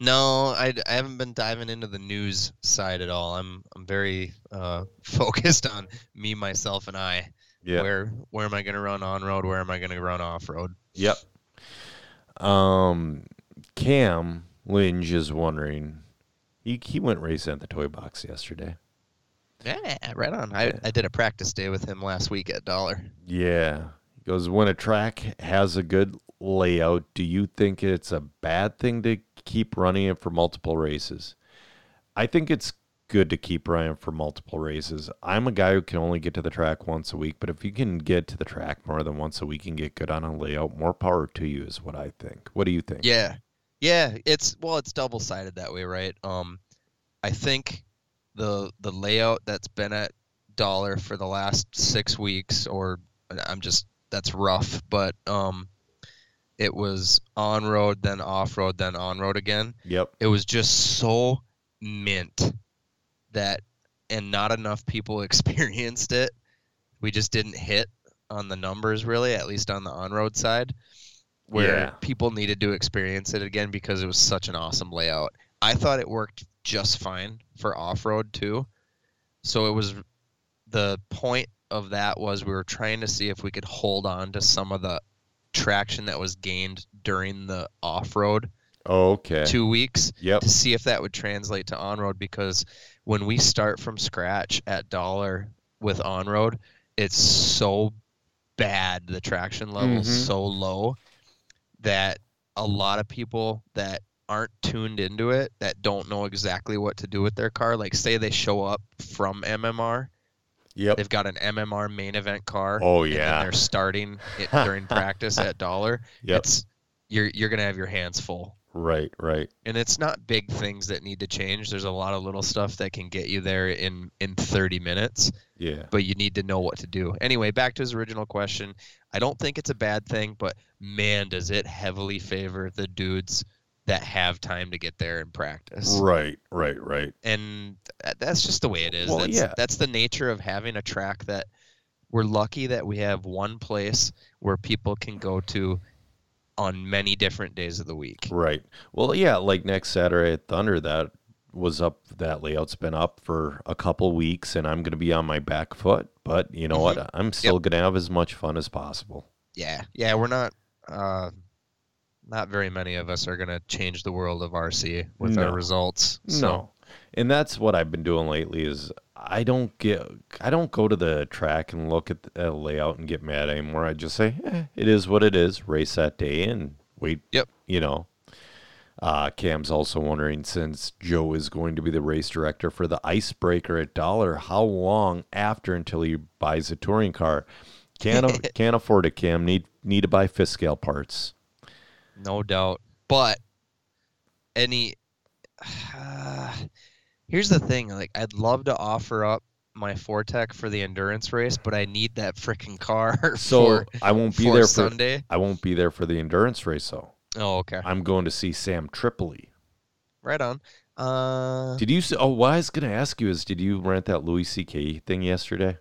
S3: No, I, I haven't been diving into the news side at all. I'm I'm very uh, focused on me, myself, and I.
S2: Yeah.
S3: Where where am I going to run on road? Where am I going to run off road?
S2: Yep. Um, Cam Linge is wondering. He he went racing at the toy box yesterday.
S3: Yeah, right on. I, I did a practice day with him last week at Dollar.
S2: Yeah. He goes, when a track has a good layout, do you think it's a bad thing to keep running it for multiple races? I think it's good to keep running it for multiple races. I'm a guy who can only get to the track once a week, but if you can get to the track more than once a week and get good on a layout, more power to you is what I think. What do you think?
S3: Yeah. Yeah, it's well it's double sided that way, right? Um I think the the layout that's been at Dollar for the last 6 weeks or I'm just that's rough, but um it was on road then off road then on road again.
S2: Yep.
S3: It was just so mint that and not enough people experienced it. We just didn't hit on the numbers really, at least on the on road side. Where
S2: Yeah.
S3: people needed to experience it again because it was such an awesome layout. I thought it worked just fine for off road too. So it was the point of that was we were trying to see if we could hold on to some of the traction that was gained during the off road
S2: Okay.
S3: two weeks
S2: Yep.
S3: to see if that would translate to on road because when we start from scratch at dollar with on road, it's so bad the traction level
S2: Mhm.
S3: so low that a lot of people that aren't tuned into it that don't know exactly what to do with their car like say they show up from MMR
S2: Yep.
S3: they've got an MMR main event car
S2: Oh
S3: and then
S2: yeah.
S3: they're starting it during practice at dollar
S2: Yep.
S3: it's you're you're going to have your hands full
S2: Right, right.
S3: and it's not big things that need to change. There's a lot of little stuff that can get you there in in 30 minutes,
S2: Yeah.
S3: but you need to know what to do. Anyway, back to his original question. I don't think it's a bad thing, but man, does it heavily favor the dudes that have time to get there and practice.
S2: Right, right, right.
S3: And th- that's just the way it is.
S2: Well,
S3: that's
S2: yeah.
S3: that's the nature of having a track that we're lucky that we have one place where people can go to on many different days of the week.
S2: Right. Well, yeah, like next Saturday at Thunder, that was up. That layout's been up for a couple weeks, and I'm going to be on my back foot. But you know what? I'm still going to have as much fun as possible.
S3: yeah yeah we're not uh not very many of us are going to change the world of rc with
S2: No.
S3: our results so
S2: No. And that's what I've been doing lately is I don't get I don't go to the track and look at the uh, layout and get mad anymore. I just say eh, it is what it is. Race that day and wait.
S3: Yep.
S2: You know. Uh, Cam's also wondering since Joe is going to be the race director for the icebreaker at Dollar, how long after until he buys a touring car? Can't a- can't afford it. Cam need need to buy Fiscal parts.
S3: no doubt But any uh, here's the thing, like I'd love to offer up my Fortec for the endurance race, but I need that freaking car
S2: So
S3: for,
S2: I won't be
S3: for
S2: there for
S3: Sunday.
S2: I won't be there for the endurance race though.
S3: Oh, okay.
S2: I'm going to see Sam Tripoli.
S3: Right on. Uh,
S2: Did you? See, oh, what I was gonna ask you is, did you rent that Louis C.K. thing yesterday?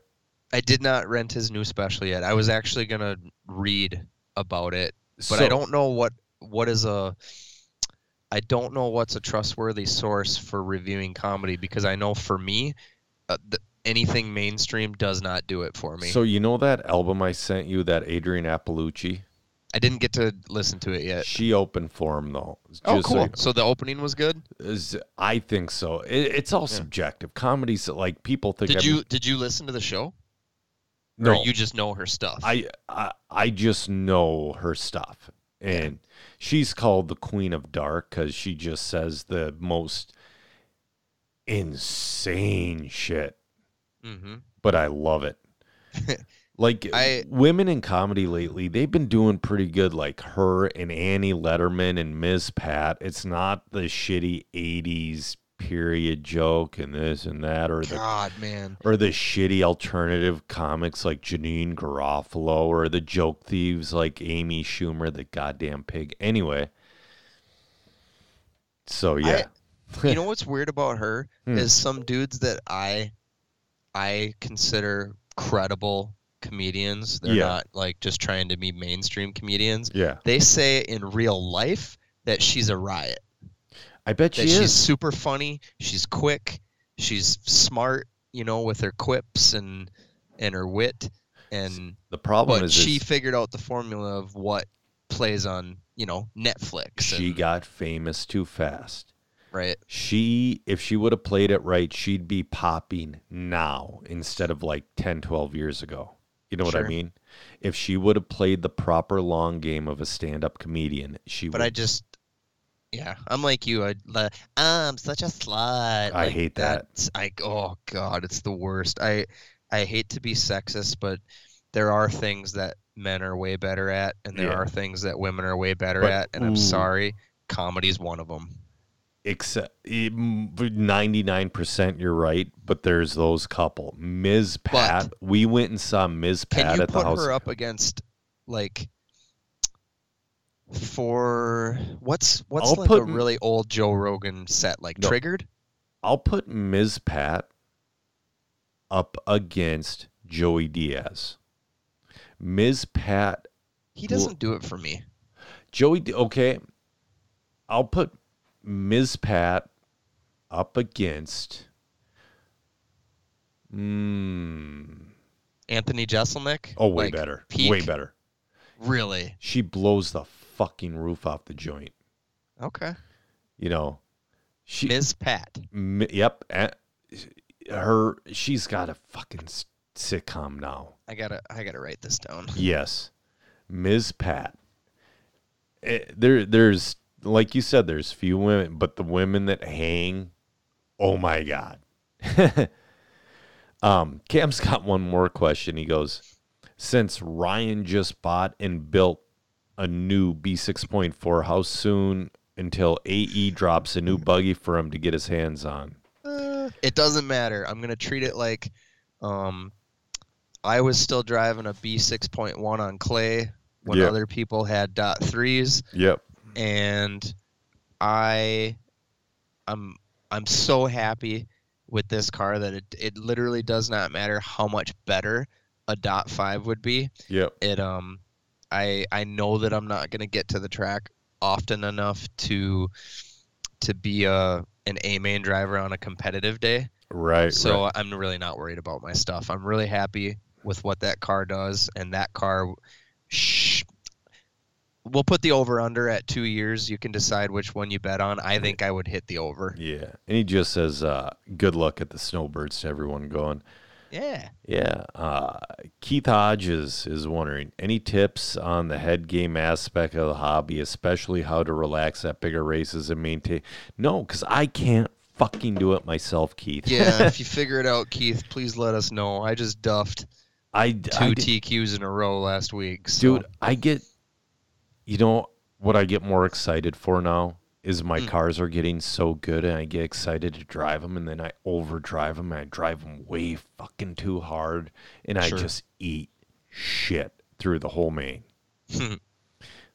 S3: I did not rent his new special yet. I was actually gonna read about it but I don't know what what is a I don't know what's a trustworthy source for reviewing comedy because I know for me uh, th- anything mainstream does not do it for me.
S2: So you know that album I sent you, that Adrian Appalucci.
S3: I didn't get to listen to it yet.
S2: She opened for him though.
S3: Uh, Oh,
S2: Just
S3: cool.
S2: like-
S3: so the opening was good.
S2: is- I think so. It, it's all subjective. Comedies that like people think.
S3: Did
S2: I'm-
S3: you did you listen to the show?
S2: No,
S3: Or you just know her stuff.
S2: I, I I just know her stuff, and she's called the Queen of Dark because she just says the most insane shit.
S3: Mhm.
S2: But I love it. Like
S3: I-
S2: women in comedy lately, they've been doing pretty good. Like her and Annie Letterman and Ms. Pat. It's not the shitty '80s period joke and this and that or the
S3: God, man.
S2: or the shitty alternative comics like Janine Garofalo or the joke thieves like Amy Schumer, the goddamn pig. Anyway, so yeah,
S3: you know what's weird about her
S2: Hmm.
S3: is some dudes that I I consider credible comedians. They're
S2: Yeah.
S3: not like just trying to be mainstream comedians.
S2: yeah.
S3: They say in real life that she's a riot.
S2: I bet she
S3: That she's
S2: is.
S3: super funny, she's quick, she's smart, you know, with her quips and and her wit and
S2: The problem
S3: but
S2: is,
S3: she
S2: she,
S3: figured out the formula of what plays on, you know, Netflix.
S2: she
S3: and-
S2: got famous too fast.
S3: right.
S2: She, if she would have played it right, she'd be popping now instead of like 10, 12 years ago. You know what I
S3: Sure.
S2: mean? If she would have played the proper long game of a stand up comedian, she
S3: But
S2: would
S3: I just, yeah, I'm like you. I, like, I'm such a slut.
S2: I
S3: like,
S2: hate that.
S3: that's- I oh god, it's the worst. I I hate to be sexist, but there are things that men are way better at, and there
S2: Yeah.
S3: are things that women are way better
S2: But-
S3: at. And
S2: ooh.
S3: I'm sorry, comedy's one of them.
S2: except ninety nine e, percent. You're right, but there's those couple. Ms. Pat, we went and saw Ms.
S3: Can
S2: Pat
S3: you
S2: at the
S3: put
S2: house.
S3: her up against like? For what's what's
S2: I'll
S3: like
S2: put
S3: a
S2: m-
S3: really old Joe Rogan set like
S2: No.
S3: Triggered?
S2: I'll put Ms. Pat up against Joey Diaz. Ms. Pat,
S3: He
S2: Well-
S3: doesn't do it for me.
S2: Joey. D- Okay, I'll put Ms. Pat up against. Mm,
S3: Anthony Jeselnik.
S2: oh, way
S3: like,
S2: better.
S3: peak.
S2: Way better.
S3: Really?
S2: She blows the fucking roof off the joint.
S3: Okay.
S2: you know she
S3: Ms. Pat.
S2: m- yep eh, her she's got a fucking s- sitcom now
S3: I gotta I gotta write this down.
S2: yes ms pat Eh, there there's like you said there's few women but the women that hang oh my god um cam's got one more question he goes since ryan just bought and built a new b6.4 how soon until ae drops a new buggy for him to get his hands on
S3: It doesn't matter. I'm gonna treat it like um I was still driving a B six point one on clay when
S2: Yeah.
S3: other people had dot threes
S2: yep
S3: and I I'm I'm so happy with this car that it, it literally does not matter how much better a dot five would be.
S2: yep
S3: it um i i know that i'm not going to get to the track often enough to to be a an a main driver on a competitive day
S2: right
S3: so uh,
S2: right.
S3: i'm really not worried about my stuff i'm really happy with what that car does and that car shh, we'll put the over under at two years you can decide which one you bet on i think i would hit the over
S2: yeah and he just says uh good luck at the snowbirds to everyone going
S3: yeah
S2: Yeah. Uh, Keith Hodge is, is wondering any tips on the head game aspect of the hobby, especially how to relax at bigger races and maintain? No, because I can't fucking do it myself, Keith.
S3: yeah if you figure it out keith please let us know i just duffed
S2: I,
S3: two
S2: I-
S3: tqs in a row last week so.
S2: dude, I get, you know, what I get more excited for now is my
S3: Hmm.
S2: cars are getting so good and I get excited to drive them and then I overdrive them and I drive them way fucking too hard and I
S3: Sure.
S2: just eat shit through the whole main.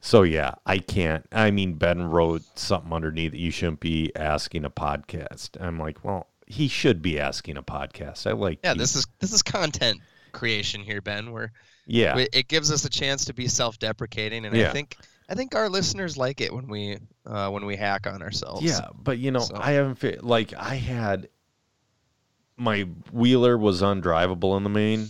S2: so yeah, I can't. I mean, Ben wrote something underneath that you shouldn't be asking a podcast. I'm like, well, he should be asking a podcast. I like
S3: Yeah,
S2: you.
S3: this is this is content creation here, Ben. Where
S2: yeah
S3: we- it gives us a chance to be self-deprecating, and
S2: Yeah.
S3: I think I think our listeners like it when we uh, when we hack on ourselves.
S2: Yeah, but you know,
S3: So-
S2: I haven't fi- like I had my wheeler was undrivable in the main,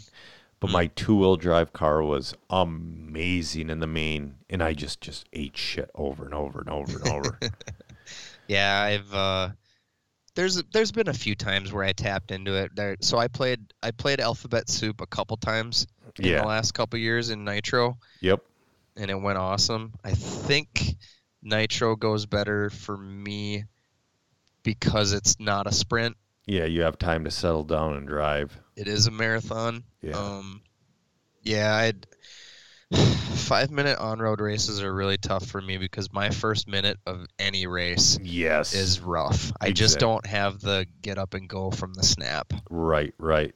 S2: but my
S3: Mm.
S2: two-wheel drive car was amazing in the main, and I just just ate shit over and over and over and over.
S3: Yeah, I've uh, there's there's been a few times where I tapped into it. There, so I played I played Alphabet Soup a couple times in
S2: Yeah.
S3: the last couple years in Nitro,
S2: yep.
S3: and it went awesome. I think Nitro goes better for me because it's not a sprint;
S2: Yeah, you have time to settle down and drive.
S3: it is a marathon.
S2: Yeah.
S3: Um, yeah, I'd. Five minute on road races are really tough for me because my first minute of any race
S2: Yes.
S3: is rough. I just
S2: Exact-
S3: don't have the get up and go from the snap.
S2: Right, right.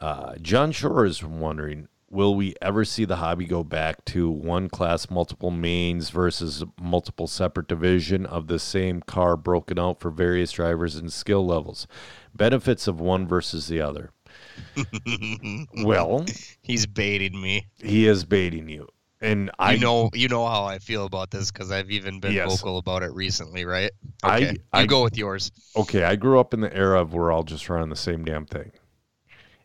S2: Uh, John Shore is wondering Will we ever see the hobby go back to one class, multiple mains versus multiple separate division of the same car broken out for various drivers and skill levels? Benefits of one versus the other.
S3: Mm-hmm.
S2: Well,
S3: He's baiting me.
S2: he is baiting you. And
S3: You
S2: I
S3: know, you know how I feel about this because I've even been
S2: Yes.
S3: vocal about it recently, right?
S2: I-
S3: Okay, you
S2: I-
S3: go with yours.
S2: okay, I grew up in the era of we're all just running the same damn thing,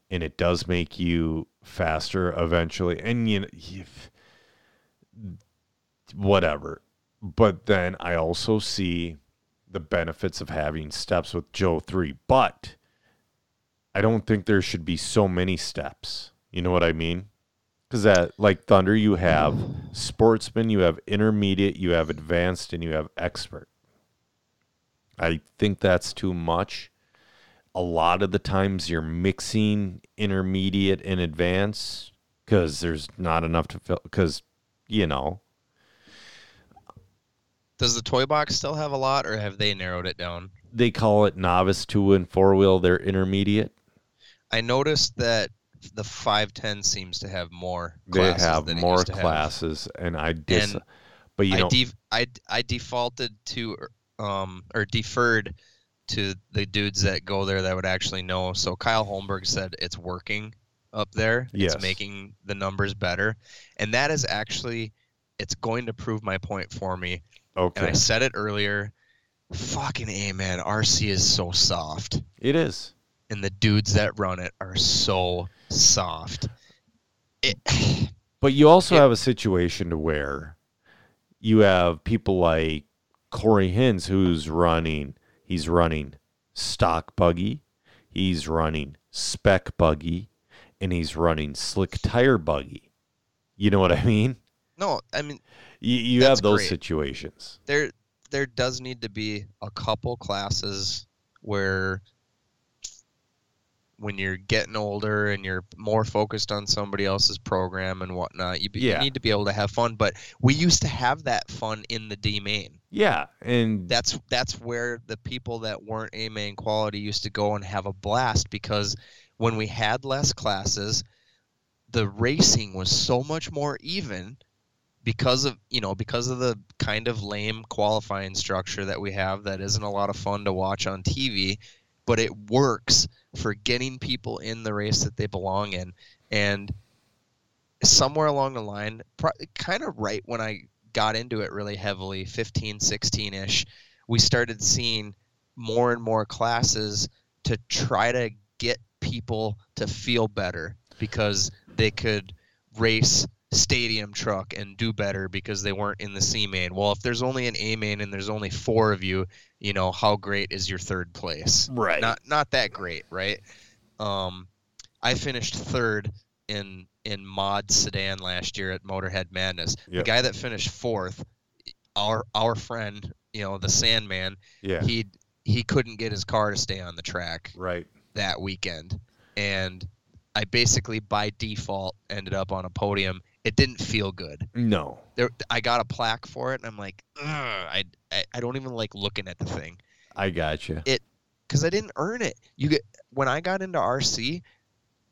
S2: and it does make you faster eventually, and you know, if- whatever. But then I also see the benefits of having steps with Joe three, but I don't think there should be so many steps. You know what I mean? Because that, like Thunder, you have sportsman, you have intermediate, you have advanced, and you have expert. I think that's too much. A lot of the times you're mixing intermediate and advanced because there's not enough to fill. Because, you know,
S3: Does the toy box still have a lot, or have they narrowed it down?
S2: they call it novice two and four wheel, they're intermediate.
S3: I noticed that the five ten seems to have more.
S2: They
S3: classes
S2: have
S3: than it
S2: more
S3: used to have.
S2: classes, and I dis.
S3: And
S2: but you
S3: I,
S2: know,
S3: def- I d- I defaulted to um or deferred to the dudes that go there that would actually know. So Kyle Holmberg said it's working up there.
S2: Yes.
S3: It's making the numbers better. And that is actually it's going to prove my point for me. And
S2: okay,
S3: I said it earlier. Fucking A man, RC is so soft.
S2: it is.
S3: And the dudes that run it are so soft. It,
S2: But you also
S3: It-
S2: have a situation to where you have people like Corey Hins who's running he's running stock buggy, he's running spec buggy, and he's running slick tire buggy. You know what I mean?
S3: no, I mean
S2: You, you
S3: That's
S2: have those
S3: great.
S2: situations.
S3: there there does need to be a couple classes where when you're getting older and you're more focused on somebody else's program and whatnot, you, be- you
S2: Yeah.
S3: need to be able to have fun. But we used to have that fun in the D main.
S2: Yeah, and
S3: That's that's where the people that weren't A main quality used to go and have a blast because when we had less classes, the racing was so much more even because of you know because of the kind of lame qualifying structure that we have that isn't a lot of fun to watch on TV but it works for getting people in the race that they belong in and somewhere along the line pro- kind of right when I got into it really heavily 15 16ish we started seeing more and more classes to try to get people to feel better because they could race stadium truck and do better because they weren't in the C main. Well, if there's only an A main and there's only four of you, you know, how great is your third place?
S2: right.
S3: Not not that great, right? Um, I finished third in in mod sedan last year at Motorhead Madness.
S2: Yep.
S3: The guy that finished fourth, our our friend, you know, the Sandman,
S2: yeah.
S3: he he couldn't get his car to stay on the track
S2: right.
S3: that weekend, and I basically by default ended up on a podium it didn't feel good.
S2: No.
S3: There, I got a plaque for it, and I'm like, Ugh, I, I, I don't even like looking at the thing
S2: I gotcha.
S3: because I didn't earn it. You get when I got into RC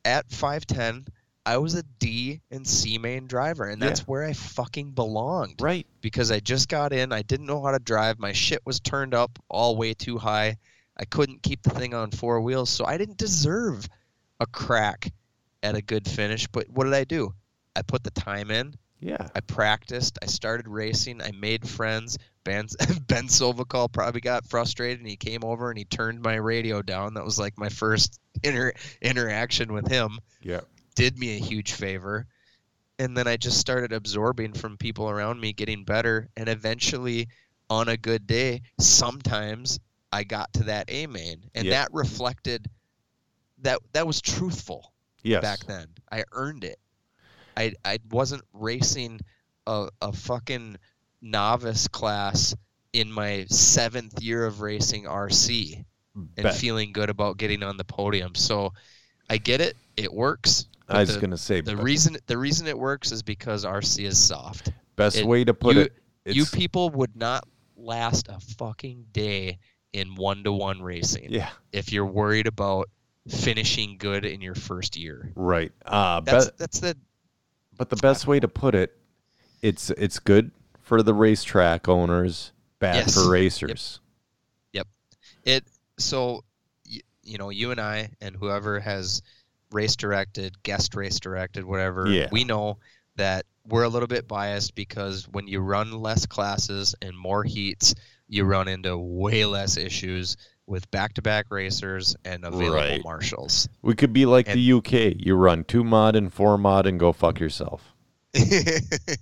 S3: at 510, I was a D and C main driver, and that's where I fucking belonged
S2: Right.
S3: because I just got in. I didn't know how to drive. My shit was turned up all way too high. I couldn't keep the thing on four wheels, so I didn't deserve a crack at a good finish. But what did I do? I put the time in.
S2: Yeah.
S3: I practiced. I started racing. I made friends. Ben, ben Silvacal probably got frustrated and he came over and he turned my radio down. That was like my first inter- interaction with him.
S2: Yeah.
S3: Did me a huge favor. And then I just started absorbing from people around me, getting better. And eventually, on a good day, sometimes I got to that A main. And
S2: Yeah.
S3: that reflected that that was truthful
S2: Yes.
S3: back then. I earned it. I I wasn't racing a, a fucking novice class in my seventh year of racing RC and
S2: Bet.
S3: feeling good about getting on the podium. So I get it. It works. but
S2: I was
S3: the,
S2: gonna say
S3: the
S2: be-
S3: reason the reason it works is because RC is soft.
S2: best
S3: it-
S2: way to put
S3: you-
S2: it. It's,
S3: you people would not last a fucking day in one to one racing
S2: yeah.
S3: if you're worried about finishing good in your first year.
S2: Right. Uh,
S3: That's
S2: but
S3: that's the
S2: but the best way to put it, it's it's good for the racetrack owners, bad
S3: Yes.
S2: for racers.
S3: it so y- you know you and i and whoever has race directed guest race directed whatever
S2: Yeah.
S3: we know that we're a little bit biased because when you run less classes and more heats you run into way less issues with back-to-back racers and available
S2: Right.
S3: marshals
S2: We could be like
S3: And-
S2: the UK. You run two mod and four mod and go fuck yourself.
S3: it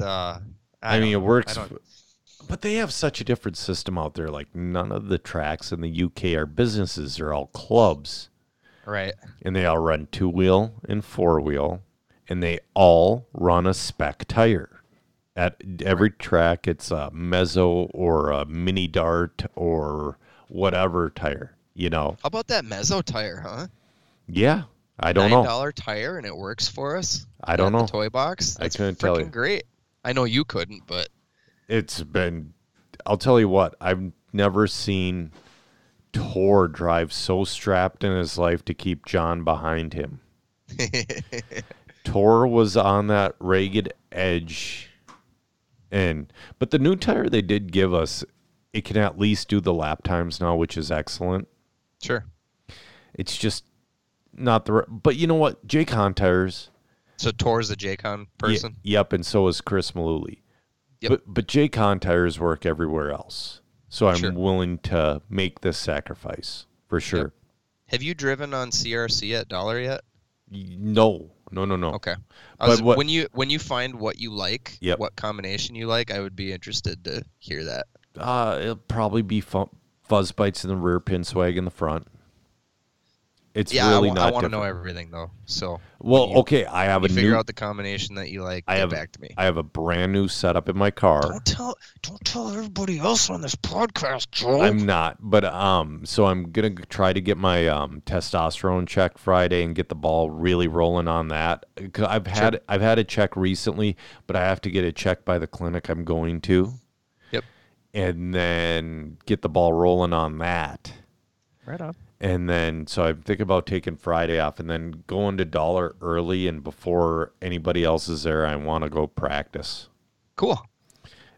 S3: uh
S2: I, mean, it
S3: don't-
S2: works.
S3: I don't-
S2: f- But they have such a different system out there. Like none of the tracks in the UK are businesses; they're all clubs,
S3: right
S2: and they all run two wheel and four wheel, and they all run a spec tire. At every track, it's a mezzo or a mini dart or whatever tire. You know?
S3: how about that mezzo tire huh
S2: Yeah, I don't
S3: nine
S2: know.
S3: dollar tire and it works for us
S2: I don't
S3: at
S2: know.
S3: The toy box.
S2: I
S3: That's
S2: couldn't tell you.
S3: frickin' Great. I know you couldn't, but
S2: it's been I'll tell you what, I've never seen Tor drive so strapped in his life to keep John behind him. Tor was on that ragged edge and but the new tire they did give us, it can at least do the lap times now, which is excellent.
S3: sure.
S2: It's just not the r- but you know what? J-Con tires
S3: So Tor's a J-Con
S2: Ye-
S3: person.
S2: yep, and so is Chris Malooly.
S3: Yep.
S2: But but J-Con tires work everywhere else, so I'm
S3: Sure.
S2: willing to make this sacrifice for sure.
S3: Have you driven on CRC at Dollar yet?
S2: Y- No, no, no, no.
S3: Okay. I
S2: But
S3: was,
S2: what-
S3: when you when you find what you like,
S2: Yep.
S3: what combination you like, I would be interested to hear that.
S2: Uh, it'll probably be fu- fuzz bites in the rear, pin swag in the front. It's
S3: yeah,
S2: really
S3: I,
S2: not.
S3: want to know
S2: different.
S3: everything though. So
S2: Well,
S3: you-
S2: okay, I have a
S3: you figure
S2: new.
S3: out the combination that you like.
S2: I
S3: get
S2: have-
S3: back to me.
S2: I have a brand new setup in my car.
S4: Don't tell, don't tell everybody else on this podcast, Joel.
S2: I'm not, but um, so I'm gonna g- try to get my um testosterone check Friday and get the ball really rolling on that. 'Cause I've had I've had a check recently, but I have to get it checked by the clinic I'm going to.
S3: Yep.
S2: And then get the ball rolling on that.
S3: right on.
S2: And then, so I'm thinking about taking Friday off and then going to Dollar early and before anybody else is there, I want to go practice
S3: Cool.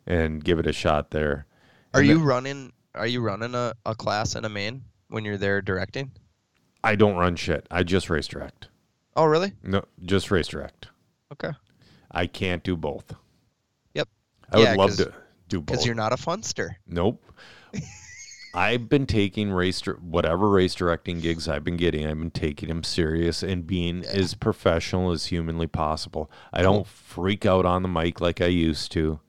S2: and give it a shot there.
S3: Are
S2: And
S3: you running? Are you running a, a class and a main when you're there directing?
S2: I don't run shit. I just race direct.
S3: Oh, really?
S2: No, just race direct.
S3: Okay.
S2: I can't do both.
S3: Yep.
S2: I
S3: Yeah,
S2: would love
S3: 'cause-
S2: to do both.
S3: Because you're not a funster.
S2: nope. I've been taking race dir- whatever race directing gigs I've been getting. I've been taking them serious and being as professional as humanly possible. I don't freak out on the mic like I used to.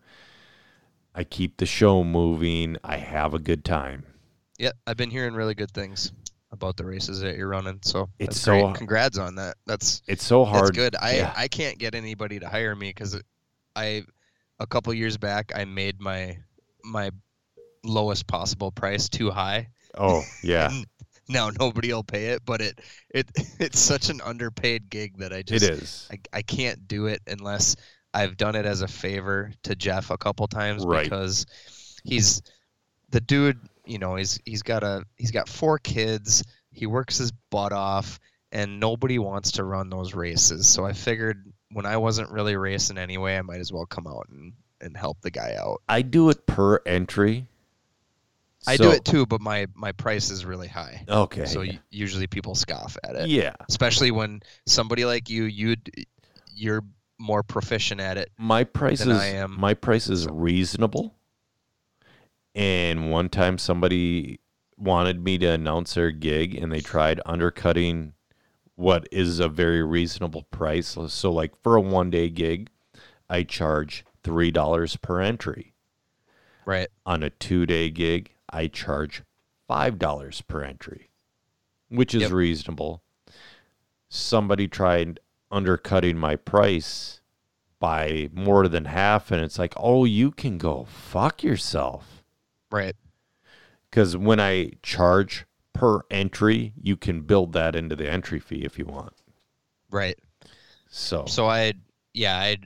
S2: I keep the show moving. I have a good time.
S3: Yeah, I've been hearing really good things about the races that you're running. So
S2: It's
S3: that's
S2: so
S3: great.
S2: h-
S3: congrats on that. That's
S2: It's so hard.
S3: that's good. I
S2: yeah.
S3: I can't get anybody to hire me because I a couple years back I made my my lowest possible price too high.
S2: Oh yeah.
S3: And now nobody will pay it, but it it it's such an underpaid gig that I
S2: It
S3: just
S2: is.
S3: I, I can't do it unless I've done it as a favor to Jeff a couple times
S2: Right.
S3: because he's the dude, you know, he's he's got a he's got four kids, he works his butt off and nobody wants to run those races. So I figured when I wasn't really racing anyway, I might as well come out and, and help the guy out.
S2: I do it per entry.
S3: I
S2: So-
S3: do it too, but my my price is really high.
S2: Okay.
S3: So u- usually people scoff at it,
S2: yeah.
S3: especially when somebody like you, you'd you're more proficient at it.
S2: my price
S3: than
S2: is
S3: I am.
S2: my price is reasonable. And one time somebody wanted me to announce their gig and they tried undercutting what is a very reasonable price. So like for a one day gig, I charge three dollars per entry.
S3: Right.
S2: On a two day gig, I charge five dollars per entry, which is
S3: Yep.
S2: reasonable. Somebody tried undercutting my price by more than half and it's like oh you can go fuck yourself
S3: Right.
S2: because when i charge per entry you can build that into the entry fee if you want
S3: Right.
S2: so,
S3: So I yeah, I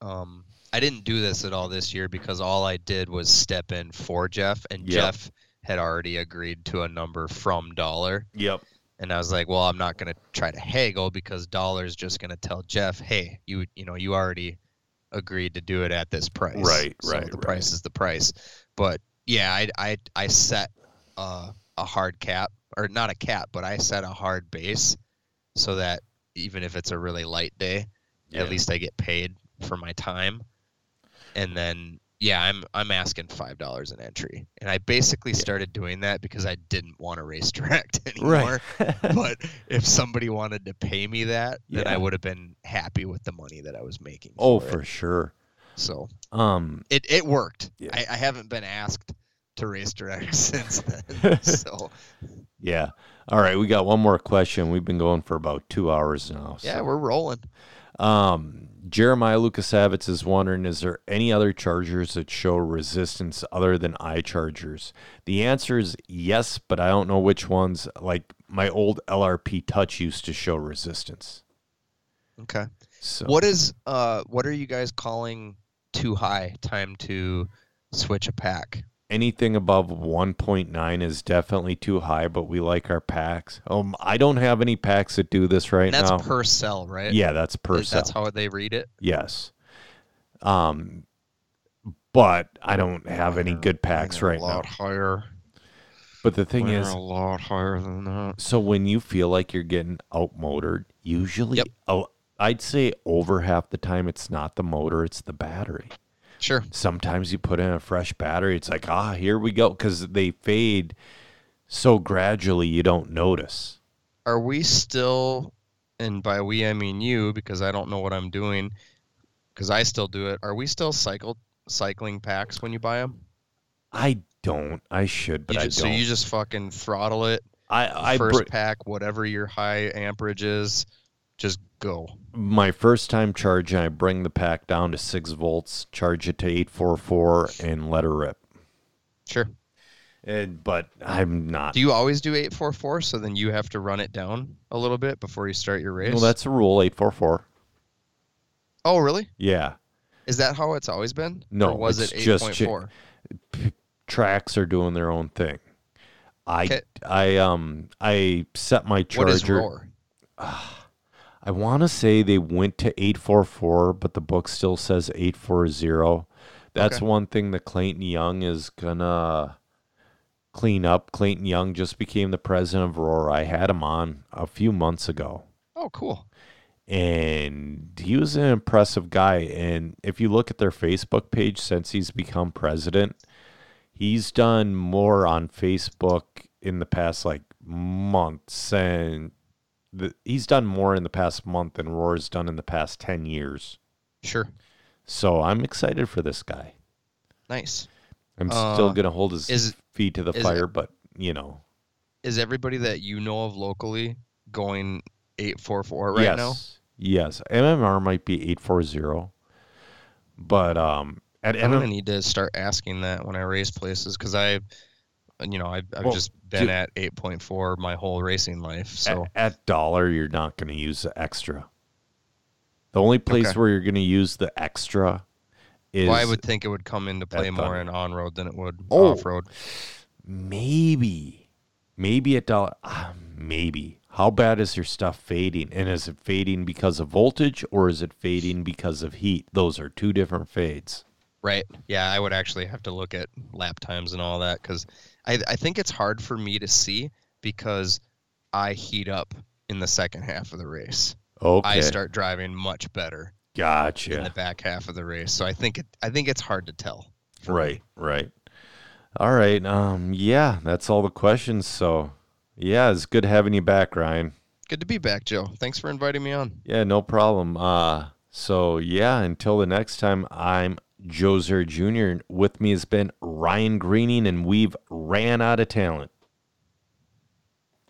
S3: um I didn't do this at all this year because all I did was step in for Jeff and
S2: Yep.
S3: Jeff had already agreed to a number from Dollar
S2: yep
S3: and I was like, well, I'm not going to try to haggle because Dollar's just going to tell Jeff, hey, you you know, you already agreed to do it at this price.
S2: Right,
S3: so
S2: right,
S3: The
S2: right.
S3: price is the price. But yeah, I I I set uh, a hard cap or not a cap, but I set a hard base so that even if it's a really light day,
S2: Yeah.
S3: at least I get paid for my time. And then yeah, I'm I'm asking five dollars an entry, and I basically started doing that because I didn't want to race direct anymore. but if somebody wanted to pay me that, then
S2: Yeah.
S3: I would have been happy with the money that I was making.
S2: oh
S3: for it.
S2: for sure
S3: so
S2: um
S3: it it worked.
S2: Yeah.
S3: I, I haven't been asked to race direct since then. so
S2: yeah all right we got one more question we've been going for about two hours now so.
S3: yeah, we're rolling.
S2: Um, Jeremiah Lukasavitz is wondering Is there any other chargers that show resistance other than eye chargers? The answer is yes, but I don't know which ones. Like my old LRP Touch used to show resistance.
S3: Okay.
S2: So
S3: What is uh what are you guys calling too high time to switch a pack?
S2: anything above 1.9 is definitely too high, but we like our packs. Um, I don't have any packs that do this right
S3: And that's
S2: now.
S3: per cell, right?
S2: yeah, that's per
S3: Is- That's
S2: cell.
S3: how they read it.
S2: yes. Um, but I don't have any good packs right
S3: a
S2: now.
S3: lot higher.
S2: But the thing is,
S3: a lot higher than that.
S2: So when you feel like you're getting outmotored, usually,
S3: Yep.
S2: oh, I'd say over half the time it's not the motor, it's the battery.
S3: Sure.
S2: Sometimes you put in a fresh battery, it's like, ah, here we go, because they fade so gradually you don't notice.
S3: are we still and by we i mean you because i don't know what i'm doing because i still do it are we still cycle cycling packs when you buy them
S2: I don't. I should, but I don't.
S3: so you just fucking throttle it
S2: I, I
S3: first
S2: br-
S3: pack whatever your high amperage is just go
S2: my first time charging, I bring the pack down to six volts, charge it to eight four four, and let her rip.
S3: sure
S2: And but I'm not
S3: do you always do 844 so then you have to run it down a little bit before you start your race
S2: Well, that's a rule. Eight four four.
S3: oh really
S2: Yeah.
S3: is that how it's always been
S2: No,
S3: or was
S2: it's
S3: it
S2: just cha-
S3: 8.4
S2: tracks are doing their own thing. I
S3: Okay.
S2: I um I set my
S3: what is
S2: charger.
S3: roar
S2: I want to say they went to 844, but the book still says 840. That's
S3: Okay.
S2: one thing that Clayton Young is gonna clean up. Clayton Young just became the president of Roar. I had him on a few months ago.
S3: oh cool
S2: and he was an impressive guy and if you look at their facebook page since he's become president he's done more on facebook in the past like months and the, he's done more in the past month than roar's done in the past 10 years
S3: sure
S2: so i'm excited for this guy
S3: nice
S2: i'm
S3: Uh,
S2: still gonna hold his
S3: is-
S2: feet to the
S3: is-
S2: fire but you know
S3: is everybody that you know of locally going 844 right
S2: yes.
S3: now?
S2: yes mmr might be 840 but um at
S3: I'm
S2: MMR Uh-huh.
S3: gonna need to start asking that when I race places because I you know, I've, I've
S2: Well,
S3: just been
S2: do-
S3: at 8.4 my whole racing life. So
S2: at, at dollar, you're not going to use the extra. The only place
S3: Okay.
S2: where you're going to use the extra is
S3: well, I would think it would come into play
S2: at
S3: more
S2: the-
S3: in on road than it would
S2: Oh.
S3: off road.
S2: maybe, maybe at dollar, ah, maybe. How bad is your stuff fading? And is it fading because of voltage or is it fading because of heat? Those are two different fades.
S3: Right. Yeah, I would actually have to look at lap times and all that because I, I think it's hard for me to see because I heat up in the second half of the race.
S2: Okay,
S3: I start driving much better in the
S2: Gotcha.
S3: back half of the race. So I think it I think it's hard to tell.
S2: Right, right. All right. Um. Yeah, that's all the questions. So, yeah, it's good having you back, Ryan.
S3: Good to be back, Joe. Thanks for inviting me on.
S2: Yeah, no problem. Uh, so yeah, until the next time, I'm Joser Jr. and With me has been Ryan Greening, and we've ran out of talent.